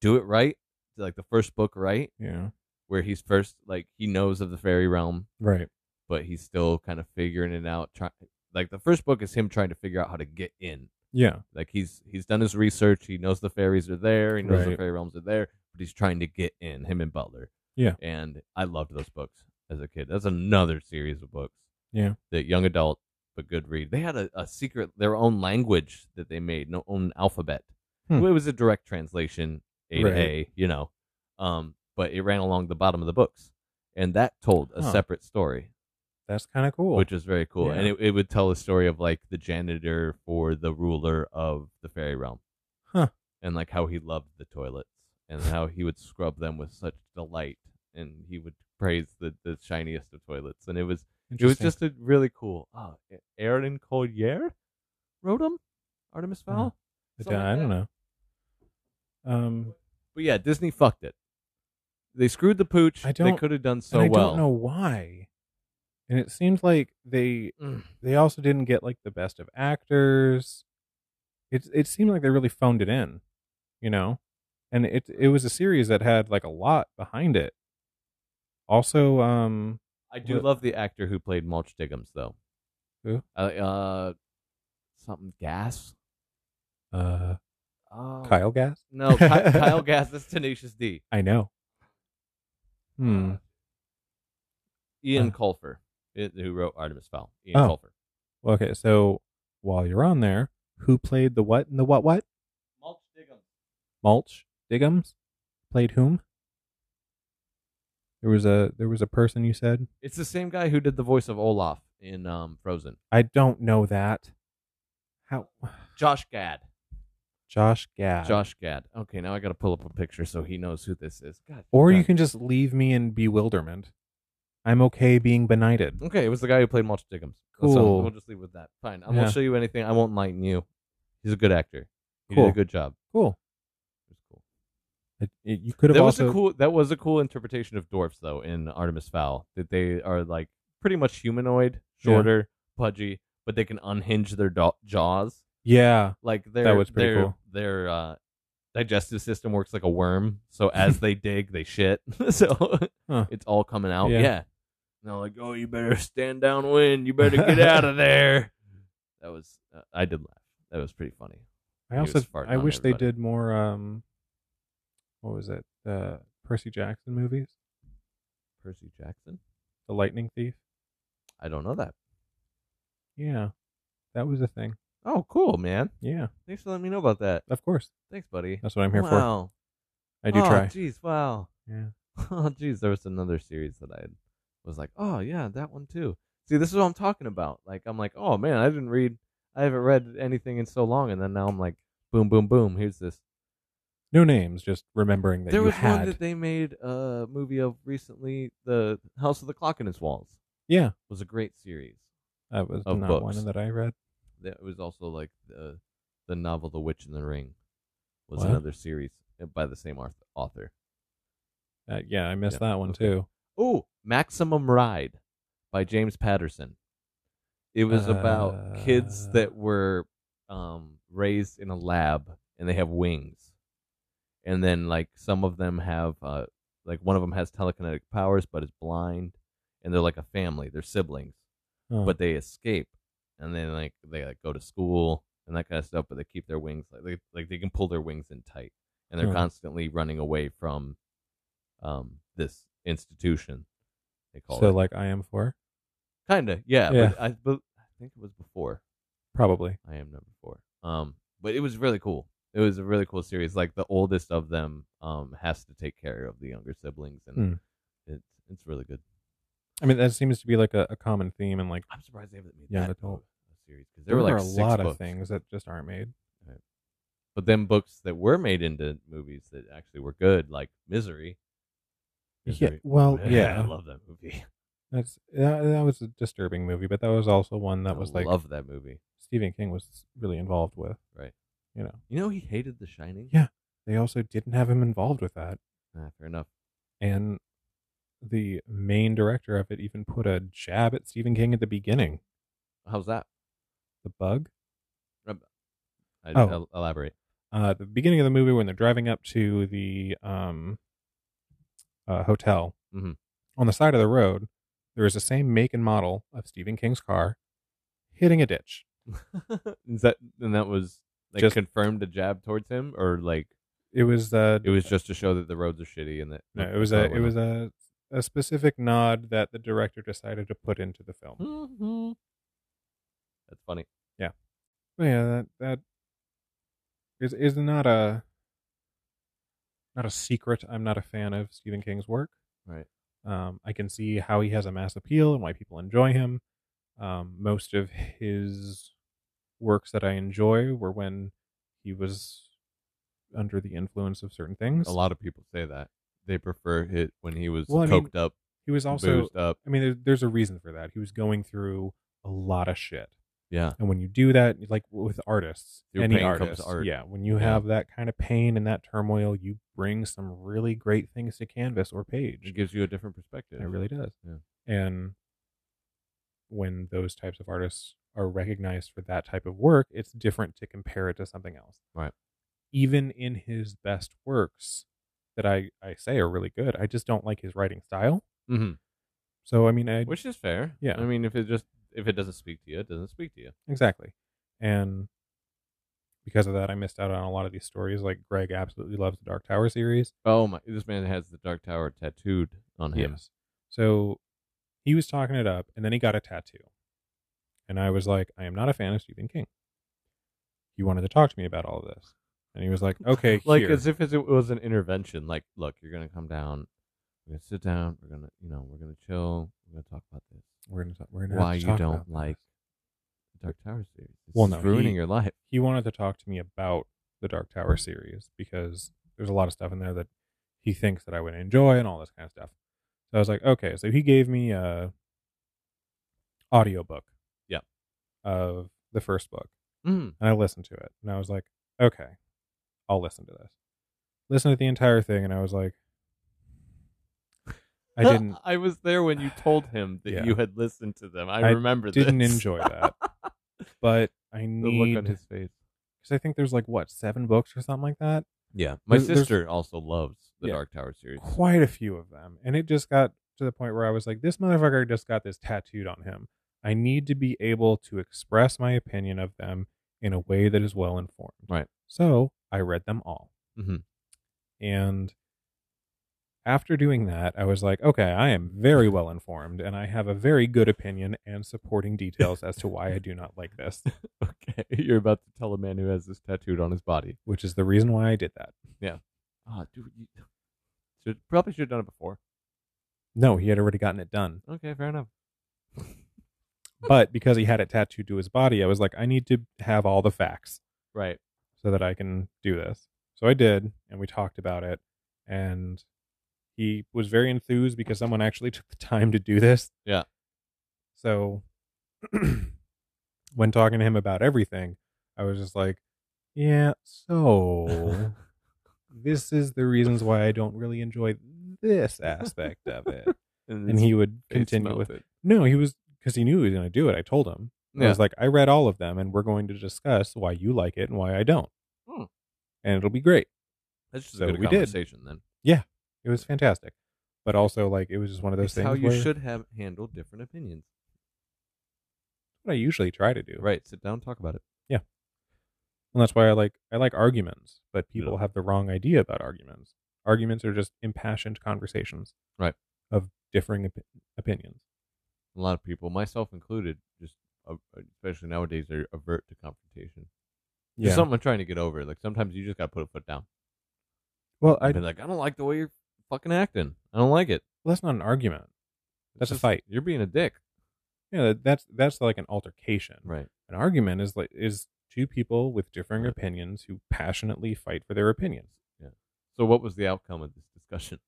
Speaker 2: do it right. Like the first book, right,
Speaker 1: yeah.
Speaker 2: where he's first like he knows of the fairy realm,
Speaker 1: Right.
Speaker 2: but he's still kind of figuring it out. Try- like the first book is him trying to figure out how to get in.
Speaker 1: Yeah.
Speaker 2: Like he's he's done his research. He knows the fairies are there. He knows the
Speaker 1: Right.
Speaker 2: fairy realms are there, but he's trying to get in. Him and Butler.
Speaker 1: Yeah.
Speaker 2: And I loved those books as a kid. That's another series of books.
Speaker 1: Yeah.
Speaker 2: That young adult but good read. They had a, a secret their own language that they made, no own alphabet.
Speaker 1: Hmm.
Speaker 2: It was a direct translation A to
Speaker 1: Right.
Speaker 2: A, you know. Um, but it ran along the bottom of the books. And that told a
Speaker 1: Huh.
Speaker 2: separate story
Speaker 1: That's kind of cool.
Speaker 2: which was very cool. And
Speaker 1: Yeah.
Speaker 2: it, it would tell a story of like the janitor for the ruler of the fairy realm.
Speaker 1: Huh.
Speaker 2: And like how he loved the toilets and how he would scrub them with such delight and he would praise the, the shiniest of toilets. And it was it was
Speaker 1: Interesting.
Speaker 2: just a really cool. Oh, Aaron Collier wrote him? Artemis
Speaker 1: Huh.
Speaker 2: Fowl?
Speaker 1: I
Speaker 2: something
Speaker 1: don't,
Speaker 2: like
Speaker 1: I don't
Speaker 2: that.
Speaker 1: know. Um,
Speaker 2: But yeah, Disney fucked it. They screwed the pooch.
Speaker 1: I
Speaker 2: they
Speaker 1: don't-
Speaker 2: could have done so
Speaker 1: and I
Speaker 2: well.
Speaker 1: don't know why. And it seems like they
Speaker 2: Mm.
Speaker 1: they also didn't get like the best of actors. It it seemed like they really phoned it in, you know. And it it was a series that had like a lot behind it. Also, um,
Speaker 2: I do
Speaker 1: What-
Speaker 2: love the actor who played Mulch Diggums, though.
Speaker 1: Who?
Speaker 2: Uh, uh something Gas.
Speaker 1: uh,
Speaker 2: Oh.
Speaker 1: Kyle Gass.
Speaker 2: No, Ky-
Speaker 1: <laughs>
Speaker 2: Kyle Gas is Tenacious D.
Speaker 1: I know. Hmm.
Speaker 2: Ian
Speaker 1: Uh.
Speaker 2: Colfer, i- who wrote Artemis Fowl. Ian
Speaker 1: Oh.
Speaker 2: Colfer.
Speaker 1: Well, okay, so while you're on there, who played the what and the what what?
Speaker 2: Mulch Diggums.
Speaker 1: Mulch Diggums played whom? There was a there was a person you said.
Speaker 2: It's the same guy who did the voice of Olaf in um, Frozen.
Speaker 1: I don't know that. How
Speaker 2: Josh Gad.
Speaker 1: Josh Gad.
Speaker 2: Josh Gad. Okay, now I got to pull up a picture so he knows who this is. God,
Speaker 1: Or
Speaker 2: God.
Speaker 1: you can just leave me in bewilderment. I'm okay being benighted.
Speaker 2: Okay, it was the guy who played Mulch Diggums. So
Speaker 1: Cool.
Speaker 2: we'll just leave with that. Fine. I
Speaker 1: Yeah.
Speaker 2: won't show you anything. I won't enlighten you. He's a good actor. He did
Speaker 1: Cool.
Speaker 2: a good job.
Speaker 1: Cool.
Speaker 2: It was cool.
Speaker 1: It- it- you could have
Speaker 2: That
Speaker 1: also
Speaker 2: was a cool. That was a cool interpretation of dwarfs, though, in Artemis Fowl, that they are like pretty much humanoid,
Speaker 1: Yeah.
Speaker 2: shorter, pudgy, but they can unhinge their do- jaws.
Speaker 1: Yeah.
Speaker 2: Like their
Speaker 1: was pretty
Speaker 2: their,
Speaker 1: cool.
Speaker 2: Their uh, digestive system works like a worm,
Speaker 1: <laughs>
Speaker 2: so as they dig, they shit. <laughs> so
Speaker 1: Huh.
Speaker 2: it's all coming out.
Speaker 1: Yeah.
Speaker 2: Yeah. And they're like, oh, you better stand downwind. You better get
Speaker 1: <laughs>
Speaker 2: out of there. That was. Uh, I did laugh. That was pretty funny.
Speaker 1: I
Speaker 2: He
Speaker 1: also
Speaker 2: was farting
Speaker 1: I
Speaker 2: on
Speaker 1: wish they
Speaker 2: everybody.
Speaker 1: did more um what was it? Uh Percy Jackson movies?
Speaker 2: Percy Jackson.
Speaker 1: The Lightning Thief.
Speaker 2: I don't know that.
Speaker 1: Yeah. That was a thing.
Speaker 2: Oh, cool, man.
Speaker 1: Yeah.
Speaker 2: Thanks for letting me know about that.
Speaker 1: Of course.
Speaker 2: Thanks, buddy.
Speaker 1: That's what I'm here for.
Speaker 2: wow.
Speaker 1: I do
Speaker 2: oh,
Speaker 1: try.
Speaker 2: Jeez, wow.
Speaker 1: Yeah.
Speaker 2: Oh, <laughs> jeez, there was another series that I was like, oh yeah, that one too. See, this is what I'm talking about. Like, I'm like, oh man, I didn't read, I haven't read anything in so long, and then now I'm like, boom, boom, boom. Here's this.
Speaker 1: No names, just remembering that
Speaker 2: there
Speaker 1: you
Speaker 2: was
Speaker 1: had.
Speaker 2: one that they made a movie of recently, The House of the Clock in Its Walls.
Speaker 1: yeah,
Speaker 2: was a great series.
Speaker 1: that was
Speaker 2: Of
Speaker 1: not
Speaker 2: books.
Speaker 1: one that I read.
Speaker 2: That was also like the the novel The Witch in the Ring was
Speaker 1: What?
Speaker 2: another series eh, by the same auth- author.
Speaker 1: Uh, yeah, I missed
Speaker 2: Yeah,
Speaker 1: that one
Speaker 2: okay.
Speaker 1: too.
Speaker 2: Oh, Maximum Ride by James Patterson. It was about kids
Speaker 1: Uh.
Speaker 2: that were um, raised in a lab and they have wings. And then, like, some of them have, uh, like, one of them has telekinetic powers but is blind. And they're like a family, they're siblings,
Speaker 1: Huh.
Speaker 2: but they escape. And then, like, they like go to school and that kind of stuff, but they keep their wings, like, they, like they can pull their wings in tight. And they're
Speaker 1: Huh.
Speaker 2: constantly running away from um, this institution. They call
Speaker 1: so
Speaker 2: it.
Speaker 1: like I am four,
Speaker 2: Kinda, yeah.
Speaker 1: Yeah.
Speaker 2: But I, but I think it was before.
Speaker 1: probably.
Speaker 2: I am number four. Um, but it was really cool. It was a really cool series. Like the oldest of them, um, has to take care of the younger siblings, and
Speaker 1: Hmm.
Speaker 2: it's it's really good.
Speaker 1: I mean, that seems to be like a, a common theme, and like
Speaker 2: I'm surprised they haven't made
Speaker 1: Young
Speaker 2: that
Speaker 1: adult.
Speaker 2: a series because there, were like
Speaker 1: are a
Speaker 2: six
Speaker 1: lot
Speaker 2: books.
Speaker 1: of things that just aren't made.
Speaker 2: But then books that were made into movies that actually were good, like Misery. Misery.
Speaker 1: well,
Speaker 2: <laughs> I
Speaker 1: yeah.
Speaker 2: love that movie.
Speaker 1: That's that, that was a disturbing movie, but that was also one that
Speaker 2: I
Speaker 1: was like
Speaker 2: love <laughs> that movie.
Speaker 1: Stephen King was really involved with.
Speaker 2: Right.
Speaker 1: You know,
Speaker 2: You know, he hated The Shining.
Speaker 1: Yeah. they also didn't have him involved with that,
Speaker 2: Ah, fair enough.
Speaker 1: and the main director of it even put a jab at Stephen King at the beginning.
Speaker 2: How's that?
Speaker 1: The bug.
Speaker 2: I,
Speaker 1: Oh.
Speaker 2: el- elaborate. <laughs>
Speaker 1: Uh, at the beginning of the movie, when they're driving up to the um, uh, hotel,
Speaker 2: Mhm.
Speaker 1: on the side of the road, there is the same make and model of Stephen King's car hitting a ditch.
Speaker 2: Is that and that was like
Speaker 1: Just-
Speaker 2: confirmed a jab towards him, or like
Speaker 1: It was uh,
Speaker 2: it was just to show that the roads are shitty and that
Speaker 1: No, it was a it was a a specific nod that the director decided to put into the film.
Speaker 2: Mhm. That's funny.
Speaker 1: But yeah, that that is is not a not a secret. I'm not a fan of Stephen King's work.
Speaker 2: Right.
Speaker 1: Um, I can see how he has a mass appeal and why people enjoy him. Um, most of his works that I enjoy were when he was under the influence of certain things.
Speaker 2: A lot of people say that they prefer it when he was
Speaker 1: Well, I mean,
Speaker 2: coked up,
Speaker 1: He was also,
Speaker 2: boozed up.
Speaker 1: I mean, there, there's a reason for that. He was going through a lot of shit.
Speaker 2: Yeah,
Speaker 1: And when you do that, like with artists,
Speaker 2: Through
Speaker 1: any
Speaker 2: pain comes
Speaker 1: artist,
Speaker 2: art.
Speaker 1: yeah, when you
Speaker 2: Yeah.
Speaker 1: have that kind of pain and that turmoil, you bring some really great things to canvas or page.
Speaker 2: it gives you a different perspective.
Speaker 1: It really does.
Speaker 2: Yeah.
Speaker 1: And when those types of artists are recognized for that type of work, it's different to compare it to something else.
Speaker 2: Right.
Speaker 1: Even in his best works that I, I say are really good, I just don't like his writing style.
Speaker 2: Mhm.
Speaker 1: So I mean, I,
Speaker 2: which is fair.
Speaker 1: Mm-hmm. Yeah.
Speaker 2: I mean, if it just if it doesn't speak to you, it doesn't speak to you.
Speaker 1: Exactly. And because of that, I missed out on a lot of these stories. Like Greg absolutely loves the Dark Tower series.
Speaker 2: Oh my! This man has the Dark Tower tattooed on him.
Speaker 1: Yes. So he was talking it up and then he got a tattoo. And I was like, I am not a fan of Stephen King. He wanted to talk to me about all of this. And he was like, okay,
Speaker 2: <laughs> like
Speaker 1: here.
Speaker 2: as if it was an intervention. Like, look, you're gonna come down. We're gonna sit down. We're gonna, you know, we're gonna chill. We're gonna talk about this.
Speaker 1: we're gonna, talk- we're gonna have
Speaker 2: Why
Speaker 1: to
Speaker 2: you
Speaker 1: talk
Speaker 2: don't
Speaker 1: about
Speaker 2: like
Speaker 1: this.
Speaker 2: the Dark Tower series? This
Speaker 1: Well,
Speaker 2: is
Speaker 1: no,
Speaker 2: ruining
Speaker 1: he-
Speaker 2: your life.
Speaker 1: He wanted to talk to me about the Dark Tower series because there's a lot of stuff in there that he thinks that I would enjoy and all this kind of stuff. So I was like, okay. So he gave me a audiobook.
Speaker 2: Yep.
Speaker 1: Of the first book.
Speaker 2: Mm.
Speaker 1: And I listened to it. And I was like, okay, I'll listen to this. Listen to the entire thing and I was like I
Speaker 2: <laughs>
Speaker 1: didn't
Speaker 2: I was there when you told him
Speaker 1: <sighs>
Speaker 2: that
Speaker 1: Yeah.
Speaker 2: you had listened to them. I,
Speaker 1: I
Speaker 2: remember.
Speaker 1: didn't
Speaker 2: this.
Speaker 1: enjoy that.
Speaker 2: <laughs>
Speaker 1: But I
Speaker 2: the
Speaker 1: need
Speaker 2: look on
Speaker 1: because
Speaker 2: his face.
Speaker 1: I think there's like what, seven books or something like that?
Speaker 2: Yeah, my
Speaker 1: There's- there's-
Speaker 2: sister also loves the
Speaker 1: Yeah.
Speaker 2: Dark Tower series.
Speaker 1: quite a few of them. And it just got to the point where I was like, this motherfucker just got this tattooed on him. I need to be able to express my opinion of them in a way that is well informed.
Speaker 2: Right.
Speaker 1: So I read them all.
Speaker 2: Mhm.
Speaker 1: And after doing that, I was like, okay, I am very well informed and I have a very good opinion and supporting details as to why I do not like this,
Speaker 2: <laughs> okay, you're about to tell a man who has this tattooed on his body.
Speaker 1: which is the reason why I did that.
Speaker 2: Ah, dude, you <laughs> should, probably should have done it before.
Speaker 1: No, he had already gotten it done.
Speaker 2: Okay, fair enough.
Speaker 1: But because he had it tattooed to his body, I was like, I need to have all the facts.
Speaker 2: Right.
Speaker 1: so that I can do this. So I did, and we talked about it, and he was very enthused because someone actually <laughs> took the time to do this.
Speaker 2: Yeah.
Speaker 1: So <clears throat> when talking to him about everything, I was just like, yeah,
Speaker 2: <laughs>
Speaker 1: so this is the reasons why I don't really enjoy
Speaker 2: <laughs>
Speaker 1: this aspect of it. And
Speaker 2: his
Speaker 1: he would
Speaker 2: face
Speaker 1: continue with,
Speaker 2: melted.
Speaker 1: no, he was, because he knew he was going to do it. I told him. I
Speaker 2: Yeah.
Speaker 1: was like, I read all of them, and we're going to discuss why you like it and why I don't.
Speaker 2: Hmm.
Speaker 1: And it'll be great.
Speaker 2: That's just
Speaker 1: So
Speaker 2: a good
Speaker 1: we did.
Speaker 2: conversation then.
Speaker 1: It was fantastic. But also, like, it was just one of those
Speaker 2: It's
Speaker 1: things
Speaker 2: how you
Speaker 1: where-
Speaker 2: should have handled different opinions.
Speaker 1: what I usually try to do.
Speaker 2: Right. Sit down, talk about it.
Speaker 1: And that's why I like I like arguments, but people
Speaker 2: Yeah.
Speaker 1: have the wrong idea about arguments. Arguments are just impassioned conversations,
Speaker 2: Right.
Speaker 1: Of differing opi- opinions.
Speaker 2: A lot of people, myself included, just uh, especially nowadays, are avert to confrontation. It's something I'm trying to get over. Like sometimes you just gotta put a foot down.
Speaker 1: Well, I
Speaker 2: I've been like, I don't like the way you're fucking acting. I don't like it.
Speaker 1: well, that's not an argument.
Speaker 2: It's
Speaker 1: That's a
Speaker 2: just-
Speaker 1: fight.
Speaker 2: You're being a dick.
Speaker 1: Yeah, that- that's that's like an altercation.
Speaker 2: Right.
Speaker 1: An argument is like is two people with differing opinions who passionately fight for their opinions.
Speaker 2: So what was the outcome of this <laughs> discussion?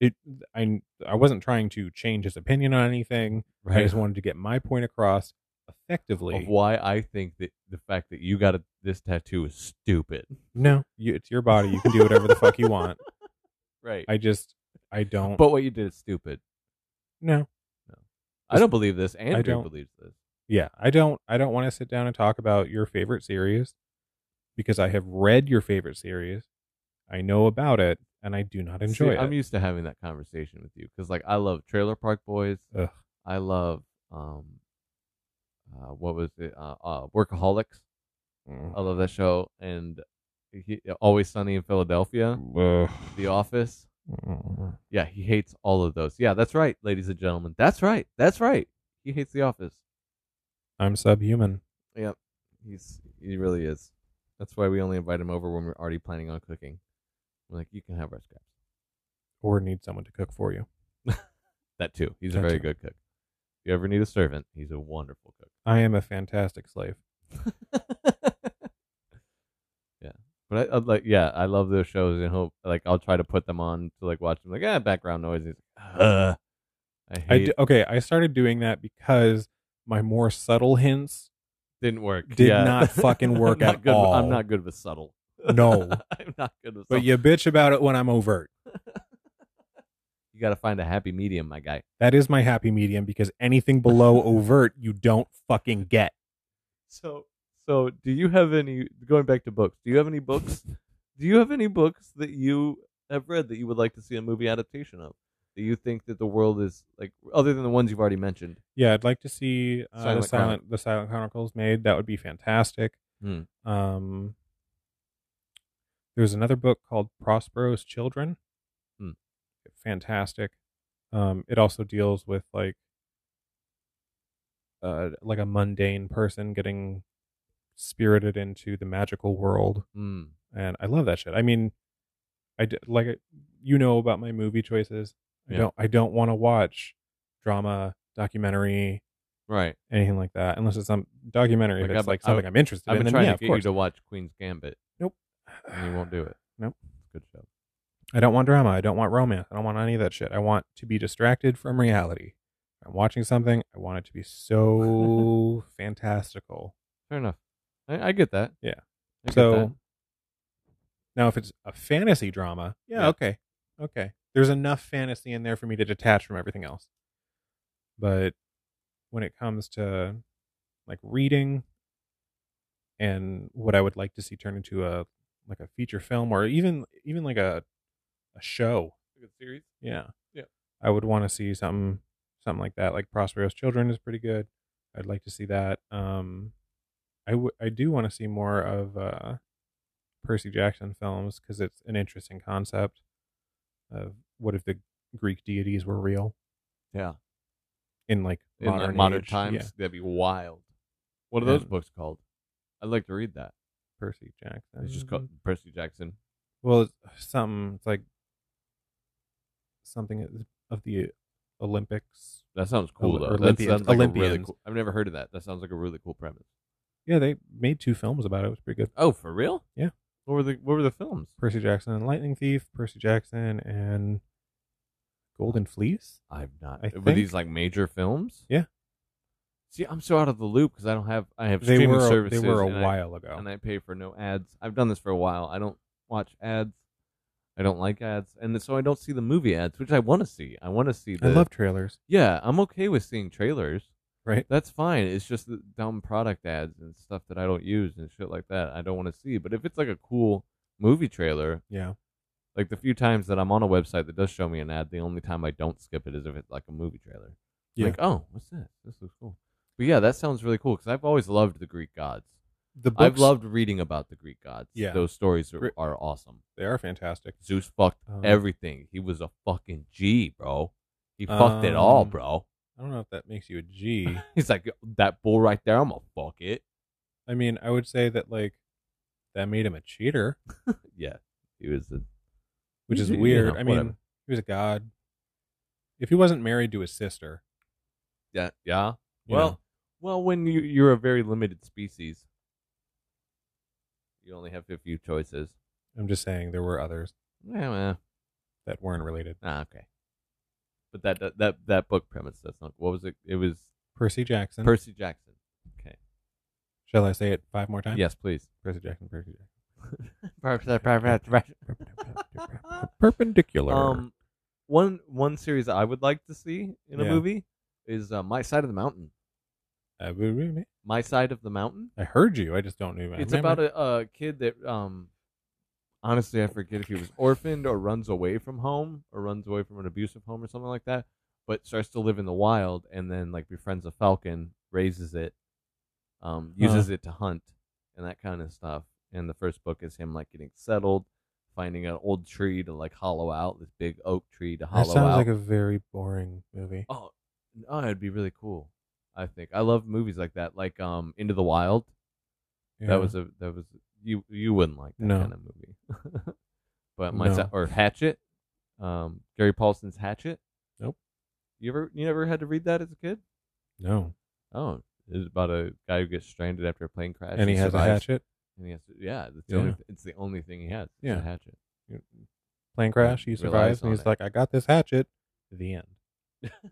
Speaker 1: It, I, I wasn't trying to change his opinion on anything. I just wanted to get my point across effectively.
Speaker 2: Of why I think that the fact that you got a, this tattoo is stupid.
Speaker 1: No, you, it's your body. You can do whatever the fuck you want.
Speaker 2: <laughs> Right.
Speaker 1: I just, I don't.
Speaker 2: <laughs> but what you did is stupid.
Speaker 1: no,
Speaker 2: I don't believe this. Andrew
Speaker 1: don't-
Speaker 2: believes this.
Speaker 1: yeah, I don't. I don't want to sit down and talk about your favorite series because I have read your favorite series. I know about it, and I do not enjoy
Speaker 2: See,
Speaker 1: it.
Speaker 2: I'm used to having that conversation with you because, like, I love Trailer Park Boys.
Speaker 1: Ugh.
Speaker 2: I love, um, uh, what was it? Uh, uh, Workaholics.
Speaker 1: Mm.
Speaker 2: I love that show. And he, Always Sunny in Philadelphia,
Speaker 1: Mm.
Speaker 2: The Office.
Speaker 1: Ugh.
Speaker 2: Yeah, he hates all of those. Yeah, that's right, ladies and gentlemen. That's right. That's right. He hates The Office.
Speaker 1: I'm subhuman.
Speaker 2: He's he really is. That's why we only invite him over when we're already planning on cooking. We're like, you can have our scraps.
Speaker 1: or need someone to cook for you.
Speaker 2: That too. He's a
Speaker 1: That
Speaker 2: very
Speaker 1: too.
Speaker 2: good cook. If you ever need a servant, he's a wonderful cook.
Speaker 1: I am a fantastic slave. <laughs>
Speaker 2: yeah, but I, i like, yeah, I love those shows, and hope like I'll try to put them on to like watch them. Like, ah, background noise. He's like, Ugh. I hate.
Speaker 1: I d- okay, I started doing that because my more subtle hints.
Speaker 2: didn't work.
Speaker 1: did
Speaker 2: Yeah.
Speaker 1: not fucking work
Speaker 2: <laughs> I'm not
Speaker 1: at
Speaker 2: good with-
Speaker 1: all.
Speaker 2: I'm not good with subtle.
Speaker 1: No.
Speaker 2: <laughs> I'm not good with.
Speaker 1: But
Speaker 2: subtle.
Speaker 1: you bitch about it when I'm overt.
Speaker 2: you got to find a happy medium, my guy.
Speaker 1: That is my happy medium because anything below overt you don't fucking get.
Speaker 2: So, so do you have any? Going back to books, do you have any <laughs> books? do you have any books that you have read that you would like to see a movie adaptation of? That you think that the world is like, other than the ones you've already mentioned?
Speaker 1: Yeah, I'd like to see uh,
Speaker 2: Silent
Speaker 1: the silent the silent chronicles made. That would be fantastic.
Speaker 2: Hmm.
Speaker 1: Um, there's another book called Prospero's Children.
Speaker 2: Hmm.
Speaker 1: Fantastic. Um, it also deals with like uh, like a mundane person getting spirited into the magical world
Speaker 2: Mm.
Speaker 1: and I love that shit. I mean, I d- like I- you know about my movie choices. I
Speaker 2: Yeah.
Speaker 1: don't I don't want to watch drama, documentary,
Speaker 2: Right.
Speaker 1: anything like that unless it's some documentary.
Speaker 2: Like,
Speaker 1: if it's
Speaker 2: I've-
Speaker 1: like something
Speaker 2: I've-
Speaker 1: i am interested
Speaker 2: I've
Speaker 1: in,
Speaker 2: been
Speaker 1: then
Speaker 2: trying
Speaker 1: yeah,
Speaker 2: to
Speaker 1: of
Speaker 2: get you
Speaker 1: course.
Speaker 2: to watch Queen's Gambit,
Speaker 1: <sighs>
Speaker 2: and you won't do it.
Speaker 1: Nope.
Speaker 2: Good show.
Speaker 1: I don't want drama. I don't want romance. I don't want any of that shit. I want to be distracted from reality. If I'm watching something. I want it to be so
Speaker 2: <laughs>
Speaker 1: fantastical.
Speaker 2: Fair enough. I, I get that.
Speaker 1: Yeah.
Speaker 2: I get
Speaker 1: So,
Speaker 2: that.
Speaker 1: Now, if it's a fantasy drama, yeah,
Speaker 2: Yeah.
Speaker 1: okay, okay. There's enough fantasy in there for me to detach from everything else. But when it comes to like reading and what I would like to see turn into a like a feature film or even even like a a show,
Speaker 2: good series.
Speaker 1: yeah,
Speaker 2: Yeah.
Speaker 1: I would want to see something something like that. Like Prospero's Children is pretty good. I'd like to see that. Um, I w- I do want to see more of uh, Percy Jackson films because it's an interesting concept of what if the Greek deities were real
Speaker 2: Yeah.
Speaker 1: in like
Speaker 2: In like,
Speaker 1: modern,
Speaker 2: modern,
Speaker 1: age?
Speaker 2: times,
Speaker 1: Yeah,
Speaker 2: that'd be wild. What are those
Speaker 1: And-
Speaker 2: books called? I'd like to read that.
Speaker 1: Percy Jackson.
Speaker 2: It's just called Percy Jackson.
Speaker 1: Well, it's uh, something. It's like something of the Olympics.
Speaker 2: That sounds cool though.
Speaker 1: Olympians.
Speaker 2: That sounds like a really
Speaker 1: Olympians.
Speaker 2: cool. I've never heard of that. That sounds like a really cool premise.
Speaker 1: Yeah, they made two films about it. It was pretty good.
Speaker 2: Oh, for real?
Speaker 1: Yeah.
Speaker 2: What were the What were the films?
Speaker 1: Percy Jackson and Lightning Thief, Percy Jackson and Golden Fleece.
Speaker 2: I've not.
Speaker 1: I
Speaker 2: were
Speaker 1: think-
Speaker 2: these like major films?
Speaker 1: Yeah.
Speaker 2: See, I'm so out of the loop because I don't have. I have
Speaker 1: They
Speaker 2: streaming
Speaker 1: were a, they
Speaker 2: services.
Speaker 1: were a
Speaker 2: and I-
Speaker 1: while ago.
Speaker 2: and I pay for no ads. I've done this for a while. I don't watch ads. I don't like ads, and so I don't see the movie ads, which I want to see. I want to see. The,
Speaker 1: I love trailers.
Speaker 2: Yeah, I'm okay with seeing trailers.
Speaker 1: Right.
Speaker 2: That's fine. It's just the dumb product ads and stuff that I don't use and shit like that. I don't want to see. But if it's like a cool movie trailer,
Speaker 1: Yeah.
Speaker 2: like the few times that I'm on a website that does show me an ad, the only time I don't skip it is if it's like a movie trailer.
Speaker 1: Yeah.
Speaker 2: Like, oh, what's this? This looks cool. But yeah, that sounds really cool because I've always loved the Greek gods.
Speaker 1: The books,
Speaker 2: I've loved reading about the Greek gods.
Speaker 1: Yeah.
Speaker 2: Those stories
Speaker 1: Re-
Speaker 2: are, are awesome.
Speaker 1: They are fantastic.
Speaker 2: Zeus fucked
Speaker 1: Um,
Speaker 2: everything. He was a fucking G, bro. He fucked it all,
Speaker 1: Um,
Speaker 2: bro.
Speaker 1: I don't know if that makes you a
Speaker 2: <laughs>
Speaker 1: G.
Speaker 2: He's like, that bull right there, I'm gonna fuck it.
Speaker 1: I mean, I would say that like that made him a cheater,
Speaker 2: Yeah. He was a
Speaker 1: which is
Speaker 2: Yeah,
Speaker 1: weird. I mean,
Speaker 2: whatever.
Speaker 1: he was a god. If he wasn't married to his sister,
Speaker 2: yeah, yeah.
Speaker 1: you
Speaker 2: Well,
Speaker 1: know, Well, when you you're a very limited species, you only have a few choices.
Speaker 2: I'm just saying there were others
Speaker 1: Yeah, well,
Speaker 2: that weren't related.
Speaker 1: ah, okay. But that, that that that book premise that's not what was it? It was
Speaker 2: Percy Jackson.
Speaker 1: Percy Jackson. Okay.
Speaker 2: Shall I say it five more times?
Speaker 1: Yes, please.
Speaker 2: Percy Jackson. Percy
Speaker 1: <laughs>
Speaker 2: Jackson.
Speaker 1: um,
Speaker 2: <laughs> Perpendicular.
Speaker 1: one one series I would like to see in a uh,
Speaker 2: Yeah. um, um, Oh, um, <laughs> um, Oh, <laughs> <laughs> <laughs>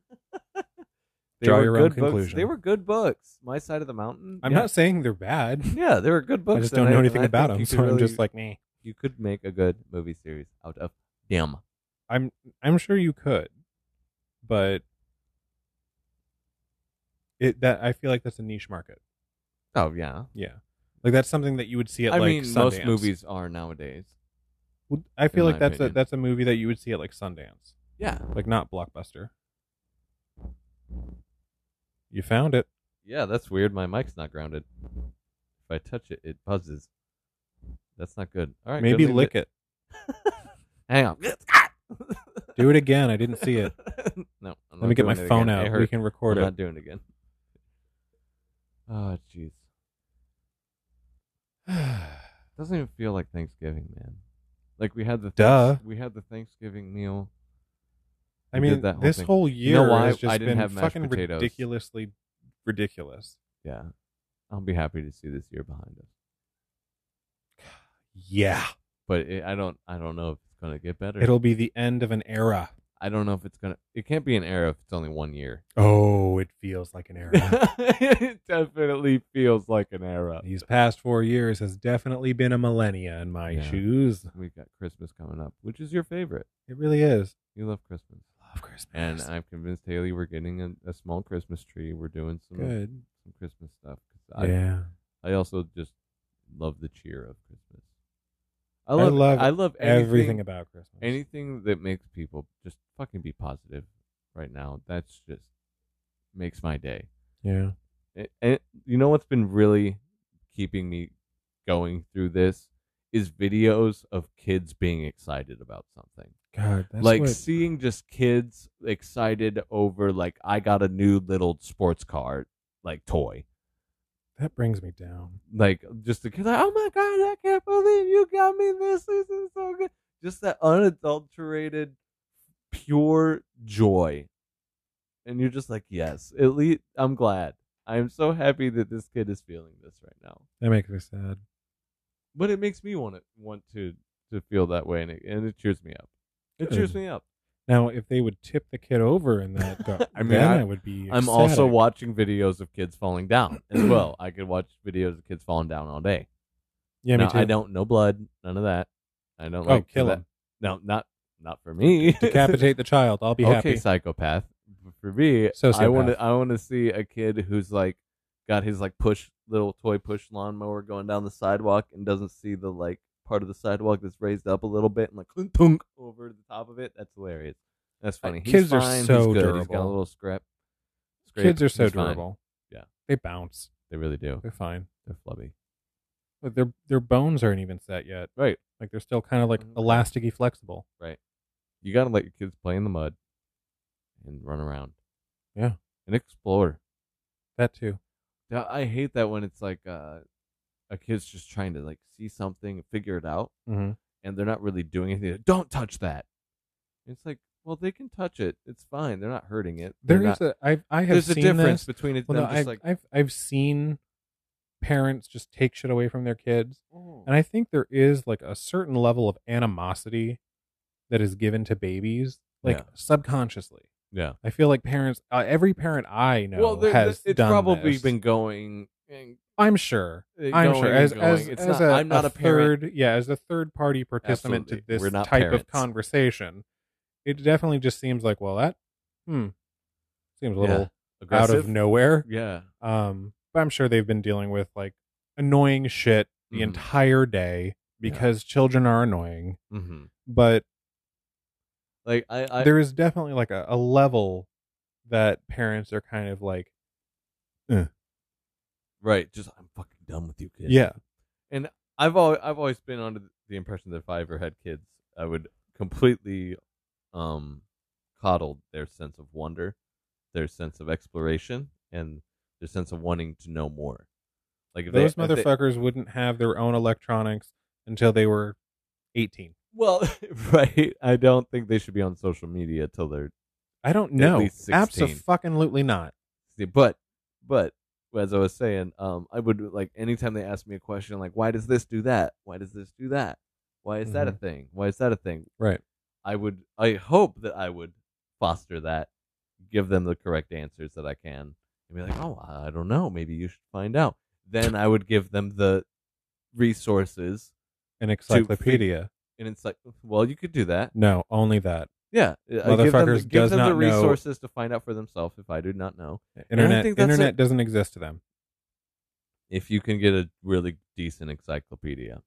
Speaker 1: <sighs>
Speaker 2: Oh,
Speaker 1: <laughs>
Speaker 2: <laughs> "Oh <laughs> <laughs> <laughs> Mm-hmm. uh, Mm-hmm. Well, they can touch it. It's fine. They're not hurting it. They're
Speaker 1: There is
Speaker 2: not-
Speaker 1: a I I have
Speaker 2: there's a
Speaker 1: seen
Speaker 2: difference
Speaker 1: this.
Speaker 2: between it.
Speaker 1: Well, no,
Speaker 2: them just
Speaker 1: I've,
Speaker 2: like
Speaker 1: I've I've seen parents just take shit away from their kids,
Speaker 2: "Oh."
Speaker 1: and I think there is like a certain level of animosity that is given to babies, like
Speaker 2: Yeah.
Speaker 1: subconsciously.
Speaker 2: yeah.
Speaker 1: I feel like parents, uh, every parent I know
Speaker 2: well, there-
Speaker 1: has
Speaker 2: it's
Speaker 1: done
Speaker 2: probably
Speaker 1: this.
Speaker 2: been going. And uh,
Speaker 1: I'm sure.
Speaker 2: going
Speaker 1: I'm sure.
Speaker 2: and
Speaker 1: As
Speaker 2: going.
Speaker 1: as,
Speaker 2: it's
Speaker 1: as
Speaker 2: not,
Speaker 1: a,
Speaker 2: I'm not a, parent.
Speaker 1: third, yeah, as a third party participant
Speaker 2: Absolutely.
Speaker 1: to this
Speaker 2: We're not
Speaker 1: type
Speaker 2: parents.
Speaker 1: of conversation, it definitely just seems like well that, hmm, seems a little out
Speaker 2: Aggressive.
Speaker 1: of nowhere.
Speaker 2: yeah.
Speaker 1: Um, but I'm sure they've been dealing with like annoying shit the
Speaker 2: Mhm.
Speaker 1: entire day because children are annoying.
Speaker 2: hmm
Speaker 1: But
Speaker 2: Like I, I
Speaker 1: there is definitely like a, a level that parents are kind of like,
Speaker 2: right. Just I'm fucking done with you kids.
Speaker 1: yeah,
Speaker 2: I've always, I've always been under the impression that if I ever had kids, I would completely um coddle their sense of wonder, their sense of exploration, and their sense of wanting to know more. Like if they-
Speaker 1: those
Speaker 2: if they,
Speaker 1: motherfuckers wouldn't have their own electronics until they were 18.
Speaker 2: well, <laughs> right. I don't think they should be on social media till they're.
Speaker 1: I don't know.
Speaker 2: least 16.
Speaker 1: Absolutely not.
Speaker 2: See, But but as I was saying, um, I would like anytime they ask me a question like, why does this do that? Why does this do that? Why is that a
Speaker 1: Mm-hmm.
Speaker 2: thing? Why is that a thing?
Speaker 1: Right.
Speaker 2: I would I hope that I would foster that, give them the correct answers that I can, and be like, oh, I don't know, maybe you should find out. Then I would give them the resources
Speaker 1: An encyclopedia.
Speaker 2: and it's like, well, you could do that.
Speaker 1: No, only that.
Speaker 2: Yeah, eh, I give them the-
Speaker 1: Motherfuckers
Speaker 2: give
Speaker 1: does
Speaker 2: them the
Speaker 1: not know-
Speaker 2: resources to find out for themselves if I do not know.
Speaker 1: Internet
Speaker 2: think that's
Speaker 1: internet
Speaker 2: it.
Speaker 1: doesn't exist to them.
Speaker 2: If you can get a really decent encyclopedia,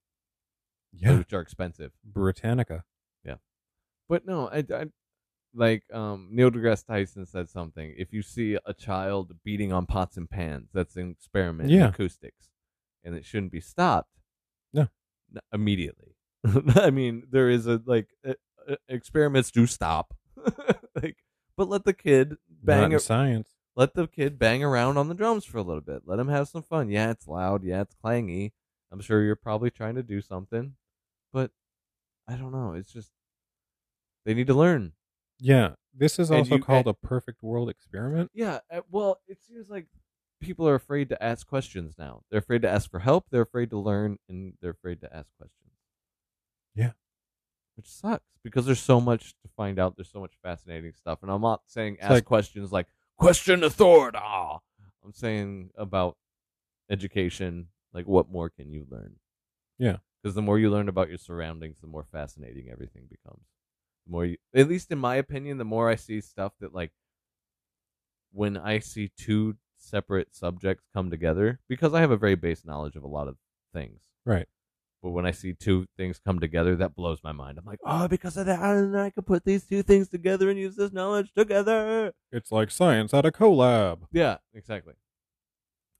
Speaker 2: which are expensive.
Speaker 1: Oh, Britannica.
Speaker 2: But no, I, I like um, Neil deGrasse Tyson said something. If you see a child beating on pots and pans, that's an experiment in
Speaker 1: Yeah.
Speaker 2: acoustics, and it shouldn't be stopped.
Speaker 1: No.
Speaker 2: N- immediately. <laughs> I mean, there is a like uh, uh, experiments do stop, <laughs> like, but let the kid
Speaker 1: Not
Speaker 2: bang.
Speaker 1: in
Speaker 2: a-
Speaker 1: science.
Speaker 2: let the kid bang around on the drums for a little bit. Let him have some fun. Yeah, it's loud. Yeah, it's clangy. I'm sure you're probably trying to do something, but I don't know. It's just they need to learn.
Speaker 1: Yeah. This is
Speaker 2: And
Speaker 1: also
Speaker 2: you-
Speaker 1: called a perfect world experiment.
Speaker 2: Yeah, uh, well, it seems like people are afraid to ask questions now. They're afraid to ask for help. They're afraid to learn, and they're afraid to ask questions.
Speaker 1: Yeah.
Speaker 2: which sucks because there's so much to find out. There's so much fascinating stuff, and I'm not saying ask
Speaker 1: like-
Speaker 2: questions like question authority. I'm saying about education, like what more can you learn?
Speaker 1: Yeah.
Speaker 2: because the more you learn about your surroundings, the more fascinating everything becomes. The more you, at least in my opinion, the more I see stuff that like when I see two separate subjects come together, because I have a very base knowledge of a lot of things.
Speaker 1: Right.
Speaker 2: But when I see two things come together, that blows my mind. I'm like, oh, because of that, I, don't know, I could put these two things together and use this knowledge together.
Speaker 1: It's like science at a collab.
Speaker 2: Yeah, exactly.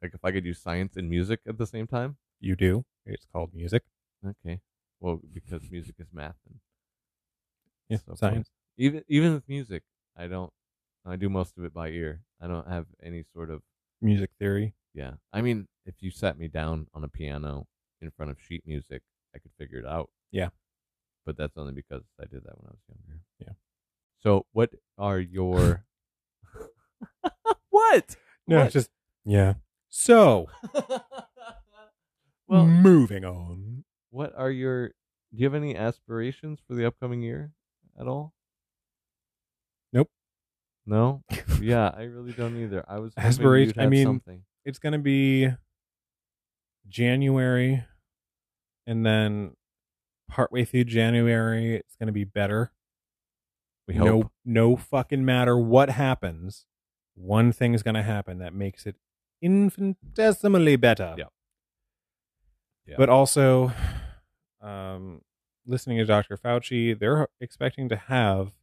Speaker 2: Like if I could use science and music at the same time.
Speaker 1: You do. It's called music.
Speaker 2: Okay. Well, because music is math. And
Speaker 1: Yeah.
Speaker 2: so forth.
Speaker 1: science.
Speaker 2: Even even with music, I don't. I do most of it by ear. I don't have any sort of
Speaker 1: Music theory.
Speaker 2: Yeah. I mean, if you sat me down on a piano in front of sheet music, I could figure it out.
Speaker 1: Yeah.
Speaker 2: But that's only because I did that when I was younger.
Speaker 1: Yeah.
Speaker 2: So, what are
Speaker 1: <laughs>
Speaker 2: your What?
Speaker 1: No,
Speaker 2: What?
Speaker 1: it's just yeah. So,
Speaker 2: <laughs> well,
Speaker 1: moving on.
Speaker 2: what are your Do you have any aspirations for the upcoming year at all?
Speaker 1: Nope.
Speaker 2: No? yeah, I really don't either. I was hoping you'd
Speaker 1: Aspiration- I
Speaker 2: have
Speaker 1: mean,
Speaker 2: something.
Speaker 1: it's going to be January and then partway through January it's going to be better.
Speaker 2: We
Speaker 1: no
Speaker 2: hope.
Speaker 1: no fucking matter what happens, one thing's going to happen that makes it infinitesimally better.
Speaker 2: Yeah. Yeah.
Speaker 1: But also um listening to Dr. Fauci, they're expecting to have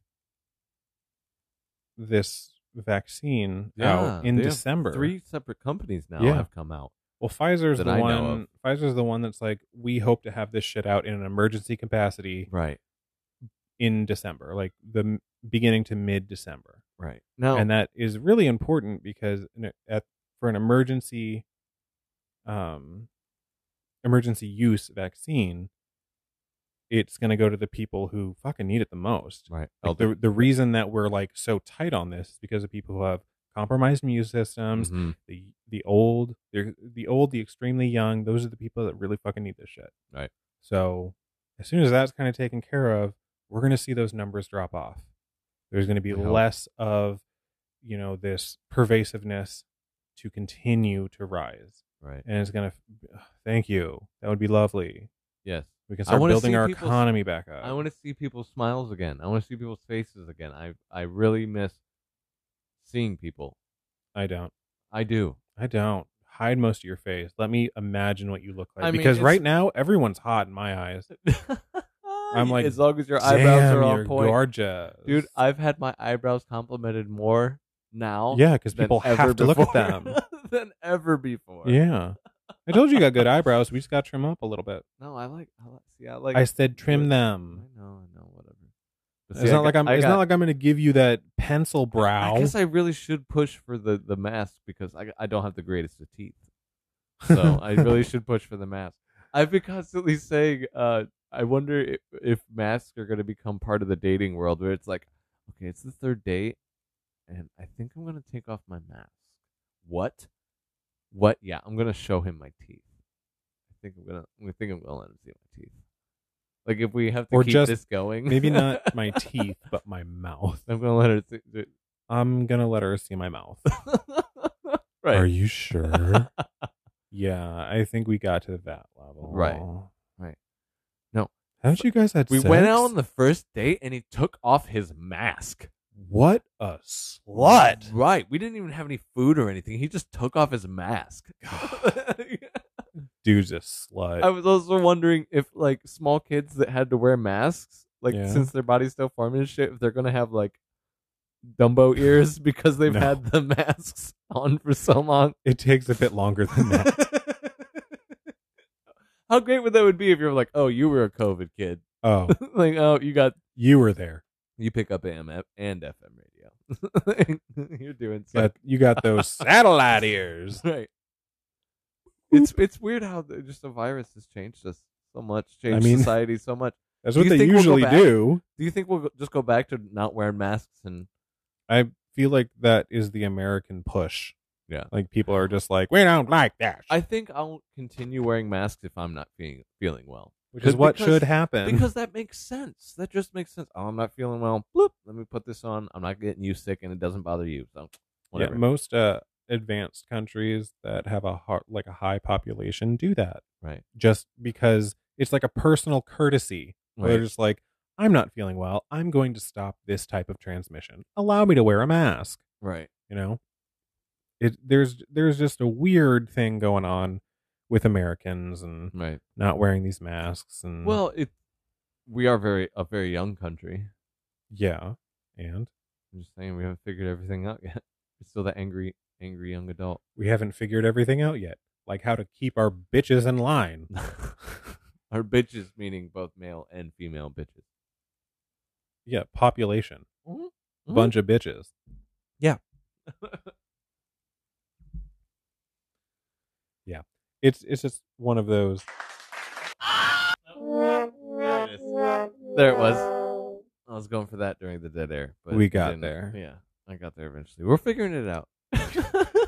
Speaker 1: this vaccine out
Speaker 2: Yeah,
Speaker 1: in
Speaker 2: they have
Speaker 1: December.
Speaker 2: Three separate companies now
Speaker 1: Yeah.
Speaker 2: have come out.
Speaker 1: Well, Pfizer's
Speaker 2: that
Speaker 1: the
Speaker 2: I know
Speaker 1: one. Pfizer's the one that's like, we hope to have this shit out in an emergency capacity
Speaker 2: Right.
Speaker 1: in December, like the m- beginning to mid December,
Speaker 2: Right. Now
Speaker 1: and that is really important because in a- at, for an emergency, um, emergency use vaccine, it's going to go to the people who fucking need it the most.
Speaker 2: Right.
Speaker 1: Like the the reason that we're like so tight on this is because of people who have compromised immune systems,
Speaker 2: Mhm.
Speaker 1: the the old, the the old, the extremely young. Those are the people that really fucking need this shit.
Speaker 2: Right.
Speaker 1: So as soon as that's kind of taken care of, we're going to see those numbers drop off. There's going to be
Speaker 2: I hope.
Speaker 1: less of, you know, this pervasiveness to continue to rise,
Speaker 2: Right.
Speaker 1: and it's going to. Thank you. That would be lovely.
Speaker 2: Yes.
Speaker 1: We can
Speaker 2: I
Speaker 1: start
Speaker 2: wanna
Speaker 1: building
Speaker 2: see
Speaker 1: our
Speaker 2: people's-
Speaker 1: economy back up.
Speaker 2: I want to see people's smiles again. I want to see people's faces again. I I really miss seeing people.
Speaker 1: I don't. <laughs>
Speaker 2: I do.
Speaker 1: I don't. Hide most of your face. Let me imagine what you look like.
Speaker 2: I mean,
Speaker 1: because
Speaker 2: it's-
Speaker 1: right now, everyone's hot in my eyes.
Speaker 2: I'm
Speaker 1: like,
Speaker 2: as long as your eyebrows
Speaker 1: Damn,
Speaker 2: are on
Speaker 1: you're
Speaker 2: point,
Speaker 1: gorgeous.
Speaker 2: dude. I've had my eyebrows complimented more now.
Speaker 1: yeah, because
Speaker 2: than
Speaker 1: people
Speaker 2: ever
Speaker 1: have to look at
Speaker 2: before. <laughs>
Speaker 1: them.
Speaker 2: than ever before.
Speaker 1: yeah. I told you you got good eyebrows. We just got to trim up a little bit.
Speaker 2: No, I like. I like. See, I like.
Speaker 1: I said trim
Speaker 2: I
Speaker 1: them.
Speaker 2: I know. I know. Whatever. But
Speaker 1: It's
Speaker 2: see, I
Speaker 1: not
Speaker 2: got-
Speaker 1: like I'm.
Speaker 2: I
Speaker 1: It's
Speaker 2: got-
Speaker 1: not like I'm going to give you that pencil
Speaker 2: I
Speaker 1: brow.
Speaker 2: <laughs> guess I really should push for the the mask because I I don't have the greatest of
Speaker 1: <laughs>
Speaker 2: teeth, so I really should push for the mask. I've been constantly saying, uh, I wonder if, if masks are going to become part of the dating world, where it's like, okay, it's the third date, and I think I'm going to take off my mask. What? What? Yeah, I'm going to show him my teeth. I think I'm gonna. I think I'm gonna let him see my teeth. Like if we have to
Speaker 1: Or
Speaker 2: keep
Speaker 1: just-
Speaker 2: this going,
Speaker 1: Maybe not my teeth, but my mouth.
Speaker 2: <laughs> I'm gonna let her. See,
Speaker 1: I'm gonna let her see my mouth.
Speaker 2: <laughs> right.
Speaker 1: Are you
Speaker 2: <laughs>
Speaker 1: sure? yeah, I think we got to that level.
Speaker 2: Right. Right. No.
Speaker 1: Haven't you guys had
Speaker 2: We
Speaker 1: sex?
Speaker 2: went out on the first date and he took off his mask.
Speaker 1: What a slut.
Speaker 2: <laughs> Right. We didn't even have any food or anything. He just took off his mask.
Speaker 1: Dude's a slut.
Speaker 2: <laughs> I was also wondering if like small kids that had to wear masks, like
Speaker 1: Yeah.
Speaker 2: since their body's still forming and shit, if they're gonna have like
Speaker 1: <laughs>
Speaker 2: Dumbo ears because they've
Speaker 1: No.
Speaker 2: had the masks on for
Speaker 1: <laughs>
Speaker 2: so long.
Speaker 1: it takes a bit longer than that.
Speaker 2: <laughs> How great would that would be if you were like, oh, you were a COVID kid. <laughs>
Speaker 1: oh,
Speaker 2: like, oh, you got
Speaker 1: you were there.
Speaker 2: You pick up AM f- and FM radio. <laughs> You're doing so
Speaker 1: That you got
Speaker 2: <laughs>
Speaker 1: those satellite ears.
Speaker 2: right. It's it's weird how the, just the virus has changed us so much, changed
Speaker 1: mean-
Speaker 2: society so much.
Speaker 1: That's
Speaker 2: Do
Speaker 1: what
Speaker 2: you
Speaker 1: they
Speaker 2: think we'll go
Speaker 1: usually
Speaker 2: back?
Speaker 1: do.
Speaker 2: Do you think we'll go- just go back to not wearing masks and
Speaker 1: I feel like that is the American push.
Speaker 2: Yeah.
Speaker 1: Like people are just like, we don't like that.
Speaker 2: I think I'll continue wearing masks if I'm not feeling feeling well.
Speaker 1: which is what
Speaker 2: because-
Speaker 1: should happen.
Speaker 2: Because that makes sense. That just makes sense. Oh, I'm not feeling well. Bloop. Let me put this on. I'm not getting you sick and it doesn't bother you. So
Speaker 1: Yeah,
Speaker 2: whatever.
Speaker 1: most uh, advanced countries that have a har- like a high population do that
Speaker 2: right.
Speaker 1: just because it's like a personal courtesy. Where
Speaker 2: Right.
Speaker 1: They're just like, I'm not feeling well. I'm going to stop this type of transmission. Allow me to wear a mask.
Speaker 2: Right.
Speaker 1: You know, it there's there's just a weird thing going on with Americans and
Speaker 2: Right.
Speaker 1: not wearing these masks and
Speaker 2: Well, it we are very a very young country.
Speaker 1: yeah and
Speaker 2: I'm just saying we haven't figured everything out yet. <laughs> We're still that angry, angry young adult. <laughs>
Speaker 1: we haven't figured everything out yet, like how to keep our bitches in line.
Speaker 2: Our bitches, meaning both male and female bitches.
Speaker 1: Yeah, population,
Speaker 2: Mhm.
Speaker 1: bunch of bitches. <laughs> It's it's just one of those.
Speaker 2: There it was. I was going for that during the dead air, but
Speaker 1: We got
Speaker 2: didn't.
Speaker 1: there.
Speaker 2: Yeah, I got there eventually. We're figuring it out.
Speaker 1: <laughs>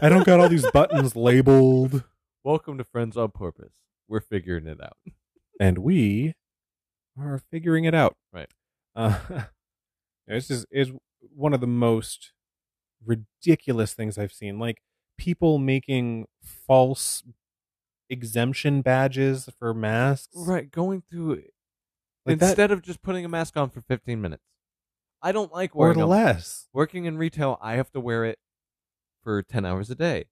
Speaker 1: I don't got all these buttons labeled.
Speaker 2: <laughs> Welcome to Friends on Purpose. We're figuring it out.
Speaker 1: and we are figuring it out.
Speaker 2: Right.
Speaker 1: Uh, <laughs> this is is one of the most ridiculous things I've seen. Like people making false exemption badges for masks.
Speaker 2: Right, going through
Speaker 1: Like that-
Speaker 2: instead of just putting a mask on for 15 minutes. I don't like
Speaker 1: or
Speaker 2: wearing a
Speaker 1: less.
Speaker 2: working in retail, I have to wear it for 10 hours a day.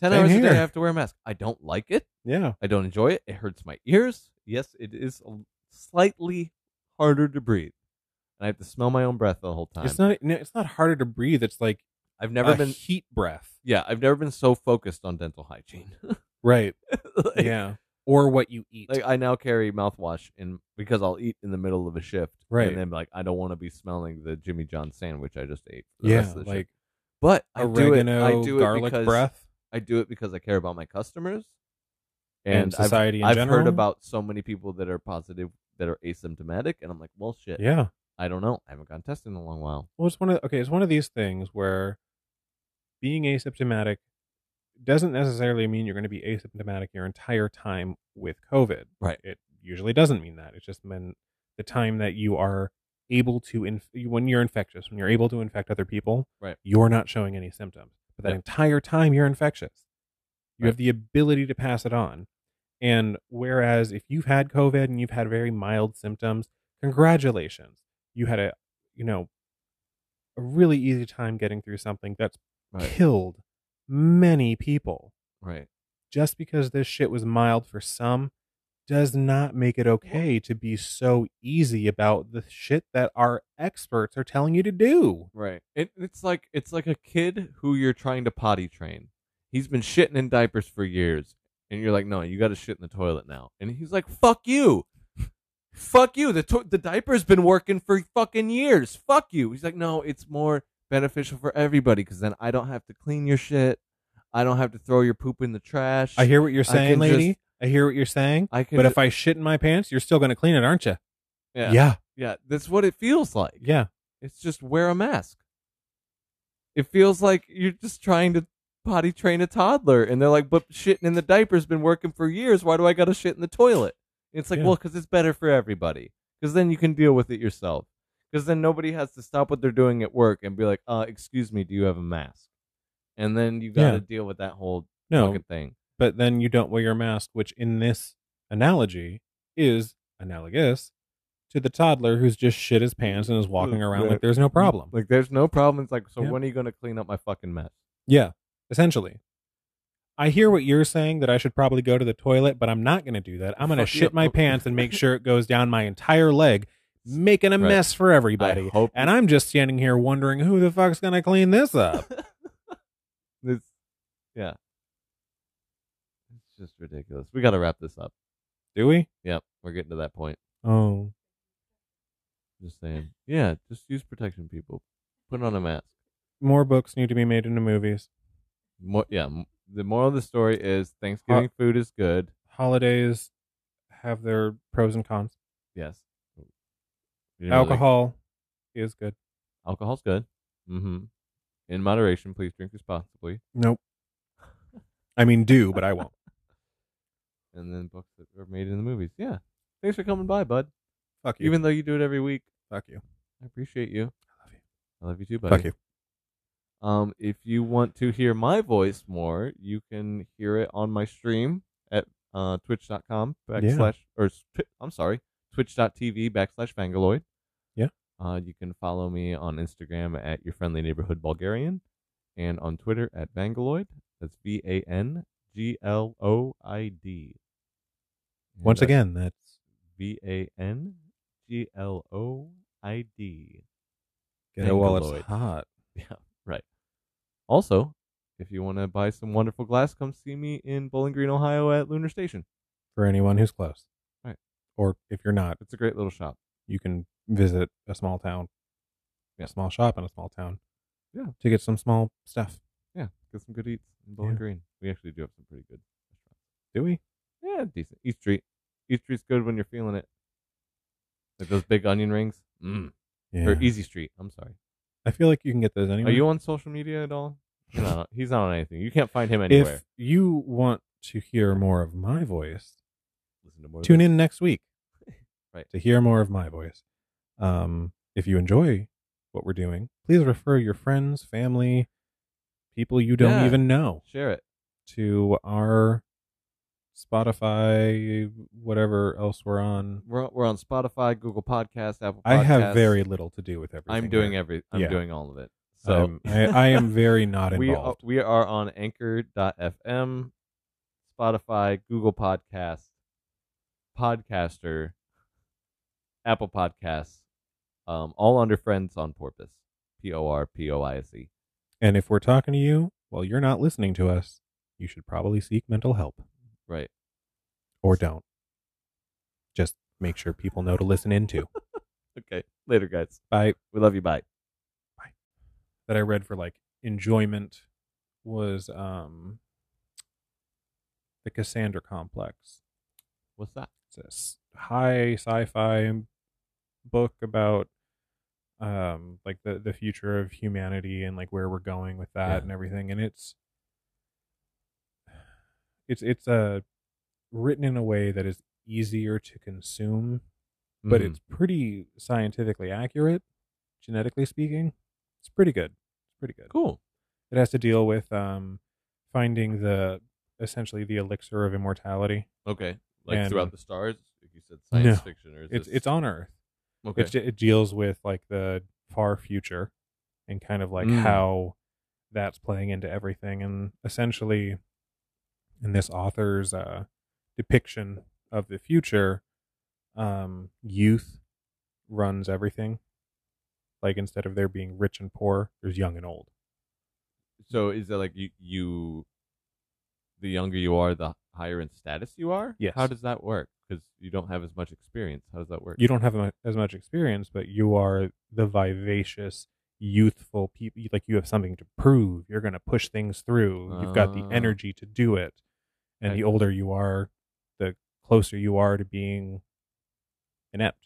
Speaker 2: 10
Speaker 1: Same
Speaker 2: hours a
Speaker 1: here.
Speaker 2: day, I have to wear a mask. I don't like it.
Speaker 1: Yeah.
Speaker 2: I don't enjoy it. It hurts my ears. Yes, it is a- slightly harder to breathe. And I have to smell my own breath the whole time.
Speaker 1: It's not no, it's not harder to breathe. It's like
Speaker 2: I've never
Speaker 1: a
Speaker 2: been,
Speaker 1: heat breath.
Speaker 2: yeah, I've never been so focused on dental hygiene. <laughs>
Speaker 1: Right.
Speaker 2: Like-
Speaker 1: <laughs> yeah.
Speaker 2: <laughs>
Speaker 1: Or what you eat.
Speaker 2: Like I now carry mouthwash in because I'll eat in the middle of a shift,
Speaker 1: Right.
Speaker 2: And then like I don't want to be smelling the Jimmy John sandwich I just ate. For the
Speaker 1: yeah,
Speaker 2: rest of the shift.
Speaker 1: like
Speaker 2: but I do it.
Speaker 1: oregano,
Speaker 2: I do it
Speaker 1: garlic
Speaker 2: because
Speaker 1: breath,
Speaker 2: I do it because I care about my customers
Speaker 1: and,
Speaker 2: I've-
Speaker 1: society in
Speaker 2: I've,
Speaker 1: general.
Speaker 2: heard about so many people that are positive that are asymptomatic, and I'm like, well, shit.
Speaker 1: Yeah.
Speaker 2: I don't know. I haven't gotten tested in a long while.
Speaker 1: Well, it's one of okay. It's one of these things where being asymptomatic doesn't necessarily mean you're going to be asymptomatic your entire time with COVID.
Speaker 2: Right.
Speaker 1: It usually doesn't mean that. It's just meant the time that you are able to inf- when you're infectious, when you're able to infect other people.
Speaker 2: Right.
Speaker 1: You're not showing any symptoms, but that
Speaker 2: Yep.
Speaker 1: entire time you're infectious, you
Speaker 2: Right.
Speaker 1: have the ability to pass it on. And whereas if you've had COVID and you've had very mild symptoms, congratulations, you had a you know a really easy time getting through something that's
Speaker 2: Right.
Speaker 1: killed many people
Speaker 2: right.
Speaker 1: just because this shit was mild for some does not make it okay to be so easy about the shit that our experts are telling you to do
Speaker 2: Right. It, it's like it's like a kid who you're trying to potty train. He's been shitting in diapers for years, and you're like, no, you got to shit in the toilet now. And he's like, fuck you, fuck you. The to- the diaper's been working for fucking years. Fuck you. He's like, no, it's more beneficial for everybody because then I don't have to clean your shit. I don't have to throw your poop in the trash.
Speaker 1: i hear what you're
Speaker 2: I
Speaker 1: saying
Speaker 2: can
Speaker 1: lady
Speaker 2: just-
Speaker 1: i hear what you're saying
Speaker 2: I can.
Speaker 1: but if i shit in my pants you're still going to clean it aren't you
Speaker 2: yeah, yeah,
Speaker 1: yeah
Speaker 2: that's what it feels like.
Speaker 1: yeah
Speaker 2: It's just wear a mask. It feels like you're just trying to potty train a toddler, and they're like, "But shitting in the diaper's been working for years. Why do I got to shit in the toilet?" And it's like,
Speaker 1: Yeah.
Speaker 2: well, because it's better for everybody. Because then you can deal with it yourself. Because then nobody has to stop what they're doing at work and be like, "Uh, excuse me, do you have a mask?" And then you got to
Speaker 1: Yeah.
Speaker 2: deal with that whole
Speaker 1: no
Speaker 2: fucking thing.
Speaker 1: but then you don't wear your mask which in this analogy is analogous to the toddler who's just shit his pants and is walking around
Speaker 2: Yeah.
Speaker 1: like there's no problem
Speaker 2: Like, there's no problem. It's like, so
Speaker 1: Yeah.
Speaker 2: when are you going to clean up my fucking mess?
Speaker 1: Yeah, essentially. I hear what you're saying that I should probably go to the toilet, but I'm not going to do that. I'm going to
Speaker 2: Fuck you.
Speaker 1: shit my pants and make sure it goes down my entire leg, making a
Speaker 2: Right.
Speaker 1: mess for everybody.
Speaker 2: I hope
Speaker 1: And I'm just standing here wondering who the fuck's going to clean this
Speaker 2: <laughs>
Speaker 1: up.
Speaker 2: This, yeah. It's just ridiculous. We got to wrap this up.
Speaker 1: Do we?
Speaker 2: Yep, we're getting to that point.
Speaker 1: Oh,
Speaker 2: Just saying. Yeah, just use protection, people. Put on a mask.
Speaker 1: more books need to be made into movies.
Speaker 2: Mo yeah, m- the moral of the story is Thanksgiving food is good.
Speaker 1: Holidays have their pros and cons.
Speaker 2: Yes. You know, like,
Speaker 1: Alcohol is good.
Speaker 2: alcohol's good. Mm-hmm. In moderation, please drink responsibly.
Speaker 1: Nope. I mean, do, but I <laughs> won't.
Speaker 2: And then books that are made in the movies. Yeah. Thanks for coming by, bud.
Speaker 1: Fuck you.
Speaker 2: Even though you do it every week,
Speaker 1: Fuck you.
Speaker 2: I appreciate you.
Speaker 1: love you.
Speaker 2: I love you too, buddy.
Speaker 1: Fuck you.
Speaker 2: Um, if you want to hear my voice more, you can hear it on my stream at uh, twitch.com backslash, or tw- I'm sorry, twitch.tv backslash fangaloid.
Speaker 1: Yeah.
Speaker 2: Uh, you can follow me on Instagram at your friendly neighborhood Bulgarian and on Twitter at Vangaloid. That's V A N G L O I D. And
Speaker 1: Once
Speaker 2: that's
Speaker 1: again, that's
Speaker 2: V A N G L O I D.
Speaker 1: get it while it's
Speaker 2: Mongoloid.
Speaker 1: hot.
Speaker 2: Yeah, right. Also, if you want to buy some wonderful glass, come see me in Bowling Green, Ohio at Lunar Station.
Speaker 1: for anyone who's close.
Speaker 2: Right.
Speaker 1: Or if you're not,
Speaker 2: It's a great little shop.
Speaker 1: you can visit a small town,
Speaker 2: Yeah.
Speaker 1: a small shop in a small town.
Speaker 2: Yeah.
Speaker 1: To get some small stuff.
Speaker 2: Yeah, get some good eats in Bowling
Speaker 1: Yeah.
Speaker 2: Green. We actually do have some pretty good
Speaker 1: Do we?
Speaker 2: Yeah, decent. East Street. East Street's good when you're feeling it. Like those big onion rings. Mm.
Speaker 1: Yeah.
Speaker 2: Or Easy Street. I'm sorry.
Speaker 1: I feel like you can get those anywhere.
Speaker 2: Are you on social media at all?
Speaker 1: <laughs>
Speaker 2: He's not, on- he's not on anything. You can't find him anywhere.
Speaker 1: if you want to hear more of my voice,
Speaker 2: Listen to more
Speaker 1: tune in next week
Speaker 2: <laughs> Right.
Speaker 1: to hear more of my voice um, if you enjoy what we're doing please refer your friends family people you don't
Speaker 2: Yeah.
Speaker 1: even know
Speaker 2: Share it.
Speaker 1: to our spotify whatever else we're on
Speaker 2: We're, we're on Spotify, Google Podcasts, Apple Podcasts.
Speaker 1: i have very little to do with everything
Speaker 2: I'm doing
Speaker 1: here.
Speaker 2: every. I'm
Speaker 1: Yeah.
Speaker 2: doing all of it. So
Speaker 1: I'm-
Speaker 2: <laughs>
Speaker 1: I, I am very not
Speaker 2: we are,
Speaker 1: involved
Speaker 2: we are on anchor.fm, Spotify, Google Podcasts, Podcaster, Apple Podcasts, um, all under Friends on Porpoise. P O R P O I S E.
Speaker 1: and if we're talking to you while you're not listening to us you should probably seek mental help
Speaker 2: Right.
Speaker 1: or don't just make sure people know to listen into
Speaker 2: Okay. Later, guys.
Speaker 1: bye
Speaker 2: We love you. Bye.
Speaker 1: that I read for like enjoyment was um the Cassandra complex.
Speaker 2: What's that?
Speaker 1: It's it's a s- high sci-fi book about um like the the future of humanity and like where we're going with that
Speaker 2: Yeah.
Speaker 1: and everything and it's it's it's uh written in a way that is easier to consume but
Speaker 2: Mhm.
Speaker 1: it's pretty scientifically accurate genetically speaking it's pretty good it's pretty good
Speaker 2: cool.
Speaker 1: it has to deal with um finding the essentially the elixir of immortality
Speaker 2: Okay, like
Speaker 1: And-
Speaker 2: throughout the stars. If you said science
Speaker 1: No.
Speaker 2: fiction, or is
Speaker 1: it's
Speaker 2: this-
Speaker 1: it's on earth
Speaker 2: okay.
Speaker 1: It's it deals with like the far future and kind of like
Speaker 2: Mm.
Speaker 1: how that's playing into everything and essentially in this author's uh depiction of the future um youth runs everything like instead of there being rich and poor there's young and old
Speaker 2: so is that like you, you the younger you are the higher in status you are
Speaker 1: Yes.
Speaker 2: how does that work because you don't have as much experience how does that work
Speaker 1: you don't have mu- as much experience but you are the vivacious youthful people like you have something to prove you're going to push things through you've got the
Speaker 2: Ah.
Speaker 1: energy to do it and
Speaker 2: I
Speaker 1: the
Speaker 2: gotcha.
Speaker 1: older you are the closer you are to being inept